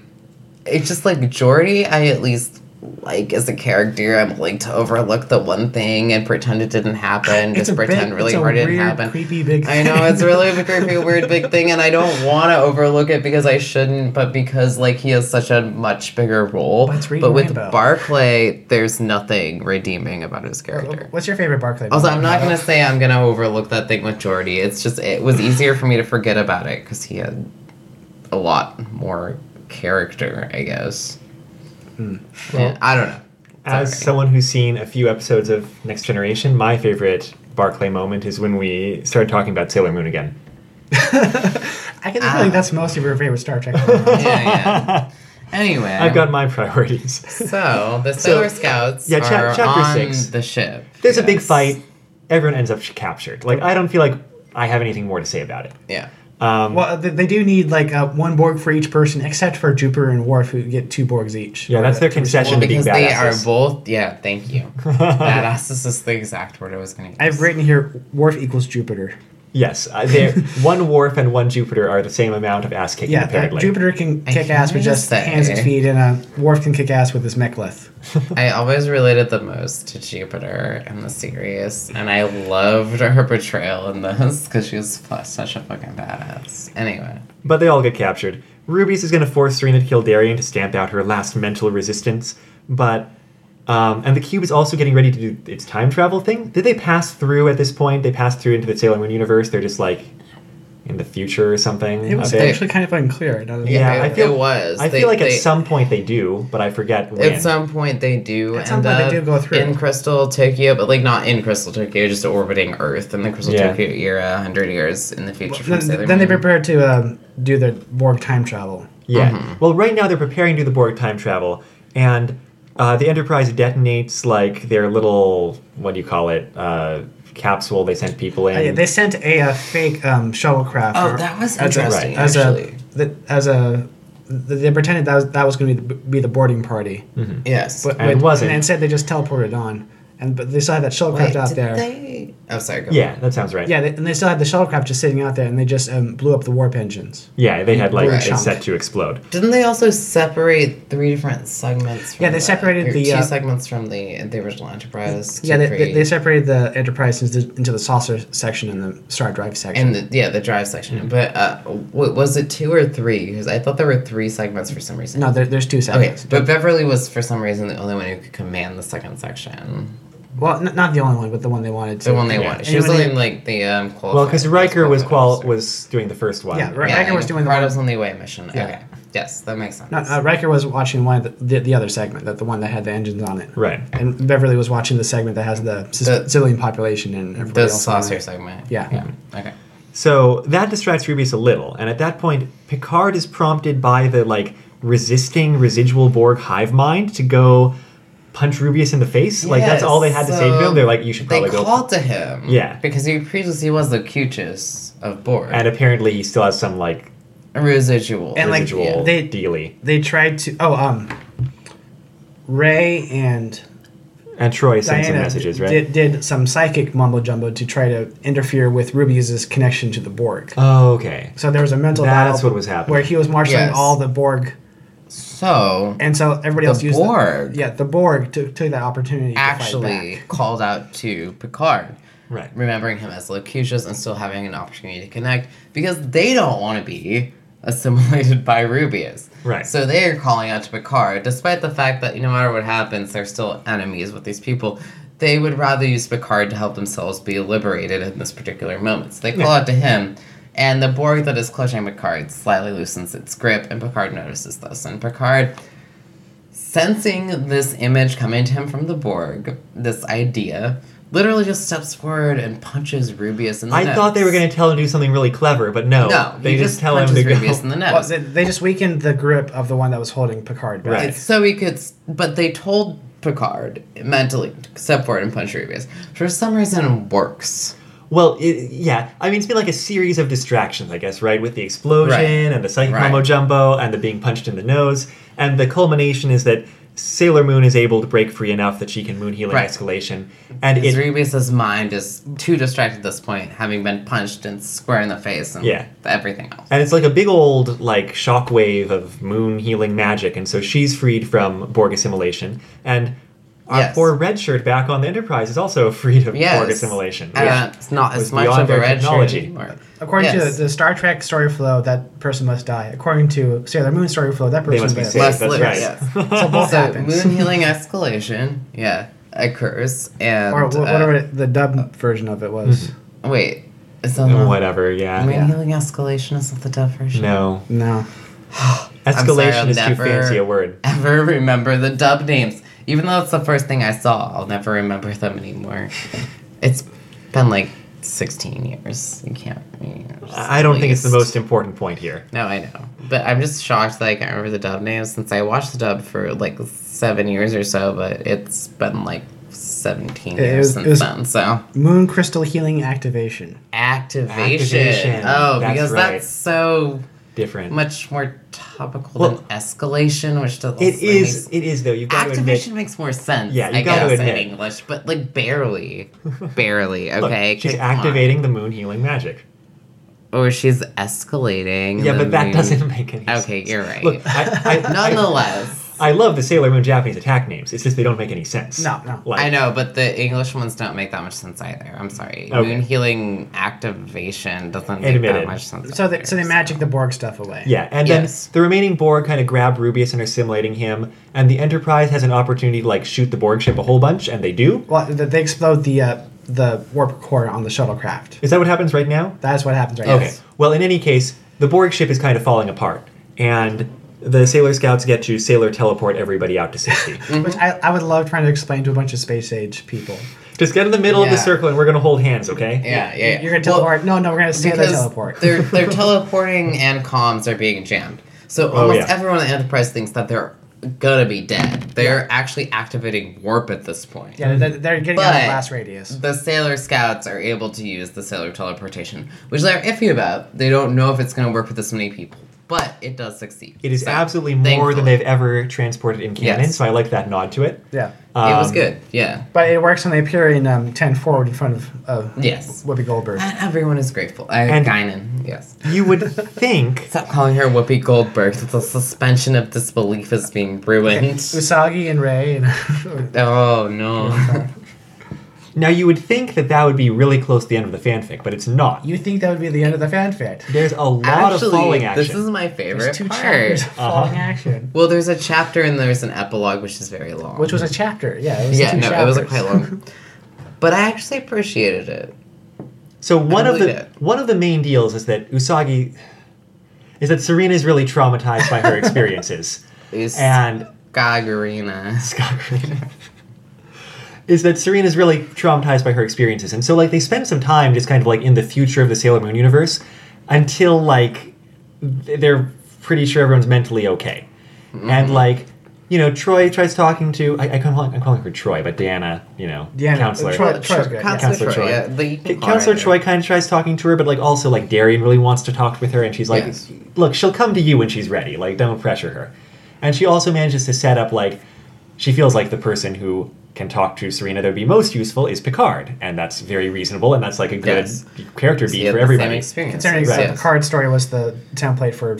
Speaker 2: it's just like Jordy, I at least like as a character. I'm willing to overlook the one thing and pretend it didn't happen.
Speaker 3: It's
Speaker 2: Just
Speaker 3: a big-
Speaker 2: pretend really
Speaker 3: it's a
Speaker 2: hard it
Speaker 3: weird,
Speaker 2: didn't happen.
Speaker 3: creepy big
Speaker 2: I know
Speaker 3: thing.
Speaker 2: it's really a creepy, weird, big thing, and I don't want to overlook it because I shouldn't, but because like he has such a much bigger role.
Speaker 3: But it's Reading
Speaker 2: with
Speaker 3: Rainbow.
Speaker 2: Barclay, there's nothing redeeming about his character.
Speaker 3: What's your favorite Barclay?
Speaker 1: Oh
Speaker 2: Also, I'm not gonna say I'm gonna overlook that thing with Jordy. It's just it was easier for me to forget about it because he had a lot more character, I guess.
Speaker 1: Hmm.
Speaker 2: Yeah, I don't know.
Speaker 1: As
Speaker 2: Sorry.
Speaker 1: someone who's seen a few episodes of Next Generation, my favorite Barclay moment is when we started talking about Sailor Moon again.
Speaker 3: I can feel
Speaker 2: Ah.
Speaker 3: like that's most of your favorite Star Trek.
Speaker 2: Yeah, yeah. Anyway,
Speaker 1: [laughs] I've got my priorities.
Speaker 2: [laughs] so
Speaker 1: [laughs]
Speaker 2: the Sailor Scouts
Speaker 1: yeah, chap-
Speaker 2: are
Speaker 1: chapter
Speaker 2: on
Speaker 1: six.
Speaker 2: the ship.
Speaker 1: There's a big
Speaker 2: yes.
Speaker 1: fight. Everyone ends up captured. Like I don't feel like I have anything more to say about it.
Speaker 2: Yeah.
Speaker 1: Um,
Speaker 3: Well, uh, they, they do need like uh, one Borg for each person, except for Jupiter and Worf, who get two Borgs each.
Speaker 1: yeah, that's their concession to being
Speaker 2: because they are
Speaker 1: badasses.
Speaker 2: both. Yeah,
Speaker 1: [laughs]
Speaker 2: thank you. badasses is the exact word I was going to use.
Speaker 3: I've written here Worf equals Jupiter.
Speaker 1: yes, uh, they're- one Worf and one Jupiter are the same amount of ass kicking.
Speaker 3: Yeah, that
Speaker 1: apparently.
Speaker 3: Jupiter can
Speaker 2: I
Speaker 3: kick ass with
Speaker 2: hear
Speaker 3: just
Speaker 2: say.
Speaker 3: hands and feet, and uh, Worf can kick ass with his mechlith.
Speaker 2: I always related the most to Jupiter in the series, and I loved her portrayal in this because she was fu- such a fucking badass. Anyway,
Speaker 1: But they all get captured. Rubius is going to force Serena to kill Darien to stamp out her last mental resistance. But, um, and the cube is also getting ready to do its time travel thing. Did they pass through at this point? They passed through into the Sailor Moon universe. They're just like in the future or something.
Speaker 3: It was
Speaker 1: a bit.
Speaker 3: actually kind of unclear. now that-
Speaker 1: Yeah,
Speaker 2: it,
Speaker 1: I feel-
Speaker 2: it was.
Speaker 1: I
Speaker 2: They-
Speaker 1: feel like
Speaker 2: they-
Speaker 1: at some point they do, but I forget when.
Speaker 2: At some point they do
Speaker 3: At some
Speaker 2: end
Speaker 3: point they
Speaker 2: up
Speaker 3: do go through.
Speaker 2: in Crystal Tokyo, but like not in Crystal Tokyo, just orbiting Earth in the Crystal
Speaker 1: Yeah.
Speaker 2: Tokyo era, hundred years in the future. from Sailor
Speaker 3: Then, then they
Speaker 2: Moon.
Speaker 3: prepare to um, do their Borg time travel.
Speaker 1: Yeah.
Speaker 2: mm-hmm.
Speaker 1: Well, right now they're preparing to do the Borg time travel, and uh, the Enterprise detonates like their little what do you call it uh, capsule they sent people in.
Speaker 3: Uh, yeah, they sent a, uh fake um, shuttlecraft.
Speaker 2: Oh,
Speaker 3: or-
Speaker 2: that was
Speaker 3: as a-
Speaker 2: interesting,
Speaker 3: As a,
Speaker 2: actually.
Speaker 3: the, as a th- they pretended that was, that was going to be the, be the boarding party.
Speaker 2: Yes.
Speaker 3: But,
Speaker 1: And it
Speaker 3: but-
Speaker 1: wasn't.
Speaker 3: And instead, they just teleported on, and but they still had that shuttlecraft
Speaker 2: Wait,
Speaker 3: out
Speaker 2: did
Speaker 3: there.
Speaker 2: They... Oh, sorry. Go
Speaker 1: yeah, that sounds right.
Speaker 3: Yeah, they, and they still had the shuttlecraft just sitting out there, and they just um, blew up the warp engines.
Speaker 1: Yeah, they had like
Speaker 2: Right.
Speaker 1: it's set to explode.
Speaker 2: Didn't they also separate three different segments? From
Speaker 3: Yeah, they separated
Speaker 2: or
Speaker 3: the,
Speaker 2: two
Speaker 3: uh,
Speaker 2: segments from the the original Enterprise. to
Speaker 3: yeah, they, they,
Speaker 2: create-
Speaker 3: they separated the Enterprise into, into the saucer section and the star drive section.
Speaker 2: and the, yeah, the drive section.
Speaker 1: Mm-hmm.
Speaker 2: But uh, w- was it two or three? Because I thought there were three segments for some reason.
Speaker 3: no, there, there's two
Speaker 2: Okay,
Speaker 3: segments.
Speaker 2: but Beverly was for some reason the only one who could command the second section.
Speaker 3: Well, n- not the only one, but the one they wanted to.
Speaker 2: The one they
Speaker 1: Yeah.
Speaker 2: wanted. She was
Speaker 3: Anyone
Speaker 2: only
Speaker 3: who-
Speaker 2: in like the um.
Speaker 1: Well, because Riker was qual
Speaker 2: qualified.
Speaker 1: was doing the first one.
Speaker 3: Yeah, Ri-
Speaker 2: Yeah,
Speaker 3: Riker was doing the
Speaker 2: Pride
Speaker 3: one-
Speaker 2: was on the away mission.
Speaker 3: Yeah.
Speaker 2: Okay. Yes, that makes sense.
Speaker 3: No, uh, Riker was watching one of the, the, the other segment, that the one that had the engines on it.
Speaker 1: Right.
Speaker 3: And Beverly was watching the segment that has the
Speaker 2: The-
Speaker 3: Sic- Sicilian population and everybody
Speaker 2: the
Speaker 3: else. on
Speaker 2: saucer
Speaker 3: it.
Speaker 2: segment.
Speaker 3: Yeah.
Speaker 2: Yeah. Okay.
Speaker 1: So that distracts Rubius a little, and at that point, Picard is prompted by the like resisting residual Borg hive mind to go punch Rubius in the face. Like that's
Speaker 2: Yes,
Speaker 1: all they had to say to
Speaker 2: so
Speaker 1: him. They're like, you should
Speaker 2: They
Speaker 1: probably go.
Speaker 2: called to him.
Speaker 1: Yeah.
Speaker 2: Because he previously was the cutest of board.
Speaker 1: and apparently, he still has some like
Speaker 2: residual.
Speaker 3: And, like,
Speaker 1: residual
Speaker 3: yeah, they-
Speaker 1: dealy.
Speaker 3: They tried to. Oh, um. Ray and
Speaker 1: And Troy sends some
Speaker 3: Diana
Speaker 1: messages, right?
Speaker 3: did, did some psychic mumbo jumbo to try to interfere with Rubius's connection to the Borg.
Speaker 1: oh, okay.
Speaker 3: So there was a mental
Speaker 1: That's
Speaker 3: battle
Speaker 1: what was happening.
Speaker 3: where he was marshaling
Speaker 2: Yes.
Speaker 3: all the Borg,
Speaker 2: so
Speaker 3: and so everybody
Speaker 2: The
Speaker 3: else used
Speaker 2: Borg?
Speaker 3: The, yeah, the Borg took took that opportunity. to fight
Speaker 2: actually
Speaker 3: back.
Speaker 2: called out to Picard,
Speaker 1: Right.
Speaker 2: remembering him as Locutus and still having an opportunity to connect because they don't want to be assimilated [laughs] by Rubius.
Speaker 1: Right.
Speaker 2: So they are calling out to Picard, despite the fact that no matter what happens, they're still enemies with these people. they would rather use Picard to help themselves be liberated in this particular moment. So they call out to him, and the Borg that is clutching Picard slightly loosens its grip, and Picard notices this. And Picard, sensing this image coming to him from the Borg, this idea, literally just steps forward and punches Rubius in the
Speaker 1: I
Speaker 2: nose.
Speaker 1: thought they were going to tell him to do something really clever, but no.
Speaker 2: No,
Speaker 1: they
Speaker 2: he
Speaker 1: just,
Speaker 2: just
Speaker 1: tell him to
Speaker 2: punches
Speaker 1: go.
Speaker 2: Rubius in the nose.
Speaker 3: Well, they, they just weakened the grip of the one that was holding Picard back.
Speaker 1: Right.
Speaker 2: It's so he could, s- but they told Picard mentally to step forward and punch Rubius. For some reason, it works.
Speaker 1: Well, it, yeah. I mean, it's been like a series of distractions, I guess, right? With the explosion
Speaker 2: Right.
Speaker 1: and the psychic
Speaker 2: Right.
Speaker 1: mumbo jumbo and the being punched in the nose. And the culmination is that Sailor Moon is able to break free enough that she can moon healing
Speaker 2: Right.
Speaker 1: escalation. And
Speaker 2: Because
Speaker 1: it,
Speaker 2: Rubius's mind is too distracted at this point, having been punched and square in the face and
Speaker 1: Yeah.
Speaker 2: everything else.
Speaker 1: and it's like a big old like shockwave of moon healing magic. And so she's freed from Borg assimilation. And our
Speaker 2: Yes.
Speaker 1: poor red shirt back on the Enterprise is also [laughs] freed of
Speaker 2: Yes.
Speaker 1: Borg assimilation.
Speaker 2: Uh,
Speaker 1: which
Speaker 2: It's not
Speaker 1: was
Speaker 2: as much
Speaker 1: beyond
Speaker 2: of a
Speaker 1: their
Speaker 2: red
Speaker 1: technology.
Speaker 2: shirt anymore.
Speaker 3: According
Speaker 2: Yes.
Speaker 3: to the Star Trek story flow, that person must die. According to Sailor Moon story flow, that
Speaker 1: they must
Speaker 3: person
Speaker 1: be
Speaker 3: lives.
Speaker 1: saved.
Speaker 2: Must
Speaker 1: That's
Speaker 2: live,
Speaker 1: right. [laughs]
Speaker 3: So both
Speaker 2: so
Speaker 3: happens.
Speaker 2: moon healing escalation, yeah, occurs and
Speaker 3: Or wh-
Speaker 2: uh,
Speaker 3: whatever it- the dub version of it was.
Speaker 1: Mm-hmm.
Speaker 2: Wait, is that not-
Speaker 1: Whatever, yeah.
Speaker 2: Moon
Speaker 3: Yeah.
Speaker 2: healing escalation isn't the deaf version.
Speaker 1: No.
Speaker 3: No.
Speaker 1: Escalation
Speaker 2: I'll
Speaker 1: is too
Speaker 2: never-
Speaker 1: fancy a word.
Speaker 2: [laughs] ever remember the dub names. Even though it's the first thing I saw, I'll never remember them anymore. It's been like 16 years. You can't. you know, just
Speaker 1: I don't
Speaker 2: at
Speaker 1: think it's the
Speaker 2: least.
Speaker 1: most important point here.
Speaker 2: No, I know. But I'm just shocked that I can't remember the dub names since I watched the dub for like seven years or so, but it's been like 17
Speaker 3: It
Speaker 2: years
Speaker 3: was-
Speaker 2: since
Speaker 3: it was-
Speaker 2: then, so.
Speaker 3: Moon crystal healing activation.
Speaker 2: Activation.
Speaker 1: Activation,
Speaker 2: Oh,
Speaker 1: that's
Speaker 2: because
Speaker 1: right.
Speaker 2: that's so
Speaker 1: Different.
Speaker 2: much more topical
Speaker 1: Well,
Speaker 2: than escalation, which doesn't
Speaker 1: it
Speaker 2: really
Speaker 1: is. It is though. You've got to admit.
Speaker 2: Activation makes more sense.
Speaker 1: Yeah, you
Speaker 2: I
Speaker 1: gotta
Speaker 2: guess,
Speaker 1: admit.
Speaker 2: in English, but like
Speaker 1: [laughs]
Speaker 2: barely, barely.
Speaker 1: Look,
Speaker 2: Okay,
Speaker 1: she's
Speaker 2: come on.
Speaker 1: activating the moon healing magic.
Speaker 2: or she's escalating.
Speaker 1: Yeah,
Speaker 2: the
Speaker 1: but that
Speaker 2: moon.
Speaker 1: doesn't make any sense.
Speaker 2: Okay, you're right.
Speaker 1: Look,
Speaker 2: [laughs]
Speaker 1: I, I,
Speaker 2: Nonetheless,
Speaker 1: I, I love the Sailor Moon Japanese attack names. It's just they don't make any sense.
Speaker 3: No, no.
Speaker 1: Like,
Speaker 2: I know, but the English ones don't make that much sense either. I'm sorry.
Speaker 1: Okay.
Speaker 2: Moon healing activation doesn't make
Speaker 1: Admitted.
Speaker 2: that much sense.
Speaker 3: So
Speaker 2: either,
Speaker 3: they, so they magic the Borg stuff away.
Speaker 1: Yeah, and then
Speaker 2: Yes.
Speaker 1: the remaining Borg kind of grab Rubius and are assimilating him, and the Enterprise has an opportunity to like shoot the Borg ship a whole bunch, and they do.
Speaker 3: Well, th- they explode the uh, the warp core on the shuttlecraft.
Speaker 1: Is that what happens right now?
Speaker 3: That's what happens right now.
Speaker 1: Okay. Well, in any case, the Borg ship is kind of falling apart, and the Sailor Scouts get to Sailor teleport everybody out to
Speaker 2: [laughs]
Speaker 1: safety.
Speaker 2: Mm-hmm.
Speaker 3: Which I, I would love trying to explain to a bunch of space age people.
Speaker 1: Just get in the middle of the
Speaker 2: Yeah.
Speaker 1: circle, and we're gonna hold hands, okay?
Speaker 2: Yeah, yeah. yeah.
Speaker 3: You're gonna
Speaker 2: Well,
Speaker 3: teleport. no, no, we're gonna stay there
Speaker 2: because
Speaker 3: teleport.
Speaker 2: they're
Speaker 3: [laughs]
Speaker 2: they're teleporting and comms are being jammed. So
Speaker 1: Oh,
Speaker 2: almost
Speaker 1: yeah.
Speaker 2: everyone in the Enterprise thinks that they're gonna be dead. They're actually activating warp at this point.
Speaker 3: Yeah, they're, they're getting out of
Speaker 2: But-
Speaker 3: blast radius.
Speaker 2: The Sailor Scouts are able to use the Sailor teleportation, which they're iffy about. They don't know if it's gonna work with this many people, but it does succeed.
Speaker 1: It is
Speaker 2: So,
Speaker 1: absolutely more than
Speaker 2: thankfully.
Speaker 1: they've ever transported in canon,
Speaker 2: Yes.
Speaker 1: so I like that nod to it.
Speaker 3: Yeah.
Speaker 2: it was
Speaker 1: Um,
Speaker 2: good. [laughs] Yeah.
Speaker 3: Uh, But it works when they appear in um, 10 forward in front of uh,
Speaker 2: Yes.
Speaker 3: Whoopi Goldberg.
Speaker 2: And everyone is grateful. I,
Speaker 1: And-
Speaker 2: Guinan, yes.
Speaker 1: You would think
Speaker 2: Stop calling her Whoopi Goldberg. The suspension of disbelief is being ruined.
Speaker 3: Usagi and Ray and [laughs]
Speaker 2: Oh no.
Speaker 1: now you would think that that would be really close to the end of the fanfic, but it's not.
Speaker 3: you think that would be the end of the fanfic.
Speaker 1: There's a lot
Speaker 2: Actually,
Speaker 1: of falling
Speaker 2: this
Speaker 1: action.
Speaker 2: is my favorite
Speaker 3: There's two
Speaker 2: part.
Speaker 3: chapters of
Speaker 1: Uh-huh.
Speaker 3: falling action.
Speaker 2: Well, there's a chapter and there's an epilogue, which is very long.
Speaker 3: Which was a chapter, yeah. It was
Speaker 2: yeah,
Speaker 3: two
Speaker 2: no,
Speaker 3: chapters.
Speaker 2: it was quite long. but I actually appreciated it.
Speaker 1: so one of
Speaker 2: believe
Speaker 1: the
Speaker 2: it.
Speaker 1: one of the main deals is that Usagi is that Serena is really traumatized by
Speaker 2: [laughs]
Speaker 1: her experiences,
Speaker 2: It's
Speaker 1: and
Speaker 2: Gagarina.
Speaker 1: Scott Green. is that Serena's really traumatized by her experiences. And so like they spend some time just kind of like in the future of the Sailor Moon universe until like th- they're pretty sure everyone's mentally okay.
Speaker 3: Mm-hmm.
Speaker 1: And like, you know, Troy tries talking to I, I am calling, I'm calling her Troy, but Diana, you know,
Speaker 3: Deanna-
Speaker 1: counselor.
Speaker 3: Troy, Troy's great. yeah.
Speaker 2: Counselor
Speaker 1: Counselor
Speaker 2: Troy.
Speaker 1: Troy.
Speaker 2: Yeah, but you can call her
Speaker 1: Counselor
Speaker 2: that.
Speaker 1: Troy kind of tries talking to her, but like also like Darian really wants to talk with her, and she's like,
Speaker 2: Yes.
Speaker 1: "Look, she'll come to you when she's ready. Like, don't pressure her." And she also manages to set up like she feels like the person who can talk to Serena that would be most useful is Picard, and that's very reasonable, and that's like a good
Speaker 2: Yes.
Speaker 1: character
Speaker 2: So
Speaker 1: beat
Speaker 2: you have
Speaker 1: for
Speaker 2: the Same
Speaker 1: everybody.
Speaker 2: experience.
Speaker 3: Considering
Speaker 1: Right.
Speaker 3: the card story was the template for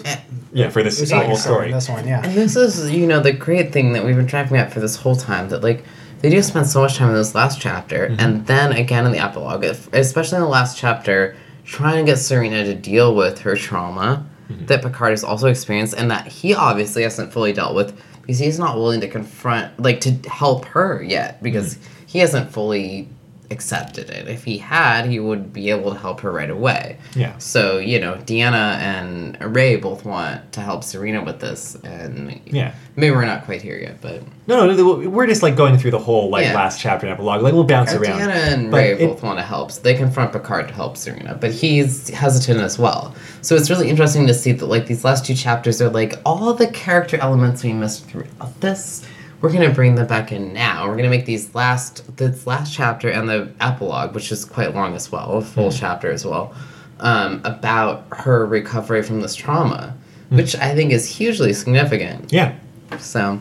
Speaker 1: Yeah, for this whole
Speaker 3: Usagi story.
Speaker 1: story.
Speaker 3: This one, yeah.
Speaker 2: And this is, you know, the great thing that we've been driving at for this whole time that, like, they do spend so much time in this last chapter, and then again in the epilogue, if- especially in the last chapter, trying to get Serena to deal with her trauma that Picard has also experienced and that he obviously hasn't fully dealt with because he's not willing to confront, like, to help her yet because he hasn't fully accepted it. If he had, he would be able to help her right away.
Speaker 1: Yeah.
Speaker 2: So, you know, Deanna and Ray both want to help Serena with this, and
Speaker 1: Yeah.
Speaker 2: maybe we're not quite here yet, but
Speaker 1: No, no, no, we're just like going through the whole like
Speaker 2: Yeah.
Speaker 1: last chapter and epilogue. Like we'll bounce around.
Speaker 2: Deanna and
Speaker 1: But
Speaker 2: Ray
Speaker 1: it-
Speaker 2: both want to help. So they confront Picard to help Serena, but he's hesitant as well. So it's really interesting to see that like these last two chapters are like all the character elements we missed throughout this. We're gonna bring them back in now. We're gonna make these last this last chapter and the epilogue, which is quite long as well, a
Speaker 1: Hmm.
Speaker 2: full chapter as well, um, about her recovery from this trauma, which I think is hugely significant.
Speaker 1: Hmm. Yeah.
Speaker 2: So,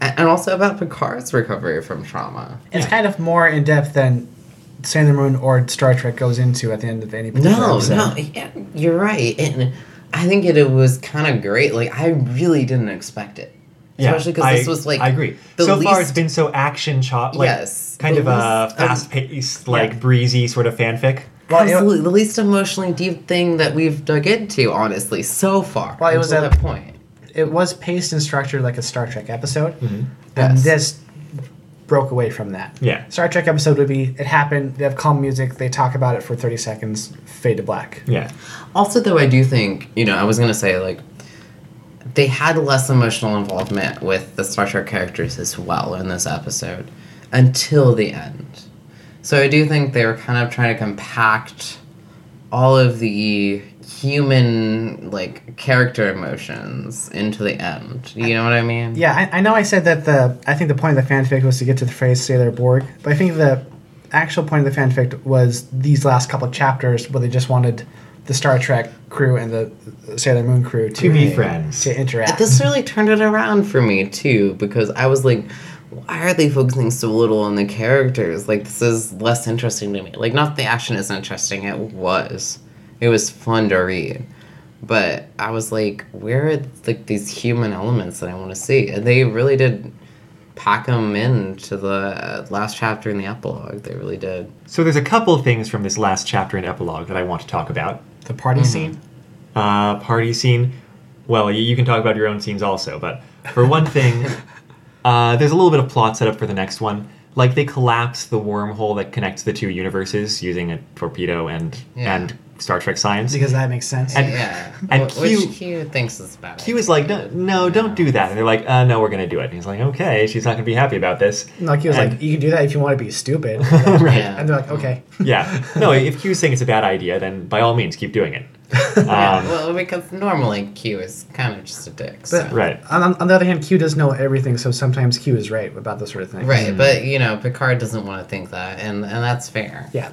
Speaker 2: a- and also about Picard's recovery from trauma.
Speaker 3: It's kind of more in depth than Sailor Moon or Star Trek goes into at the end of any particular
Speaker 2: No,
Speaker 3: episode.
Speaker 2: no, yeah, you're right. And I think it, it was kind of great. Like I really didn't expect it,
Speaker 1: Yeah,
Speaker 2: especially because
Speaker 1: I-
Speaker 2: this was like
Speaker 1: I agree.
Speaker 2: the
Speaker 1: so far,
Speaker 2: least-
Speaker 1: it's been so action chop, like
Speaker 2: Yes,
Speaker 1: kind
Speaker 2: the
Speaker 1: of a
Speaker 2: least- um,
Speaker 1: fast-paced, like breezy sort of fanfic.
Speaker 3: Well, it,
Speaker 2: absolutely the least emotionally deep thing that we've dug into, honestly, so far.
Speaker 3: Well, it was
Speaker 2: until
Speaker 3: a-
Speaker 2: that point.
Speaker 3: it was paced and structured like a Star Trek episode, and
Speaker 2: Yes.
Speaker 3: this broke away from that.
Speaker 1: Mm-hmm. Yeah.
Speaker 3: Star Trek episode would be it happened. They have calm music. They talk about it for thirty seconds. Fade to black.
Speaker 1: Yeah,
Speaker 2: Also, though, I do think you know I was gonna say like they had less emotional involvement with the Star Trek characters as well in this episode until the end. So I do think they were kind of trying to compact all of the human like character emotions into the end. You know what I mean?
Speaker 3: Yeah, I, I know. I said that the I think the point of the fanfic was to get to the phrase Sailor Borg, but I think the actual point of the fanfic was these last couple of chapters where they just wanted the Star Trek crew and the Sailor Moon crew to,
Speaker 1: To be friends.
Speaker 3: to interact.
Speaker 2: This really turned it around for me too because I was like, why are they focusing so little on the characters? Like this is less interesting to me. Like not the action is interesting, it was. It was fun to read. But I was like, where are like these human elements that I want to see? And they really did pack them into the last chapter in the epilogue. They really did.
Speaker 1: So there's a couple things from this last chapter and epilogue that I want to talk about.
Speaker 3: the party
Speaker 1: Mm-hmm.
Speaker 3: scene.
Speaker 1: Uh, party scene. Well, you, you can talk about your own scenes also, but for one
Speaker 2: [laughs]
Speaker 1: thing, uh, there's a little bit of plot set up for the next one. Like they collapse the wormhole that connects the two universes using a torpedo and
Speaker 2: Yeah.
Speaker 1: and Star Trek science.
Speaker 3: Because that makes sense.
Speaker 1: And-
Speaker 2: yeah.
Speaker 1: and
Speaker 2: Wh- which
Speaker 1: Q-
Speaker 2: Q thinks is bad.
Speaker 1: He was like, no, no, don't do that. And they're like, uh, no, we're going to do it. And he's like, okay, she's not going to be happy about this.
Speaker 3: like he was
Speaker 1: and-
Speaker 3: like, you can do that if you want to be stupid.
Speaker 1: [laughs]
Speaker 3: [laughs]
Speaker 1: right.
Speaker 2: Yeah.
Speaker 3: and they're like, okay.
Speaker 1: Yeah. No, if Q's saying it's a bad idea, then by all means, keep doing it. Um,
Speaker 2: [laughs] yeah, well, because normally Q is kind of just a dick. so.
Speaker 1: Right.
Speaker 3: On, on- on the other hand, Q does know everything, so sometimes Q is right about those sort of things.
Speaker 1: Mm-hmm.
Speaker 2: Right, but you know, Picard doesn't want to think that, and and that's fair.
Speaker 3: Yeah.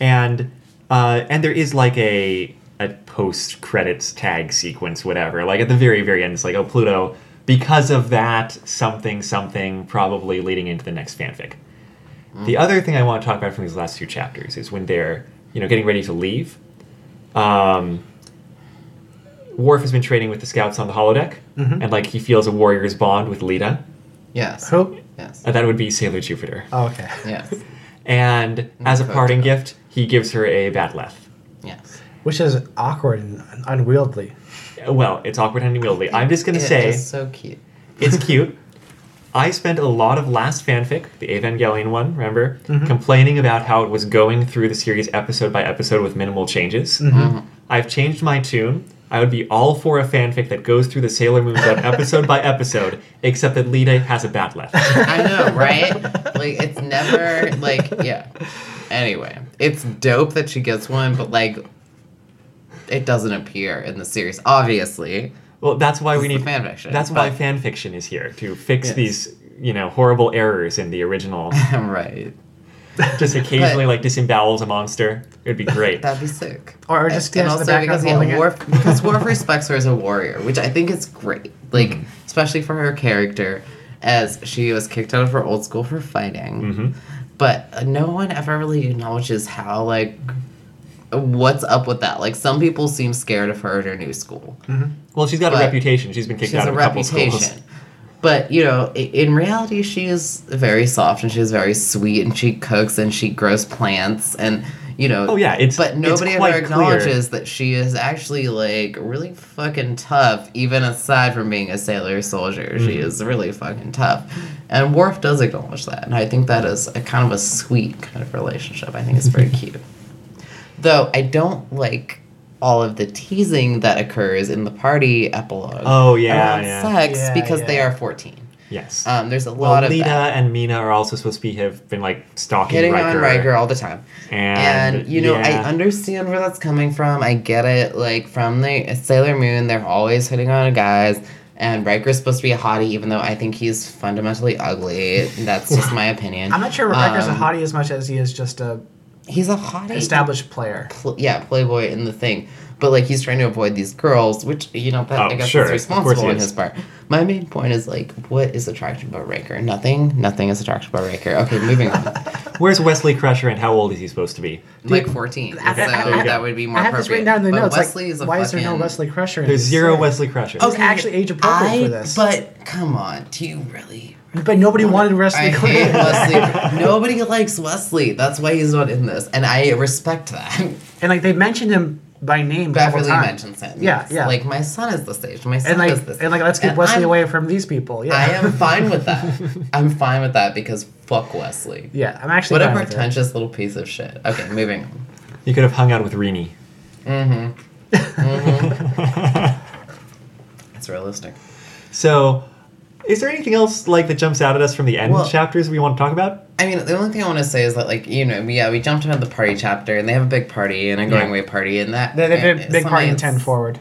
Speaker 1: And uh, and there is like a a post credits tag sequence, whatever. Like at the very very end, it's like, oh, Pluto, because of that, something something, probably leading into the next fanfic. The other thing I want to talk about from these last two chapters is when they're you know getting ready to leave. Um, Worf has been training with the scouts on the holodeck, and like he feels a warrior's bond with Lita.
Speaker 2: Yes.
Speaker 3: Who?
Speaker 2: Yes.
Speaker 1: Uh, that would be Sailor Jupiter.
Speaker 3: Oh, okay.
Speaker 2: Yes.
Speaker 1: And as a
Speaker 2: Koto.
Speaker 1: parting gift, he gives her a batleth. [laughs]
Speaker 2: Yes.
Speaker 3: Which is awkward and unwieldy.
Speaker 1: Well, it's awkward and unwieldy. I'm just gonna say
Speaker 2: It's so cute.
Speaker 1: [laughs] it's cute. I spent a lot of last fanfic, the Evangelion one, remember, complaining about how it was going through the series episode by episode with minimal changes.
Speaker 2: Mm-hmm.
Speaker 1: I've changed my tune. I would be all for a fanfic that goes through the Sailor Moon dub episode by episode, [laughs] except that Lita has a bat left.
Speaker 2: I know, right? like it's never like
Speaker 1: [laughs]
Speaker 2: yeah. Anyway, it's dope that she gets one, but like, it doesn't appear in the series. Obviously, [laughs]
Speaker 1: Well, that's why we
Speaker 2: It's
Speaker 1: need
Speaker 2: the fan fiction,
Speaker 1: That's why
Speaker 2: but-
Speaker 1: fan fiction is here to fix these, you know, horrible errors in the original.
Speaker 2: right?
Speaker 1: Just occasionally, like disembowels a monster. It would be great.
Speaker 2: That'd be sick.
Speaker 3: Or, or just
Speaker 2: and
Speaker 3: yes,
Speaker 2: also
Speaker 3: the background
Speaker 2: because
Speaker 3: holding
Speaker 2: yeah,
Speaker 3: it.
Speaker 2: Worf [laughs] because Worf respects her as a warrior, which I think is great. Like
Speaker 1: Mm-hmm.
Speaker 2: especially for her character, as she was kicked out of her old school for fighting.
Speaker 1: Mm-hmm.
Speaker 2: But uh, no one ever really acknowledges how like what's up with that. Like some people seem scared of her in her new school.
Speaker 1: Well, she's got a
Speaker 2: But
Speaker 1: reputation. She's been kicked
Speaker 2: She has
Speaker 1: out
Speaker 2: a
Speaker 1: of a, couple schools.
Speaker 2: reputation. But you know, i- in reality, she is very soft and she's very sweet and she cooks and she grows plants and you know.
Speaker 1: [laughs] Oh, yeah, it's-
Speaker 2: but
Speaker 1: it's
Speaker 2: nobody
Speaker 1: quite
Speaker 2: ever
Speaker 1: clear.
Speaker 2: acknowledges that she is actually like really fucking tough. Even aside from being a sailor soldier, she
Speaker 1: Mm-hmm.
Speaker 2: is really fucking tough. And Worf does acknowledge that, and I think that is a kind of a sweet kind of relationship. I think
Speaker 1: [laughs]
Speaker 2: it's very cute. Though I don't like all of the teasing that occurs in the party epilogue.
Speaker 1: Oh, yeah,
Speaker 2: around
Speaker 1: yeah.
Speaker 2: sex
Speaker 3: Yeah,
Speaker 2: because they
Speaker 3: yeah.
Speaker 2: are fourteen.
Speaker 1: Yes.
Speaker 2: Um, there's a
Speaker 1: well,
Speaker 2: lot of
Speaker 1: Lena
Speaker 2: that.
Speaker 1: and Mina are also supposed to be have been like stalking
Speaker 2: hitting
Speaker 1: Riker.
Speaker 2: on Riker all the time.
Speaker 1: And,
Speaker 2: And, you know,
Speaker 1: yeah.
Speaker 2: I understand where that's coming from. I get it. Like from the Sailor Moon, they're always hitting on guys. And Riker's supposed to be a hottie, even though I think he's fundamentally ugly. That's just my opinion.
Speaker 3: I'm not sure Riker's
Speaker 2: Um,
Speaker 3: a hottie as much as he is just a
Speaker 2: He's a hottie.
Speaker 3: established player.
Speaker 2: pl- yeah, Playboy in the thing. But like he's trying to avoid these girls, which you know that
Speaker 1: Oh,
Speaker 2: I guess
Speaker 1: sure, of
Speaker 2: is
Speaker 1: course
Speaker 2: responsible
Speaker 1: he
Speaker 2: on
Speaker 1: is.
Speaker 2: his part. My main point is like, what is attractive about Riker? Nothing. Nothing is attractive about Riker. Okay, moving on.
Speaker 1: Where's Wesley Crusher and how old is he supposed to be?
Speaker 2: like 14. So
Speaker 3: There
Speaker 1: you go.
Speaker 2: that would be more
Speaker 3: I have this
Speaker 2: appropriate.
Speaker 3: written down in the
Speaker 2: But
Speaker 3: notes.
Speaker 2: Wesley
Speaker 3: like,
Speaker 2: is a
Speaker 3: why is there no
Speaker 2: fucking-
Speaker 3: Wesley Crusher? In
Speaker 1: There's
Speaker 3: this
Speaker 1: zero
Speaker 3: series?
Speaker 1: Wesley Crusher.
Speaker 3: He's actually age appropriate for this.
Speaker 2: But come on, do you really?
Speaker 3: But nobody wanted
Speaker 2: I
Speaker 3: Wesley Crusher.
Speaker 2: hate
Speaker 3: [laughs]
Speaker 2: Wesley. Nobody likes Wesley. That's why he's not in this, and I respect that. [laughs]
Speaker 3: and like they mentioned him by name.
Speaker 2: Beverly
Speaker 3: Beverly
Speaker 2: mentions him.
Speaker 3: Yeah,
Speaker 2: yes.
Speaker 3: yeah.
Speaker 2: Like my son is this age. My son
Speaker 3: And like,
Speaker 2: is this.
Speaker 3: and like, let's get
Speaker 2: And
Speaker 3: Wesley
Speaker 2: I'm-
Speaker 3: away from these people. Yeah,
Speaker 2: I am fine with that. I'm fine with that because fuck Wesley.
Speaker 3: [laughs] yeah, I'm actually.
Speaker 2: What a
Speaker 3: fine with it.
Speaker 2: pretentious little piece of shit. Okay, moving on.
Speaker 1: You could have hung out with Rini.
Speaker 2: Mm-hmm.
Speaker 1: [laughs]
Speaker 2: That's realistic.
Speaker 1: So, is there anything else like that jumps out at us from the end
Speaker 2: Well-
Speaker 1: chapters we want to talk about?
Speaker 2: I mean, the only thing I want to say is that, like, you know, we- yeah, we jumped into the party chapter, and they have a big party and a going
Speaker 1: Yeah.
Speaker 2: away party, and that
Speaker 3: They, they
Speaker 2: and
Speaker 3: did big
Speaker 2: something
Speaker 3: part in
Speaker 2: that's-
Speaker 3: ten forward.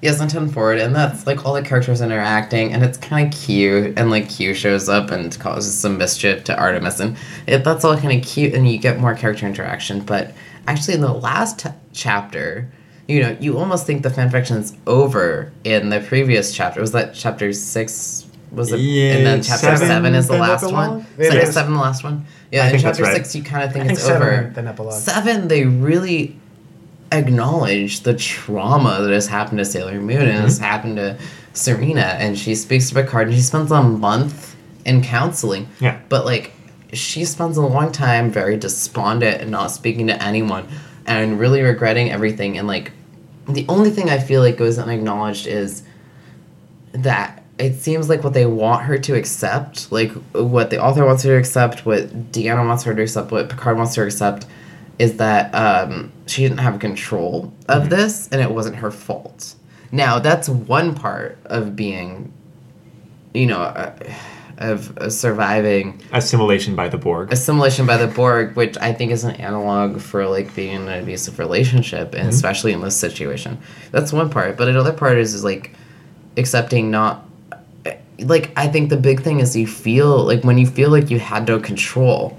Speaker 2: Yes, on ten forward, and that's like all the characters interacting, and it's kind of cute, and like Q shows up and causes some mischief to Artemis, and it, that's all kind of cute, and you get more character interaction. But actually, in the last t- chapter, you know, you almost think the fanfiction's over. In the previous chapter, was that chapter six? Was it? and then
Speaker 1: Yeah,
Speaker 2: chapter
Speaker 1: seven,
Speaker 2: seven, is the
Speaker 1: then
Speaker 2: last
Speaker 1: epilogue?
Speaker 2: one.
Speaker 3: Yeah,
Speaker 2: Is
Speaker 3: there's-
Speaker 2: seven the last one? Yeah,
Speaker 1: I
Speaker 2: in
Speaker 1: think that's
Speaker 2: chapter
Speaker 1: right.
Speaker 2: six, you kind of think
Speaker 3: I think
Speaker 2: it's
Speaker 3: seven,
Speaker 2: over.
Speaker 3: then epilogue.
Speaker 2: Seven, they really acknowledge the trauma that has happened to Sailor Moon and has happened to Serena. And she speaks to Picard and she spends a month in counseling.
Speaker 1: Yeah.
Speaker 2: But like, she spends a long time very despondent and not speaking to anyone and really regretting everything. And like, the only thing I feel like goes unacknowledged is that it seems like what they want her to accept, like what the author wants her to accept, what Deanna wants her to accept, what Picard wants her to accept, is that um, she didn't have control of this and it wasn't her fault. Now, that's one part of being, you know, uh, of uh, surviving
Speaker 1: Assimilation by the Borg.
Speaker 2: assimilation by the Borg, which I think is an analog for like being in an abusive relationship, and especially in this situation. That's one part, but another part is, is like accepting not like I think the big thing is you feel like when you feel like you had no control,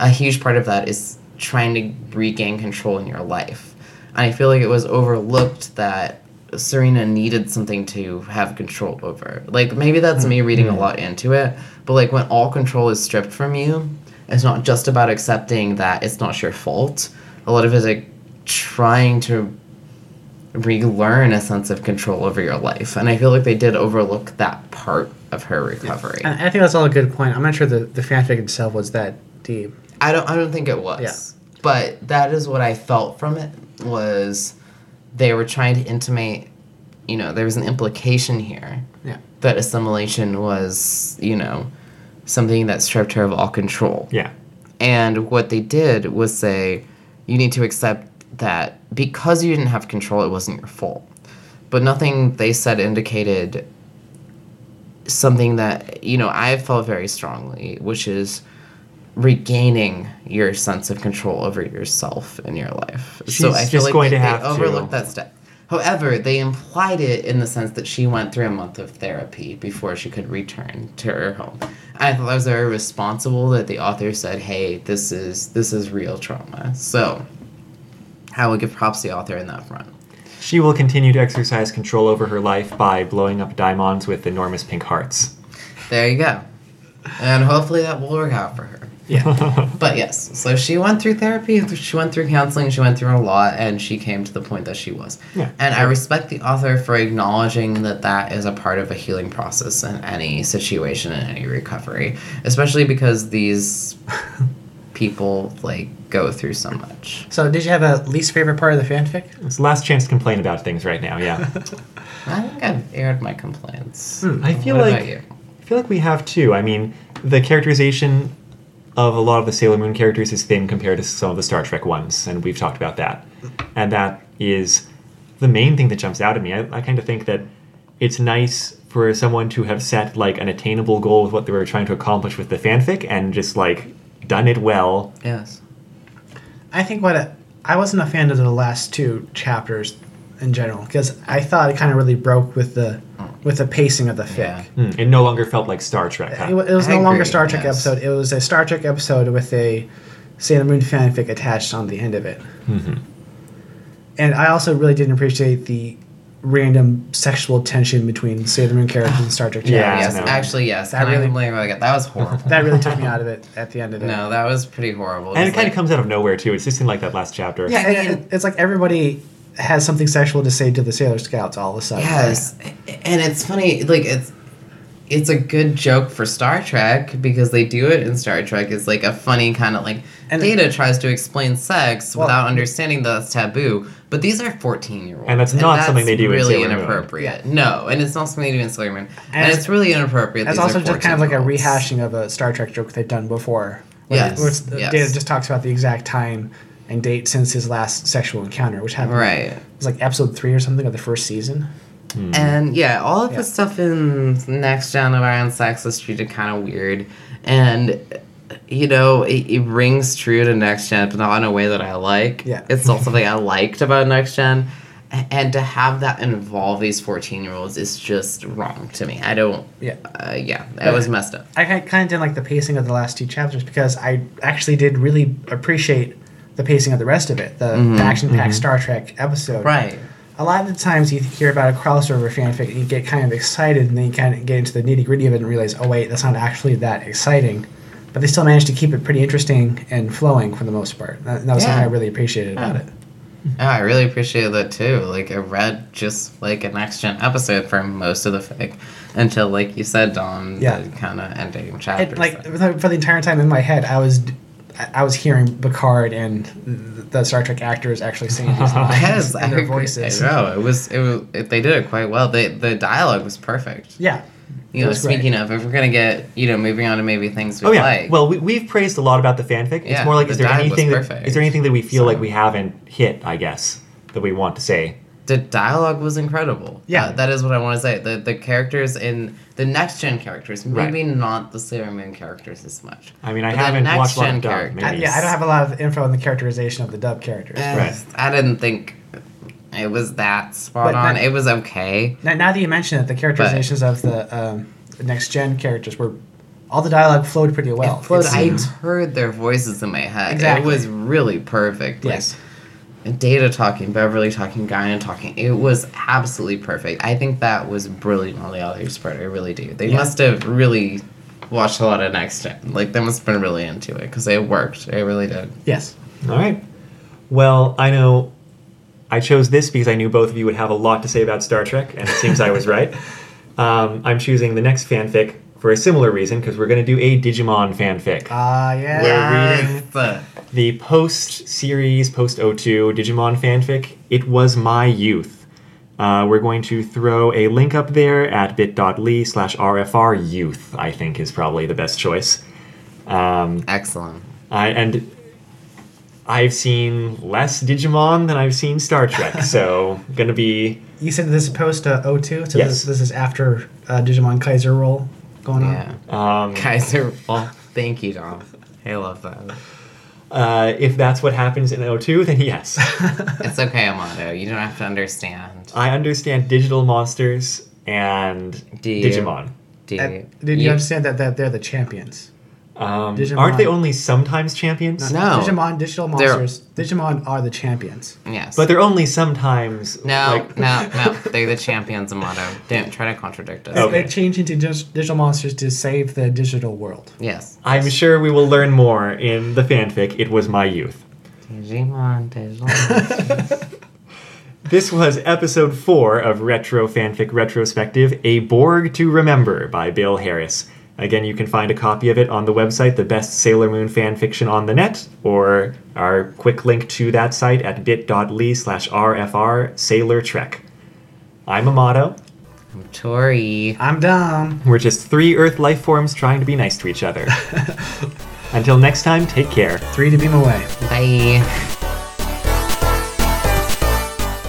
Speaker 2: a huge part of that is trying to regain control in your life. And I feel like it was overlooked that Serena needed something to have control over. Like maybe that's me reading a lot into it, but like when all control is stripped from you, it's not just about accepting that it's not your fault. A lot of it is like trying to relearn a sense of control over your life. And I feel like they did overlook that part of her recovery.
Speaker 3: And I think that's all a good point. I'm not sure the the fanfic itself was that deep.
Speaker 2: I don't I don't think it was.
Speaker 3: Yeah.
Speaker 2: But that is what I felt from it was they were trying to intimate, you know, there was an implication here
Speaker 3: Yeah.
Speaker 2: that assimilation was, you know, something that stripped her of all control.
Speaker 1: Yeah.
Speaker 2: And what they did was say, you need to accept that because you didn't have control, it wasn't your fault. But nothing they said indicated something that, you know, I felt very strongly, which is regaining your sense of control over yourself in your life.
Speaker 1: She's just going
Speaker 2: they,
Speaker 1: to
Speaker 2: they
Speaker 1: have to.
Speaker 2: overlooked that step. However, they implied it in the sense that she went through a month of therapy before she could return to her home. I thought that was very responsible that the author said, "Hey, this is this is real trauma." So, I would give props to the author in that front.
Speaker 1: She will continue to exercise control over her life by blowing up diamonds with enormous pink hearts.
Speaker 2: There you go, and hopefully that will work out for her.
Speaker 3: Yeah.
Speaker 2: But yes, so she went through therapy, she went through counseling, she went through a lot, and she came to the point that she was.
Speaker 1: Yeah.
Speaker 2: And I respect the author for acknowledging that that is a part of a healing process in any situation, in any recovery, especially because these [laughs] people like go through so much.
Speaker 3: So, did you have a least favorite part of the fanfic?
Speaker 1: [laughs] It's the last chance to complain about things right now. Yeah.
Speaker 2: [laughs]
Speaker 1: Hmm,
Speaker 2: I think I've aired my complaints.
Speaker 1: I feel
Speaker 2: What
Speaker 1: like
Speaker 2: about you?
Speaker 1: I feel like we have too. I mean, the characterization of a lot of the Sailor Moon characters is thin compared to some of the Star Trek ones, and we've talked about that. And that is the main thing that jumps out at me. I, I kind of think that it's nice for someone to have set like an attainable goal with what they were trying to accomplish with the fanfic and just like done it well.
Speaker 2: Yes.
Speaker 3: I think what I I wasn't a fan of the last two chapters in general because I thought it kind of really broke with the with the pacing of the fic.
Speaker 2: Yeah.
Speaker 1: Mm, It no longer felt like Star Trek.
Speaker 3: It,
Speaker 1: Huh?
Speaker 3: wa- it was
Speaker 2: I
Speaker 3: no longer
Speaker 2: agree,
Speaker 3: Star Trek
Speaker 2: yes.
Speaker 3: episode. It was a Star Trek episode with a Sailor Moon fanfic attached on the end of it. And I also really didn't appreciate the random sexual tension between Sailor Moon characters and Star Trek
Speaker 1: Yeah.
Speaker 3: characters.
Speaker 2: yes.
Speaker 1: no.
Speaker 2: Actually, yes.
Speaker 3: That
Speaker 2: Can I
Speaker 3: really-
Speaker 2: complain about that? That was
Speaker 1: [laughs]
Speaker 2: horrible.
Speaker 3: That really took me out of it at the end of it.
Speaker 2: no, that was pretty horrible.
Speaker 1: And it
Speaker 2: Just
Speaker 1: kind
Speaker 2: like-
Speaker 1: of comes out of nowhere too. It's just in like that last chapter.
Speaker 2: Yeah.
Speaker 3: And- and it's like everybody has something sexual to say to the Sailor Scouts all of a sudden.
Speaker 2: Yes, and it's funny. Like it's it's a good joke for Star Trek because they do it in Star Trek. It's like a funny kind of like
Speaker 3: And-
Speaker 2: Data tries to explain sex
Speaker 3: Well-
Speaker 2: without understanding that it's taboo. But these are fourteen year olds,
Speaker 1: And that's not something they do in
Speaker 2: Really
Speaker 1: Sailor Moon.
Speaker 2: inappropriate. No, and it's not something they do in Sailor Moon. And,
Speaker 3: it's-
Speaker 2: it's really inappropriate.
Speaker 3: That's
Speaker 2: These
Speaker 3: also
Speaker 2: are
Speaker 3: just kind of like a
Speaker 2: 14-year-olds.
Speaker 3: rehashing of a Star Trek joke they've done before. where-
Speaker 2: Yes,
Speaker 3: where it's- the
Speaker 2: yes.
Speaker 3: Data just talks about the exact time and date since his last sexual encounter, which happened.
Speaker 2: Right.
Speaker 3: It was like episode three or something of the first season.
Speaker 2: And yeah, all of
Speaker 3: Mm-hmm. Yeah.
Speaker 2: the stuff in Next Gen of Iron Sex is treated kind of weird. And, you know, it, it rings true to Next Gen, but not in a way that I like.
Speaker 3: Yeah.
Speaker 2: It's
Speaker 3: [laughs]
Speaker 2: not something I liked about Next Gen. A- And to have that involve these 14 year olds is just wrong to me. I don't.
Speaker 3: Yeah.
Speaker 2: Uh, yeah, it was messed up.
Speaker 3: I kind of didn't like the pacing of the last two chapters because I actually did really appreciate the pacing of the rest of it, the action packed Star Trek episode.
Speaker 2: Mm-hmm. Right.
Speaker 3: A lot of the times you hear about a crossover fanfic and you get kind of excited and then you kind of get into the nitty gritty of it and realize, oh, wait, that's not actually that exciting. But they still managed to keep it pretty interesting and flowing for the most part. That, that was something
Speaker 2: Yeah.
Speaker 3: I really appreciated about it.
Speaker 2: Yeah, Oh, I really appreciated that too. Like I read just like an next gen episode for most of the fic until like you said, Dom,
Speaker 3: Yeah.
Speaker 2: the kind of ending
Speaker 3: it
Speaker 2: chapter.
Speaker 3: like for the entire time in my head, I was. I- I was hearing Picard and the the Star Trek actors actually singing
Speaker 2: [laughs]
Speaker 3: these lines
Speaker 2: Yes, I
Speaker 3: in their
Speaker 2: agree.
Speaker 3: voices.
Speaker 2: I know. It was. It was. It, they did it quite well. They, the dialogue was perfect.
Speaker 3: Yeah,
Speaker 2: You know,
Speaker 3: was great.
Speaker 2: speaking of, if we're gonna get, you know, moving on to maybe things we
Speaker 1: Oh yeah.
Speaker 2: like.
Speaker 1: Well, we, we've praised a lot about the fanfic. it's
Speaker 2: Yeah,
Speaker 1: more like is
Speaker 2: the
Speaker 1: there
Speaker 2: dive was
Speaker 1: anything that
Speaker 2: perfect.
Speaker 1: is there anything that we feel
Speaker 2: So-
Speaker 1: like we haven't hit? I guess that we want to say.
Speaker 2: the dialogue was incredible.
Speaker 3: Yeah.
Speaker 2: Uh, that is what I want to say. The the characters in the next gen characters, maybe not the Sailor Moon characters as much.
Speaker 1: I mean, I
Speaker 2: But the
Speaker 1: haven't
Speaker 2: next
Speaker 1: watched a lot
Speaker 2: gen
Speaker 1: of Dark.
Speaker 2: characters.
Speaker 1: Maybe.
Speaker 3: I, yeah. I don't have a lot of info on the characterization of the dub characters.
Speaker 2: Eh,
Speaker 1: Right.
Speaker 2: I didn't think it was that spot
Speaker 3: But
Speaker 2: on.
Speaker 3: that-
Speaker 2: it was okay.
Speaker 3: Now, now that you mention it, the characterizations of the, um, the next gen characters were all the dialogue flowed pretty well.
Speaker 2: It flowed,
Speaker 3: It's-
Speaker 2: I heard their voices in my head.
Speaker 3: Exactly.
Speaker 2: It was really perfect. Like,
Speaker 3: Yes.
Speaker 2: Data talking, Beverly talking, Guyan talking. It was absolutely perfect. I think that was brilliant on the author's part. I really do. They must have really watched a lot of Next Gen. Like, they must have been really into it because it worked. It really did.
Speaker 3: yes.
Speaker 1: All right. Well, I know. I chose this because I knew both of you would have a lot to say about Star Trek, and it seems I was [laughs] right. Um, I'm choosing the next fanfic for a similar reason because we're going to do a Digimon fanfic.
Speaker 3: Ah, yeah.
Speaker 1: We're reading
Speaker 2: But
Speaker 1: the post series, post 02 Digimon fanfic, It Was My Youth. Uh, we're going to throw a link up there at bit.ly slash RFR Youth, I think is probably the best choice. Um,
Speaker 2: excellent.
Speaker 1: I, and I've seen less Digimon than I've seen Star Trek, so gonna be.
Speaker 3: You said this is post uh, 02, so
Speaker 1: Yes.
Speaker 3: this, this is after uh, Digimon Kaiser roll going on.
Speaker 2: Yeah.
Speaker 1: Um,
Speaker 2: Kaiser. Oh, thank you, Dom. I love that.
Speaker 1: uh, if that's what happens in 02, then yes.
Speaker 2: It's okay, Amato. You don't have to understand.
Speaker 1: I understand digital monsters and
Speaker 2: Do you-
Speaker 1: Digimon.
Speaker 2: Do you?
Speaker 3: And Uh, did you, understand that, that they're the champions?
Speaker 1: Um,
Speaker 3: Digimon.
Speaker 1: aren't they only sometimes champions?
Speaker 2: No.
Speaker 3: Digimon, digital
Speaker 2: They're-
Speaker 3: monsters. Digimon are the champions.
Speaker 2: Yes.
Speaker 1: But they're only sometimes.
Speaker 2: no,
Speaker 1: like-
Speaker 2: no,
Speaker 1: [laughs]
Speaker 2: no. They're the champions, Amato. Don't try to contradict us.
Speaker 1: Okay.
Speaker 3: They change into dis- digital monsters to save the digital world.
Speaker 2: Yes.
Speaker 1: I'm sure we will learn more in the fanfic. It was my youth.
Speaker 2: Digimon, [laughs] Digimon.
Speaker 1: This was episode four of Retro Fanfic Retrospective A Borg to Remember by Bill Harris. Again, you can find a copy of it on the website, the best Sailor Moon fan fiction on the net, or our quick link to that site at bit.ly slash RFR Sailor Trek. I'm Amato.
Speaker 2: Tori.
Speaker 3: I'm dumb.
Speaker 1: We're just three Earth life forms trying to be nice to each other. Until next time, take care.
Speaker 3: Three to beam away.
Speaker 2: Bye.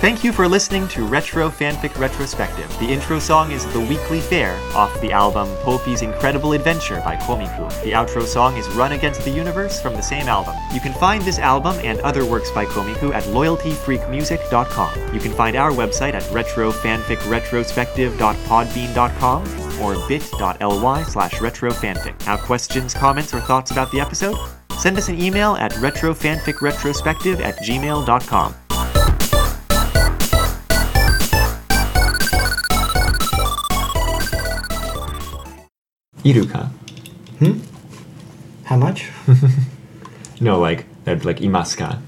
Speaker 1: Thank you for listening to Retro Fanfic Retrospective. The intro song is The Weekly Fair off the album Pulpi's Incredible Adventure by Komiku. The outro song is Run Against the Universe from the same album. You can find this album and other works by Komiku at loyaltyfreakmusic.com. You can find our website at retrofanficretrospective.podbean.com or bit.ly slash retrofanfic. Have questions, comments, or thoughts about the episode? Send us an email at retrofanficretrospective at gmail.com. Iruka.
Speaker 3: How [laughs] much?
Speaker 1: No, like that, like imaska.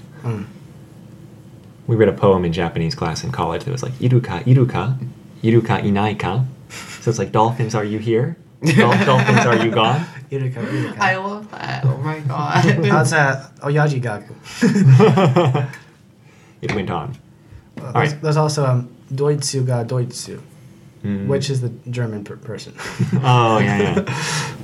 Speaker 1: We read a poem in Japanese class in college that was like iruka, iruka, iruka inai ka. So it's like dolphins, are you here? Dol- dolphins, are you gone?
Speaker 3: Iruka, Iruka.
Speaker 2: I love that. Oh my god.
Speaker 3: That's uh, Oyaji Gaku.
Speaker 1: It went on.
Speaker 3: Uh,
Speaker 1: right.
Speaker 3: there's, there's also um, Deutsche ga Deutsche, which is the German per- person.
Speaker 1: Oh yeah, yeah.